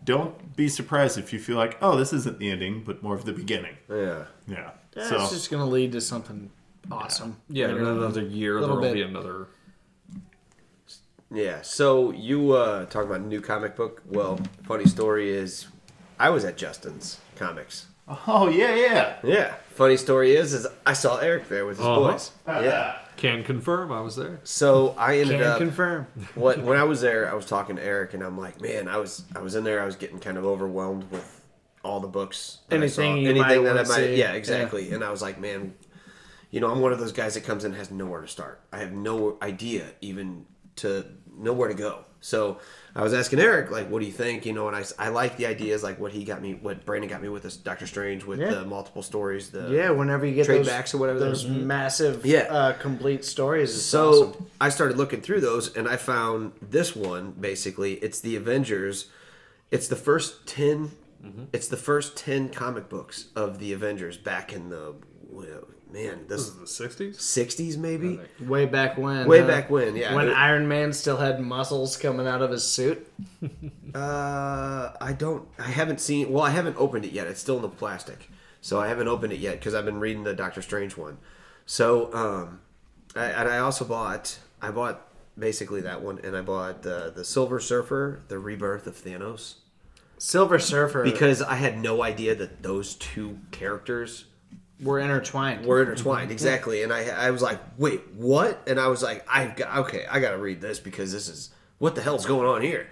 S1: don't be surprised if you feel like, oh, this isn't the ending, but more of the beginning.
S7: Yeah.
S1: Yeah.
S9: That's
S1: so
S9: just going to lead to something awesome.
S8: Yeah, in another year there
S9: Little
S8: will
S9: bit.
S8: be another.
S7: Yeah. So you uh talking about new comic book? Well, funny story is, I was at Justin's comics.
S1: oh yeah, yeah.
S7: Yeah. Funny story is, is I saw Eric there with his
S8: Uh-huh.
S7: boys. Yeah.
S8: Can confirm I was there.
S7: So I ended
S9: Can
S7: up.
S9: confirm.
S7: what when I was there, I was talking to Eric, and I'm like, man, I was I was in there, I was getting kind of overwhelmed with all the books. that I
S9: Anything
S7: saw.
S9: you might
S7: that I
S9: wanna see.
S7: yeah, exactly. And I was like, man, you know, I'm one of those guys that comes in and has nowhere to start. I have no idea even to nowhere to go. So I was asking Eric, like, what do you think? You know, and I, s- I like the ideas, like what he got me, what Brandon got me with this Doctor Strange with
S9: Yeah.
S7: the multiple stories. The
S9: Yeah, whenever you get
S7: Trade
S9: those,
S7: backs or whatever
S9: those
S7: those- Mhm.
S9: massive,
S7: Yeah.
S9: uh, complete stories. Is
S7: So
S9: awesome.
S7: I started looking through those, and I found this one. Basically, it's the Avengers. It's the first 10 It's the first ten comic books of the Avengers back in the well, man, this
S8: The 60s?
S7: sixties maybe.
S9: way back when,
S7: Way
S9: huh?
S7: back when, yeah.
S9: when
S7: It-
S9: Iron Man still had muscles coming out of his suit.
S7: Uh, I don't. I haven't seen. Well, I haven't opened it yet. It's still in the plastic, so I haven't opened it yet because I've been reading the Doctor Strange one. So, um, I, and I also bought. I bought basically that one, and I bought the the Silver Surfer, the Rebirth of Thanos,
S9: Silver Surfer
S7: because I had no idea that those two characters
S9: were intertwined.
S7: were intertwined exactly and I, I was like wait what and i was like i've got okay i gotta read this because this is what the hell's going on here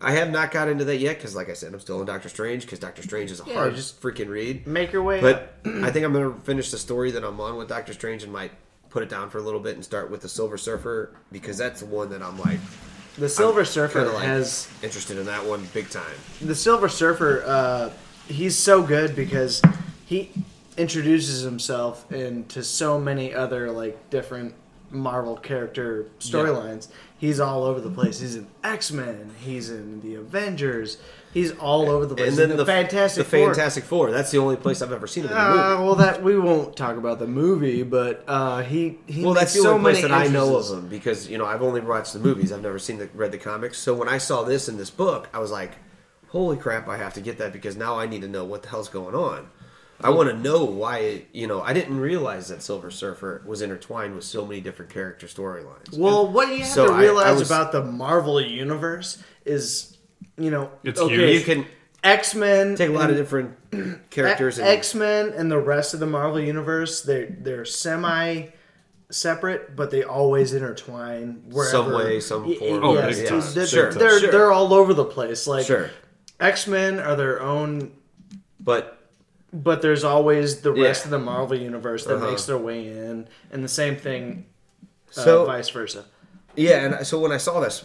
S7: i have not got into that yet because like i said i'm still in doctor strange because doctor strange is a hard
S9: just-
S7: freaking read
S9: Make your way up.
S7: but i think i'm gonna finish the story that i'm on with doctor strange and might put it down for a little bit and start with the silver surfer because that's the one that i'm like
S9: The Silver
S7: I'm
S9: Surfer
S7: kinda, like,
S9: has
S7: interested in that one big time
S9: the Silver Surfer. Uh, he's so good because he introduces himself into so many other like different Marvel character storylines. He's all over the place. He's in X Men. He's in the Avengers. He's all over the place.
S7: and then
S9: He's
S7: the,
S9: in Fantastic
S7: the
S9: Four.
S7: fantastic four that's the only place i've ever seen it in the movie
S9: Uh, well, that we won't talk about the movie, but uh, he he
S7: Well,
S9: makes
S7: that's the
S9: so
S7: only place
S9: many
S7: that I know of
S9: entrances.
S7: them because you know I've only watched the movies. I've never seen the read the comics. So when I saw this in this book, I was like, "Holy crap! I have to get that because now I need to know what the hell's going on. I want to know why." You know, I didn't realize that Silver Surfer was intertwined with so many different character storylines.
S9: Well, what you have
S7: So
S9: to
S7: I- I
S9: realize
S7: was-
S9: about the Marvel universe is, you know,
S8: It's
S7: You
S8: huge.
S7: can
S9: X Men
S7: take a lot of different characters and
S9: X Men and the rest of the Marvel universe. They are they're semi separate, but they always intertwine wherever.
S7: Some way, some
S9: Y-
S7: form.
S8: Oh,
S9: yes,
S8: big
S9: dude,
S8: time.
S9: they're,
S7: Sure,
S9: they're
S7: sure.
S9: they're all over the place. Like
S7: sure,
S9: X Men are their own
S7: but
S9: but there's always the rest
S7: Yeah. Uh-huh.
S9: of the Marvel universe that makes their way in, and the same thing, uh,
S7: So-
S9: vice versa.
S7: Yeah, and I- so when I saw this,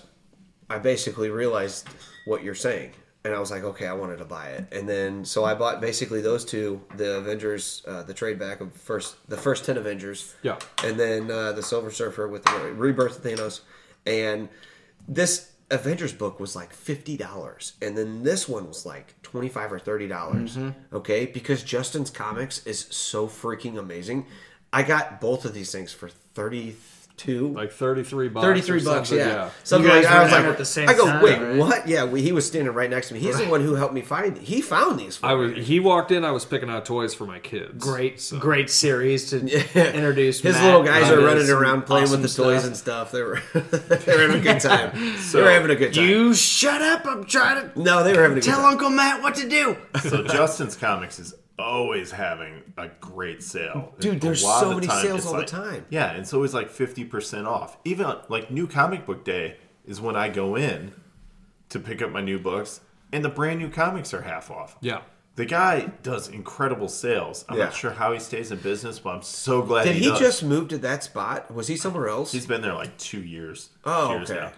S7: I basically realized what you're saying, and I was like, okay, I wanted to buy it, and then so I bought basically those two, the Avengers, uh, the trade back of first the first ten Avengers,
S8: Yeah.
S7: and then uh, the Silver Surfer with the Rebirth of Thanos, and this Avengers book was like fifty dollars, and then this one was like twenty five or thirty dollars. Okay, because Justin's comics is so freaking amazing. I got both of these things for thirty two.
S8: Like 33 bucks. or
S7: 33 bucks,
S8: something,
S7: yeah. Something
S9: You guys
S7: like I
S9: were
S7: was
S9: there
S7: like,
S9: at the same
S7: I go,
S9: time,
S7: wait,
S9: right?"
S7: what? Yeah, we, he was standing right next to me. He's the one who helped me find. He found these. For
S8: I
S7: me.
S8: was. He walked in. I was picking out toys for my kids.
S9: Great, great series to introduce.
S7: His
S9: Matt
S7: little
S9: and
S7: guys
S9: his
S7: are running around playing
S9: awesome
S7: with the toys
S9: stuff.
S7: and stuff. They were they were having a good time. they were having a good time.
S9: You shut up! I'm trying to
S7: no, they were having a good
S9: tell
S7: time.
S9: Uncle Matt what to do.
S1: So Justin's Comics is always having a great sale.
S7: Dude,
S1: A
S7: there's
S1: lot
S7: so
S1: of the
S7: many
S1: time,
S7: sales
S1: it's
S7: all the
S1: like-
S7: time.
S1: Yeah, it's always like 50% off. Even like New Comic Book Day is when I go in to pick up my new books, and the brand new comics are half off.
S8: Yeah.
S1: The guy does incredible sales. I'm
S7: Yeah.
S1: not sure how he stays in business, but I'm so glad
S7: Did
S1: he,
S7: he
S1: does.
S7: just move to that spot? Was he somewhere else?
S1: He's been there like two years.
S7: oh,
S1: years
S7: okay.
S1: now.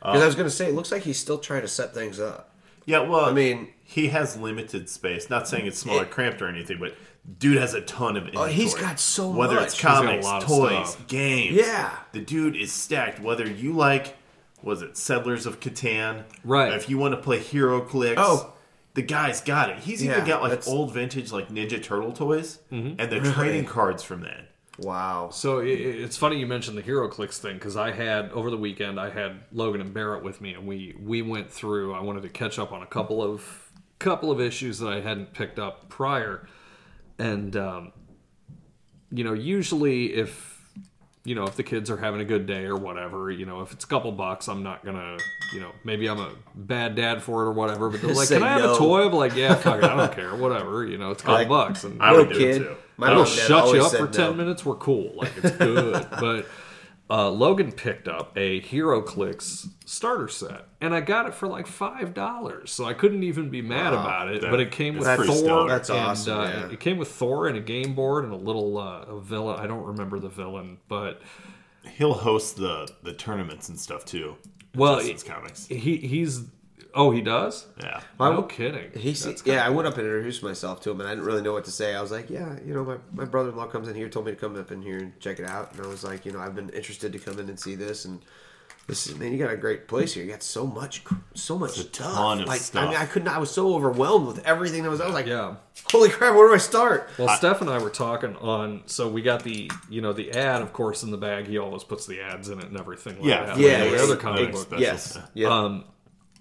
S7: Because I was gonna say, it looks like he's still trying to set things up.
S1: Yeah, well, I
S7: mean-
S1: he has limited space. Not saying it's small or cramped or anything, but dude has a ton of inventory.
S7: he's got so
S1: whether it's
S7: much. He's
S8: got a
S1: comics,
S8: lot of
S1: toys,
S8: stuff.
S1: games.
S7: Yeah.
S1: the dude is stacked. Whether you like, was it Settlers of Catan?
S8: Right.
S1: If you want to play Hero Clicks.
S7: Oh.
S1: The guy's got it. He's
S7: Yeah,
S1: even got like
S7: that's-
S1: old vintage like Ninja Turtle toys and the trading cards from that.
S7: Wow.
S8: So i- i it's funny you mentioned the Hero Clicks thing because I had over the weekend I had Logan and Barrett with me and we we went through. I wanted to catch up on a couple of couple of issues that I hadn't picked up prior, and um, you know usually if you know if the kids are having a good day or whatever, you know if it's a couple bucks, I'm not gonna you know maybe I'm a bad dad for it or whatever. But they're like,
S7: Say
S8: can I have
S7: no.
S8: a toy? I'm like, yeah, fuck it, I don't care, whatever. You know, it's a couple
S7: Like,
S8: bucks. And
S1: I
S7: Little
S1: would do it
S7: kid.
S1: too.
S7: My
S8: I
S7: mom
S8: will
S7: and dad
S8: shut you
S7: always
S8: up
S7: said
S8: for 10
S7: no.
S8: minutes. We're cool. Like, it's good. but uh, Logan picked up a Hero Clicks starter set, and I got it for like $5. So I couldn't even be mad about it.
S1: that-
S8: but it came with
S1: that's pretty
S8: Thor.
S1: stellar.
S7: That's
S8: and,
S7: awesome,
S8: uh,
S7: yeah.
S8: It came with Thor and a game board and a little uh, a villain. I don't remember the villain, but.
S1: He'll host the the tournaments and stuff too.
S8: Well,
S1: Justin's comics.
S8: He, he's. Oh, he does?
S1: Yeah.
S8: no kidding.
S7: He se- yeah, I went up and introduced myself to him, and I didn't really know what to say. I was like, yeah, you know, my, my brother in law comes in here, told me to come up in here and check it out, and I was like, you know, I've been interested to come in and see this, and this is man, you got a great place here. You got so much, cr- so
S1: It's
S7: much
S1: a
S7: stuff.
S1: ton of
S7: like, I
S1: stuff.
S7: mean, I couldn't. I was so overwhelmed with everything that was. I was like,
S8: Yeah.
S7: holy crap, where do I start?
S8: Well, Steph and I were talking on, so we got the, you know, the ad, of course, in the bag. He always puts the ads in it and everything. Like
S1: Yeah,
S8: that,
S1: yeah,
S8: like every
S1: yeah.
S8: other comic
S1: Ex-
S8: book.
S1: special
S7: Yes,
S1: stuff.
S7: yeah.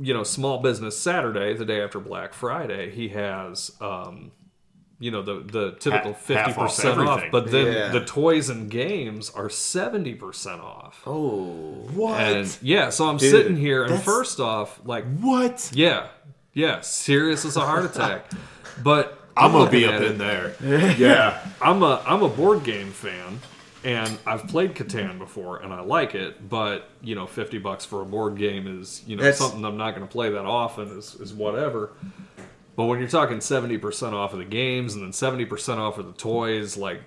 S8: You know, Small Business Saturday, the day after Black Friday, he has, um, you know, the the typical
S1: Half-
S8: fifty
S1: half off
S8: percent off,
S1: everything.
S8: but then
S7: Yeah.
S8: the toys and games are seventy percent off.
S7: oh,
S1: What?
S8: and yeah, so I'm
S7: Dude,
S8: sitting here, and
S1: that's-
S8: first off, like,
S1: what?
S8: yeah, yeah, serious as a heart attack, but.
S1: I'm gonna be
S8: looking
S1: up
S8: at it,
S1: in there. Yeah.
S8: I'm a I'm a board game fan, and I've played Catan before, and I like it. But you know, fifty bucks for a board game is you know
S7: That's-
S8: something I'm not going to play that often. Is is whatever. But when you're talking seventy percent off of the games, and then seventy percent off of the toys, like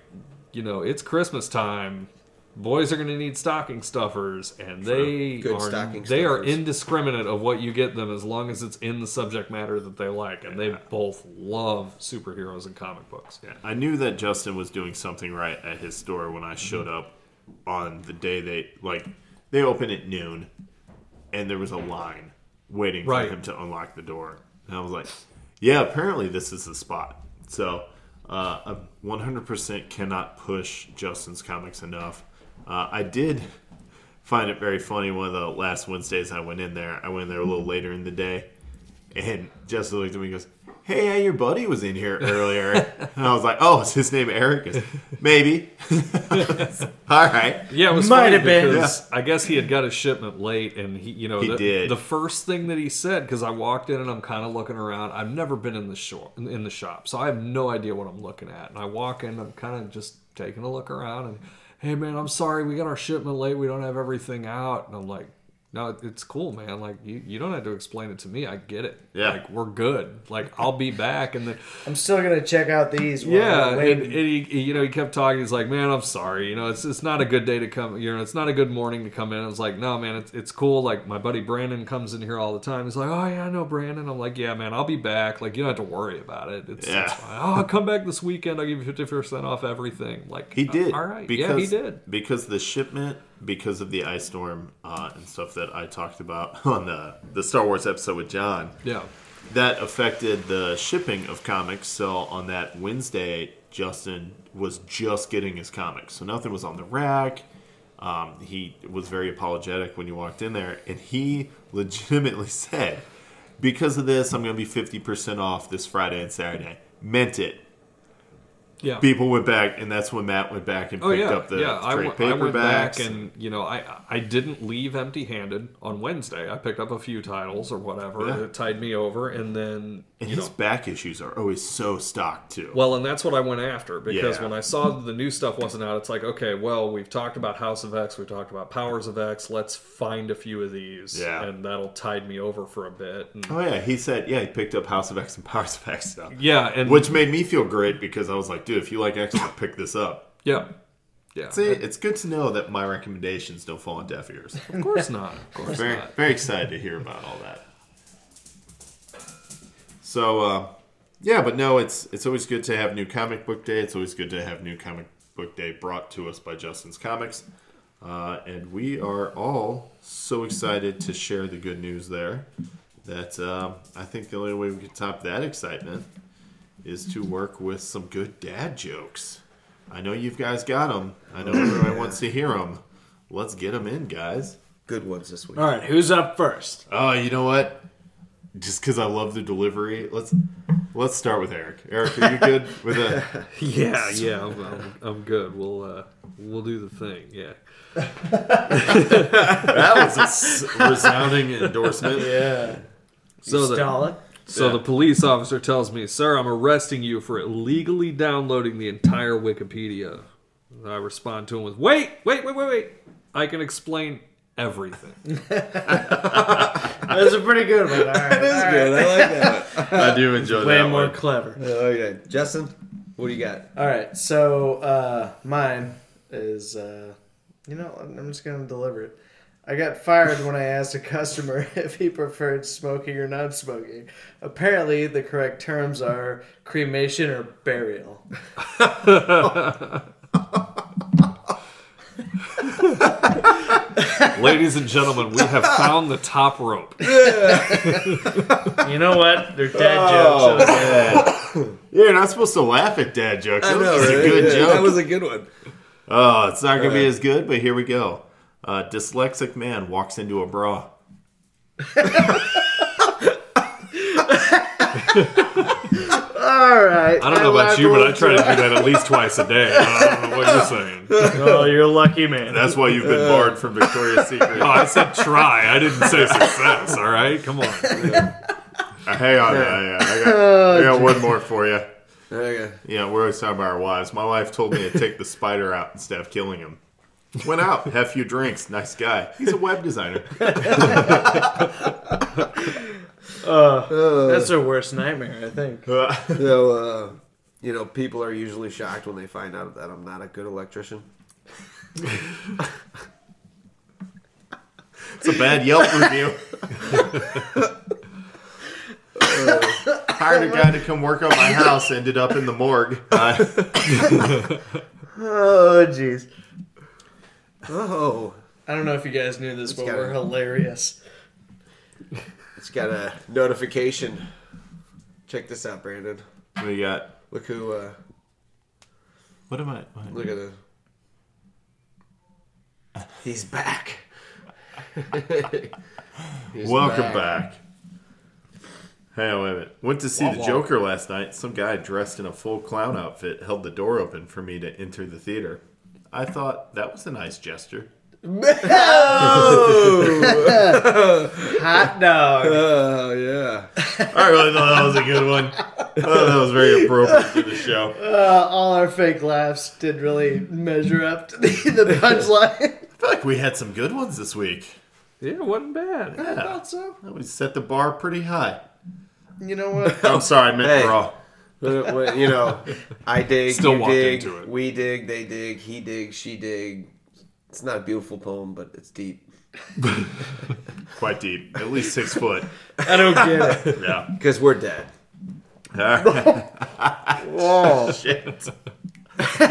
S8: you know, it's Christmas time. Boys are going to need stocking stuffers, and they
S7: Good
S8: are
S7: stocking
S8: they are
S7: stuffers.
S8: indiscriminate of what you get them as long as it's in the subject matter that they like, and they both love superheroes and comic books. Yeah.
S1: I knew that Justin was doing something right at his store when I showed up on the day they like they open at noon and there was a line waiting
S8: Right.
S1: for him to unlock the door. And I was like, yeah, apparently this is the spot. So uh, I 100% cannot push Justin's comics enough. Uh, I did find it very funny. One of the last Wednesdays I went in there, I went in there a little later in the day, and Justin looked at me and goes, Hey, yeah, your buddy was in here earlier. and I was like, Oh, is his name Eric? He goes, Maybe. All right.
S8: Yeah, it was
S9: Might
S8: funny
S9: have been.
S8: because I guess he had got his shipment late, and he, you know,
S1: He
S8: the,
S1: did.
S8: the first thing that he said because I walked in and I'm kind of looking around. I've never been in the shop, in the shop, so I have no idea what I'm looking at. And I walk in, I'm kind of just taking a look around, and hey, man, I'm sorry, we got our shipment late, we don't have everything out, and I'm like. No, it's cool, man. Like you, you don't have to explain it to me. I get it.
S1: Yeah.
S8: Like we're good. Like I'll be back. And then
S6: I'm still gonna check out these. while
S8: yeah,
S6: I'm
S8: and,
S6: waiting.
S8: and he, he- you know, he kept talking. He's like, "Man, I'm sorry. You know, it's it's not a good day to come. You know, it's not a good morning to come in." I was like, "No, man, it's it's cool. Like my buddy Brandon comes in here all the time. He's like, "Oh yeah, I know Brandon." I'm like, "Yeah, man, I'll be back. Like you don't have to worry about it. It's,
S1: Yeah.
S8: it's fine. Oh, I'll come back this weekend. I'll give you fifty percent off everything." Like
S1: He did.
S8: All right. Uh, yeah, he did.
S1: Because the shipment because of the ice storm uh, and stuff that I talked about on the the Star Wars episode with John.
S8: Yeah.
S1: That affected the shipping of comics. So on that Wednesday, Justin was just getting his comics, so nothing was on the rack. Um, he was very apologetic when you walked in there, and he legitimately said, "Because of this, I'm going to be 50% off this Friday and Saturday." Meant it.
S8: Yeah.
S1: People went back, and that's when Matt went back and picked
S8: Oh yeah,
S1: up the
S8: yeah. I,
S1: trade
S8: went, I went back
S1: paperbacks.
S8: and you know I I didn't leave empty-handed on Wednesday. I picked up a few titles or whatever
S1: Yeah.
S8: that tied me over, and then
S1: And
S8: you
S1: his
S8: know
S1: back issues are always so stocked too.
S8: Well, and that's what I went after because
S1: Yeah.
S8: when I saw that the new stuff wasn't out, it's like, okay, well, we've talked about House of X, we've talked about Powers of X, let's find a few of these.
S1: Yeah.
S8: And that'll tide me over for a bit. And,
S1: oh yeah, he said yeah he picked up House of X and Powers of X stuff,
S8: yeah, and
S1: which made me feel great because I was like, dude, if you like X, Men, pick this up.
S8: yeah. Yeah.
S1: See, it's good to know that my recommendations don't fall on deaf ears.
S8: Of course not. Of course
S1: Very
S8: not.
S1: very excited to hear about all that. So uh, yeah, but no, it's it's always good to have new comic book day. It's always good to have new comic book day brought to us by Justin's Comics, uh, and we are all so excited to share the good news there. That um, I think the only way we can top that excitement is to work with some good dad jokes. I know you guys got them. I know everyone wants to hear them. Let's get them in, guys.
S7: Good ones this week.
S9: All right, who's up first?
S1: Oh, you know what? Just because I love the delivery, let's let's start with Eric. Eric, are you good with a?
S8: Yeah, yeah, I'm, I'm, I'm good. We'll uh, we'll do the thing. Yeah.
S1: That was a s- resounding endorsement.
S9: Yeah.
S8: So the-
S9: Stalin.
S8: So the police officer tells me, Sir, I'm arresting you for illegally downloading the entire Wikipedia. I respond to him with, Wait, wait, wait, wait, wait. I can explain everything.
S9: That's a pretty good one. All right.
S7: That is good. I like that one.
S1: I do enjoy
S9: Way
S1: that
S9: more
S1: one.
S9: clever.
S7: Okay, Justin, what do you got?
S9: All right, so uh, mine is, uh, you know, I'm I'm just gonna deliver it. I got fired when I asked a customer if he preferred smoking or non-smoking. Apparently, the correct terms are cremation or burial.
S8: Ladies and gentlemen, we have found the top rope.
S9: You know what? They're dead
S1: Oh,
S9: jokes.
S1: man. You're not supposed to laugh at dad jokes. That was just a
S7: right?
S1: good
S7: Yeah,
S1: joke.
S7: That was a good one.
S1: Oh, it's not gonna be as good, but here we go. Uh, dyslexic man walks into a bra.
S9: All right.
S8: I don't know about you, but I try to do that at least twice a day. I don't know what you're saying. No,
S9: Oh, you're a lucky man.
S1: That's why you've been barred from Victoria's Secret.
S8: I said try. I didn't say success, all right? Come on.
S1: Uh, Hang on, yeah, yeah, I got, I got one more for you.
S7: Okay.
S1: Yeah, we're always talking about our wives. My wife told me to take the spider out instead of killing him. Went out, had a few drinks, nice guy. He's a web designer.
S9: That's their worst nightmare, I think.
S7: So, uh, you know, people are usually shocked when they find out that I'm not a good electrician.
S1: It's a bad Yelp review. Uh, Hired a guy to come work on my house, ended up in the morgue. Uh,
S9: Oh, jeez.
S7: Oh,
S9: I don't know if you guys knew this, but
S7: gotta-
S9: we're hilarious.
S7: it's got a notification. Check this out, Brandon.
S1: what do you got?
S7: Look who. Uh,
S1: What am I? what-
S7: look at him. He's back. He's
S1: Welcome back. Hey, wait a minute. Went to see
S8: Wah,
S1: the
S8: wah.
S1: Joker last night. Some guy dressed in a full clown outfit held the door open for me to enter the theater. I thought that was a nice gesture.
S9: Hot dog.
S7: Oh yeah.
S1: I really thought that was a good one. I thought that was very appropriate to the show.
S9: all our fake laughs did really measure up to the, the punchline.
S1: I feel like we had some good ones this week.
S8: Yeah, it wasn't bad.
S1: Yeah.
S9: so,
S1: We set the bar pretty high. Oh,
S9: you know what?
S1: I'm sorry, I meant
S7: Hey.
S1: raw.
S7: But, but, you know, I dig,
S8: Still
S7: you
S8: walked
S7: dig,
S8: into it.
S7: we dig, they dig, he digs, she dig. It's not a beautiful poem, but it's deep.
S1: Quite deep. At least six foot.
S9: I don't get it.
S1: Yeah.
S7: Because we're dead.
S1: All right.
S9: Whoa.
S8: Oh.
S1: Shit. All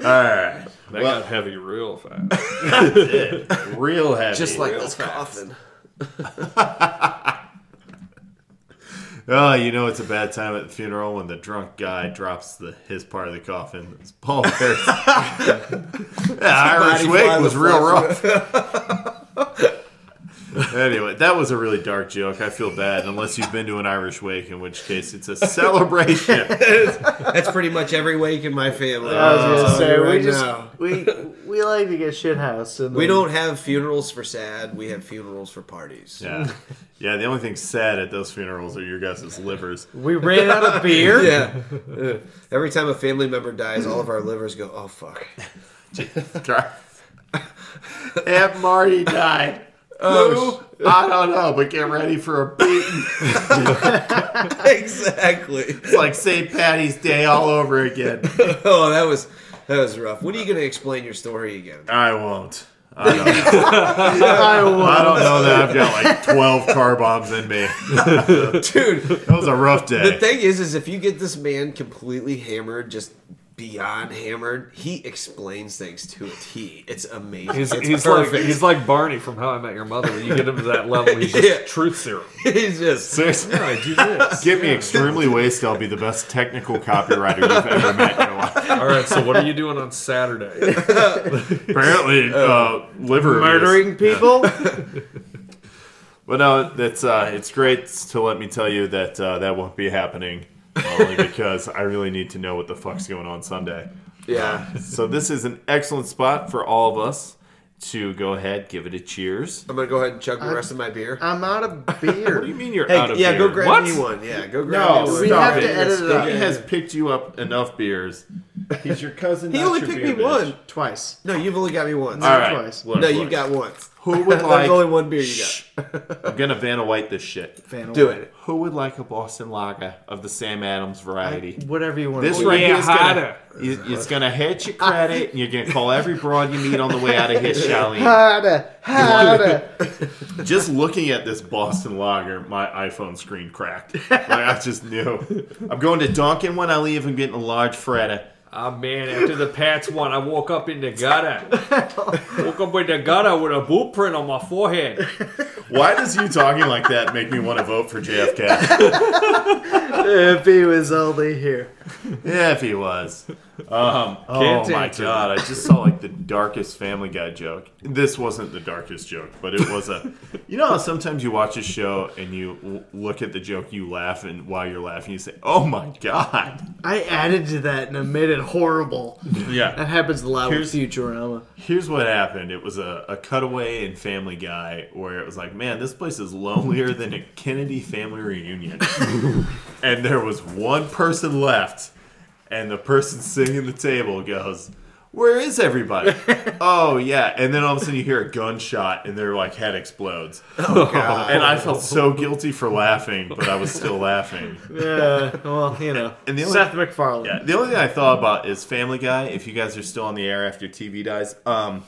S1: right.
S8: That
S1: Well-
S8: got heavy real fast.
S1: Real heavy.
S7: Just like
S8: real
S7: this
S8: fast.
S7: coffin.
S1: Oh, you know it's a bad time at the funeral when the drunk guy drops the his part of the coffin. It's Paul Bear's. yeah, Irish
S7: Body
S1: wig
S7: flying
S1: was
S7: the
S1: real
S7: floor.
S1: rough. anyway, that was a really dark joke. I feel bad unless you've been to an Irish wake, in which case it's a celebration.
S7: That's pretty much every wake in my family.
S9: I was
S1: Uh,
S9: gonna say, we just
S7: now.
S9: we we like to get shit house and
S7: We don't have funerals for sad. We have funerals for parties.
S1: Yeah. Yeah, the only thing sad at those funerals are your guys' livers.
S9: we ran out of beer.
S7: Yeah. Ugh. Every time a family member dies, all of our livers go, oh, fuck.
S1: Aunt Marty died. Oh, I don't know, but get ready for a beating.
S7: exactly.
S1: It's like St. Patty's Day all over again.
S7: Oh, that was that was rough. When are you going to explain your story again?
S1: I won't. I don't, know. I don't know that I've got like 12 car bombs in me.
S7: Dude,
S1: That was a rough
S7: the
S1: day.
S7: thing is, is if you get this man completely hammered, just beyond hammered, he explains things to a T. It's amazing.
S8: He's,
S7: it's
S8: he's like
S7: perfect.
S8: he's like Barney from How I Met Your Mother. When you get him to that level, he's just
S7: Yeah.
S8: truth serum.
S7: he's just
S1: Seriously,
S8: I do this.
S1: get me extremely wasted. I'll be the best technical copywriter you've ever met in your life.
S8: All right, so what are you doing on Saturday?
S1: Apparently,
S7: Oh.
S1: uh, liver abuse.
S9: Murdering people?
S1: But no, that's uh, it's great to let me tell you that uh, that won't be happening, uh, only because I really need to know what the fuck's going on Sunday.
S7: yeah.
S1: So this is an excellent spot for all of us to go ahead, give it a cheers.
S7: I'm gonna go ahead and chug the rest of my beer.
S9: I'm out of
S1: What do
S9: beer.
S1: you mean you're
S7: Hey,
S1: out of
S7: yeah,
S1: beer?
S7: go grab me one. Yeah, go grab
S1: No,
S7: me one.
S9: We
S1: stop
S9: have
S1: it.
S9: to edit it up.
S1: He has picked you up enough beers. He's your cousin.
S7: He
S1: not
S7: only
S1: your
S7: picked me
S1: beer bitch.
S7: one.
S9: Twice.
S7: No, you've only got me once.
S1: All right,
S9: Twice.
S1: look,
S7: no, you've
S1: look.
S7: got once.
S1: Who would
S7: That's
S1: like?
S7: only one beer you
S1: Shh.
S7: got.
S1: I'm gonna Vanna White this shit.
S9: Van
S7: Do
S9: Oil.
S7: it.
S1: Who would like a Boston Lager of the Sam Adams variety?
S9: Whatever you want
S1: This
S9: to
S1: right
S8: yeah,
S1: here is gonna,
S8: hotter.
S1: it- it's gonna hit your credit, and you're gonna call every broad you meet on the way out of here, Charlene.
S9: Harder, harder.
S1: Just looking at this Boston Lager, my iPhone screen cracked. Like I just knew. I'm going to Dunkin' when I leave. I'm getting a large Freda.
S8: Ah man, after the Pats won, I woke up in the gutter. woke up in the gutter with a blueprint on my forehead.
S1: Why does you talking like that make me want to vote for JFK?
S9: if he was only here.
S1: yeah, if he was. Um, oh
S8: Can't
S1: my
S8: answer.
S1: god! I just saw like the darkest Family Guy joke. This wasn't the darkest joke, but it was a. You know how sometimes you watch a show and you l- look at the joke, you laugh, and while you're laughing, you say, "Oh my god!"
S9: I added to that and I made it horrible. That
S1: Yeah.
S9: happens a lot
S1: Here's-
S9: with Futurama.
S1: Here's what happened. It was a, a cutaway in Family Guy where it was like, man, this place is lonelier than a Kennedy family reunion. and there was one person left, and the person sitting at the table goes, Where is everybody? oh, yeah. And then all of a sudden you hear a gunshot, and their like head explodes. and I felt so guilty for laughing, but I was still laughing.
S9: Yeah, well, you know.
S1: And the only-
S9: Seth MacFarlane.
S1: Yeah, the only thing I thought about is Family Guy. If you guys are still on the air after TV dies, um,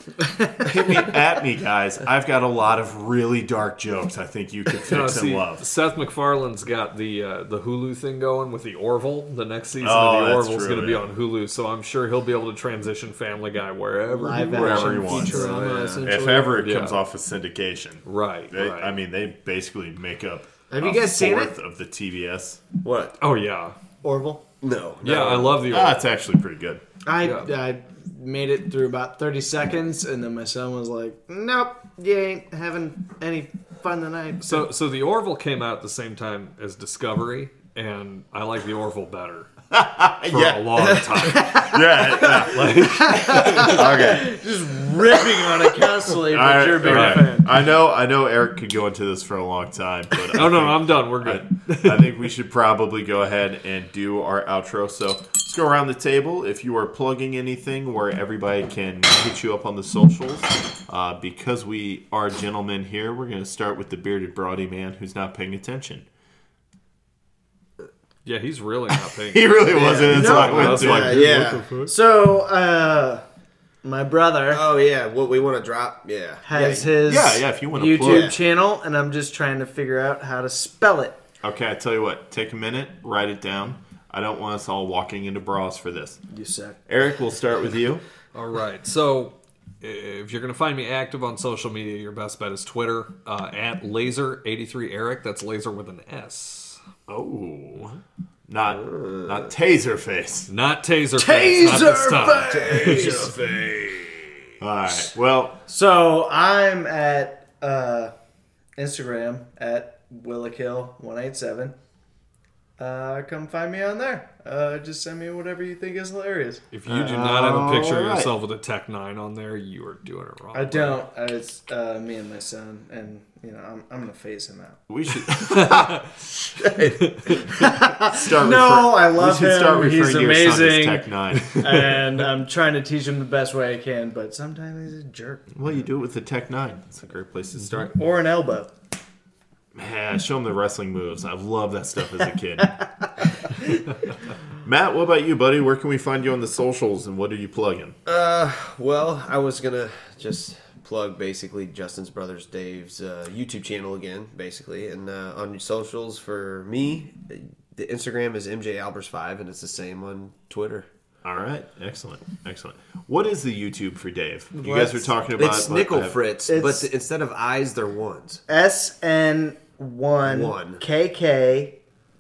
S1: hit me at me, guys. I've got a lot of really dark jokes. I think you could fix
S8: No,
S1: and
S8: see,
S1: love.
S8: Seth MacFarlane's got the uh, the Hulu thing going with the Orville. The next season
S1: Oh,
S8: of the
S1: that's
S8: Orville's
S1: true,
S8: going to be
S1: yeah.
S8: on Hulu, so I'm sure he'll be able to transition Family Guy wherever.
S9: Live
S8: wherever
S1: action
S8: he wants.
S1: feature.
S9: Futurama,
S7: Yeah.
S9: essentially.
S1: If ever it
S8: Yeah.
S1: comes off of syndication,
S8: Right,
S1: They,
S8: right.
S1: I mean, they basically make up.
S7: Have you
S1: a
S7: guys seen
S1: fourth of the TBS?
S7: What?
S8: Oh yeah,
S9: Orville.
S7: No. no.
S8: yeah. I love the
S1: Ah,
S8: Orville.
S1: it's actually pretty good.
S9: I,
S8: Yeah.
S9: I made it through about 30 seconds, and then my son was like, Nope, you ain't having any fun tonight.
S8: So so the Orville came out at the same time as Discovery, and I like the Orville better for
S1: Yeah.
S8: a long time.
S1: Yeah. yeah, like- okay.
S9: Ripping on it constantly, but
S1: All right,
S9: you're a big
S1: all right.
S9: fan.
S1: I know. I know. Eric could go into this for a long time, but
S8: Oh, no, no, I'm done. We're good.
S1: I think we should probably go ahead and do our outro. So let's go around the table. If you are plugging anything where everybody can hit you up on the socials, uh, because we are gentlemen here, we're going to start with the bearded broady man who's not paying attention.
S8: Yeah, he's really not paying.
S1: He really wasn't. That's why I went
S8: That's
S1: to
S8: why-
S1: it.
S7: Yeah, yeah.
S9: So, uh, my brother
S7: Oh yeah. What we want to drop? Yeah.
S9: has
S7: yeah.
S9: his
S1: Yeah, yeah, if you wanna
S9: YouTube
S1: plug.
S9: channel, and I'm just trying to figure out how to spell it.
S1: Okay, I tell you what. Take a minute, write it down. I don't want us all walking into bras for this.
S9: You suck.
S1: Eric, we'll start with you.
S8: All right. So if you're going to find me active on social media, your best bet is Twitter uh, at laser83eric. That's laser with an S.
S1: Oh. Not not taser face.
S8: Not taser. face, not this time.
S1: Taser face. All right. Well,
S9: So I'm at uh, Instagram at Willakill187. Uh, come find me on there. Uh, just send me whatever you think is hilarious.
S8: If you do not have a picture of
S1: Alright.
S8: yourself with a Tech 9 on there, you are doing it wrong.
S9: I don't. Uh, it's uh, me and my son, and you know I'm, I'm gonna phase him out.
S1: we should start.
S9: No, I
S1: we
S9: love
S1: should Start
S9: him.
S1: referring
S9: He's
S1: to your son as
S9: amazing.
S1: Tech Nine.
S9: and I'm trying to teach him the best way I can, but sometimes he's a jerk
S1: well, you do it with the Tech Nine. It's a great place to
S9: Mm-hmm.
S1: start.
S9: or an elbow.
S1: Man, show him the wrestling moves. I've loved that stuff as a kid. Matt, what about you, buddy? Where can we find you on the socials, and what are you plugging?
S7: Well, I was gonna just plug basically Justin's brothers Dave's uh, YouTube channel again, basically, and uh, on your socials for me, the Instagram is MJ Albers five, and it's the same on Twitter.
S1: All right, excellent, excellent. What is the YouTube for Dave? You guys were talking about
S7: it's
S1: like,
S7: nickel
S1: uh,
S7: Fritz,
S9: It's-
S7: but instead of eyes, they're ones.
S9: S N
S7: One.
S9: one K K.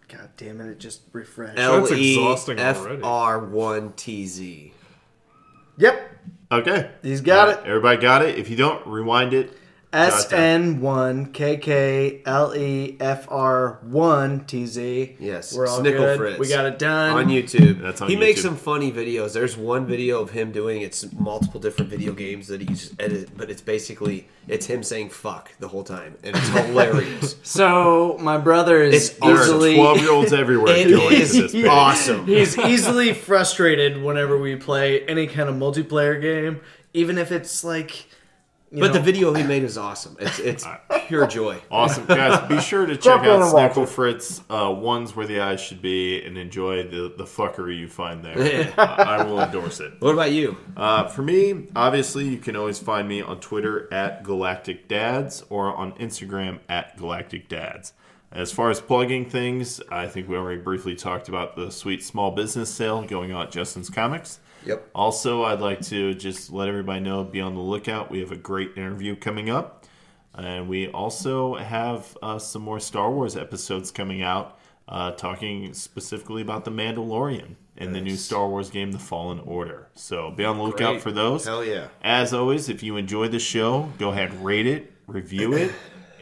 S9: God damn it! It just refreshed.
S7: L E
S8: exhausting
S7: F
S8: already.
S7: R one T Z.
S9: yep,
S1: Okay,
S9: he's got it.
S1: everybody got it. If you don't, rewind it.
S9: S N one K K L E F R one T Z.
S7: Yes,
S9: we're all
S7: Snickle
S9: good.
S7: Fritz.
S9: We got it done.
S7: on YouTube.
S1: That's on
S7: he makes
S1: YouTube.
S7: some funny videos. There's one video of him doing it's multiple different video games that he's edited, but it's basically it's him saying fuck the whole time, and it's hilarious.
S9: So my brother is
S7: It's
S1: There are
S9: easily
S1: twelve-year-olds everywhere
S7: it
S1: going to
S7: is
S1: this. page.
S7: awesome.
S9: he's easily frustrated whenever we play any kind of multiplayer game, even if it's like. you
S7: But the
S9: know,
S7: video he made is awesome. It's it's pure joy.
S1: Awesome, guys! Be sure to check out Snickle Fritz. Uh, ones where the eyes should be, and enjoy the the fuckery you find there. I, I will endorse it.
S7: What about you?
S1: Uh, for me, obviously, you can always find me on Twitter at Galactic Dads or on Instagram at Galactic Dads. As far as plugging things, I think we already briefly talked about the sweet small business sale going on at Justin's Comics.
S7: Yep.
S1: Also, I'd like to just let everybody know be on the lookout. We have a great interview coming up. And we also have uh, some more Star Wars episodes coming out, uh, talking specifically about The Mandalorian and the new Star Wars game, The Fallen Order. So be on the lookout
S7: Great.
S1: for those.
S7: Hell yeah.
S1: As always, if you enjoy the show, go ahead, rate it, review it,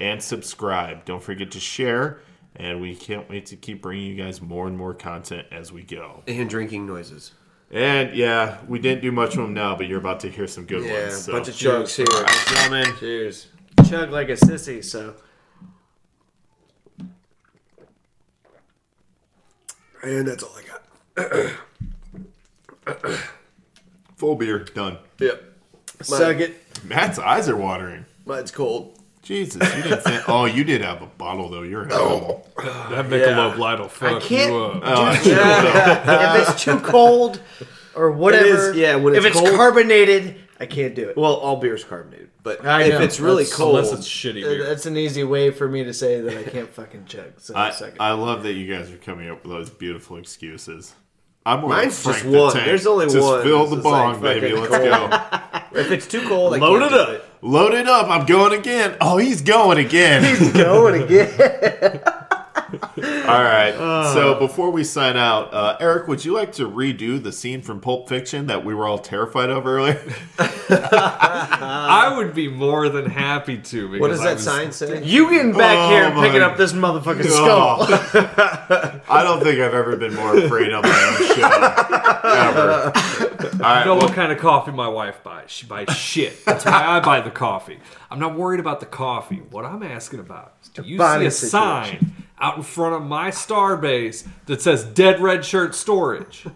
S1: and subscribe. Don't forget to share. And we can't wait to keep bringing you guys more and more content as we go.
S7: And drinking noises.
S1: And yeah, we didn't do much of them now, but you're about to hear some good
S7: Yeah,
S1: ones. So.
S7: bunch of jokes here.
S1: gentlemen.
S7: Cheers.
S9: chug like a sissy, so.
S7: And that's all I got.
S1: Full beer, done.
S7: Yep.
S9: Suck it.
S1: Matt's eyes are watering.
S7: Mine's cold.
S1: Jesus, you didn't. Say, oh, you did have a bottle though. You're an animal.
S8: That Michelob Light will fuck
S9: can't- Uh,
S8: you up.
S7: Oh.
S9: if it's too cold or whatever.
S7: is- yeah, when
S9: if
S7: it's
S9: it's
S7: cold-
S9: carbonated, I can't do it.
S7: Well, all beer's carbonated, but
S9: I
S7: if
S9: know.
S7: it's really
S9: That's-
S7: cold,
S8: Unless it's shitty beer.
S9: That's an easy way for me to say that I can't fucking chug. So
S1: I,
S9: suck it.
S1: I love that you guys are coming up with those beautiful excuses. I'm more
S7: Mine's
S1: like
S7: just
S1: Frank the
S7: one.
S1: Tank.
S7: There's only
S1: just
S7: one.
S1: Fill
S7: It's
S1: the
S7: just like
S1: bong, baby.
S7: fucking
S1: Let's go.
S7: if it's too cold, I
S1: Load
S7: can't
S1: it
S7: do
S1: up. Load it up. I'm going again. Oh, he's going again.
S9: going again.
S1: All right.
S7: Uh.
S1: so before we sign out, uh, Eric, would you like to redo the scene from Pulp Fiction that we were all terrified of earlier?
S8: I would be more than happy to.
S7: What
S8: because
S7: does
S8: I
S7: that
S8: was-
S7: sign say?
S9: You getting back
S1: Oh
S9: here and picking
S1: my
S9: up this motherfucking skull.
S1: Oh. I don't think I've ever been more afraid of my own show. Ever. All right.
S8: I know
S1: well,
S8: what kind of coffee my wife buys. She buys shit. That's why I buy the coffee. I'm not worried about the coffee. What I'm asking about is do you see
S9: body
S8: a
S9: situation.
S8: sign out in front of my star base that says Dead Red Shirt Storage?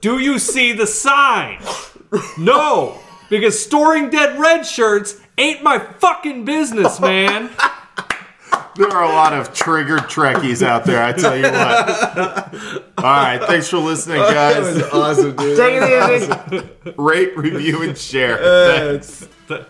S8: Do you see the sign? No, because storing dead red shirts ain't my fucking business, man.
S1: there are a lot of triggered Trekkies out there, I tell you what. All right. Thanks for listening, guys.
S7: Awesome, dude.
S9: Take it easy.
S7: Uh,
S1: Rate, review, and share. Thanks.
S8: Th-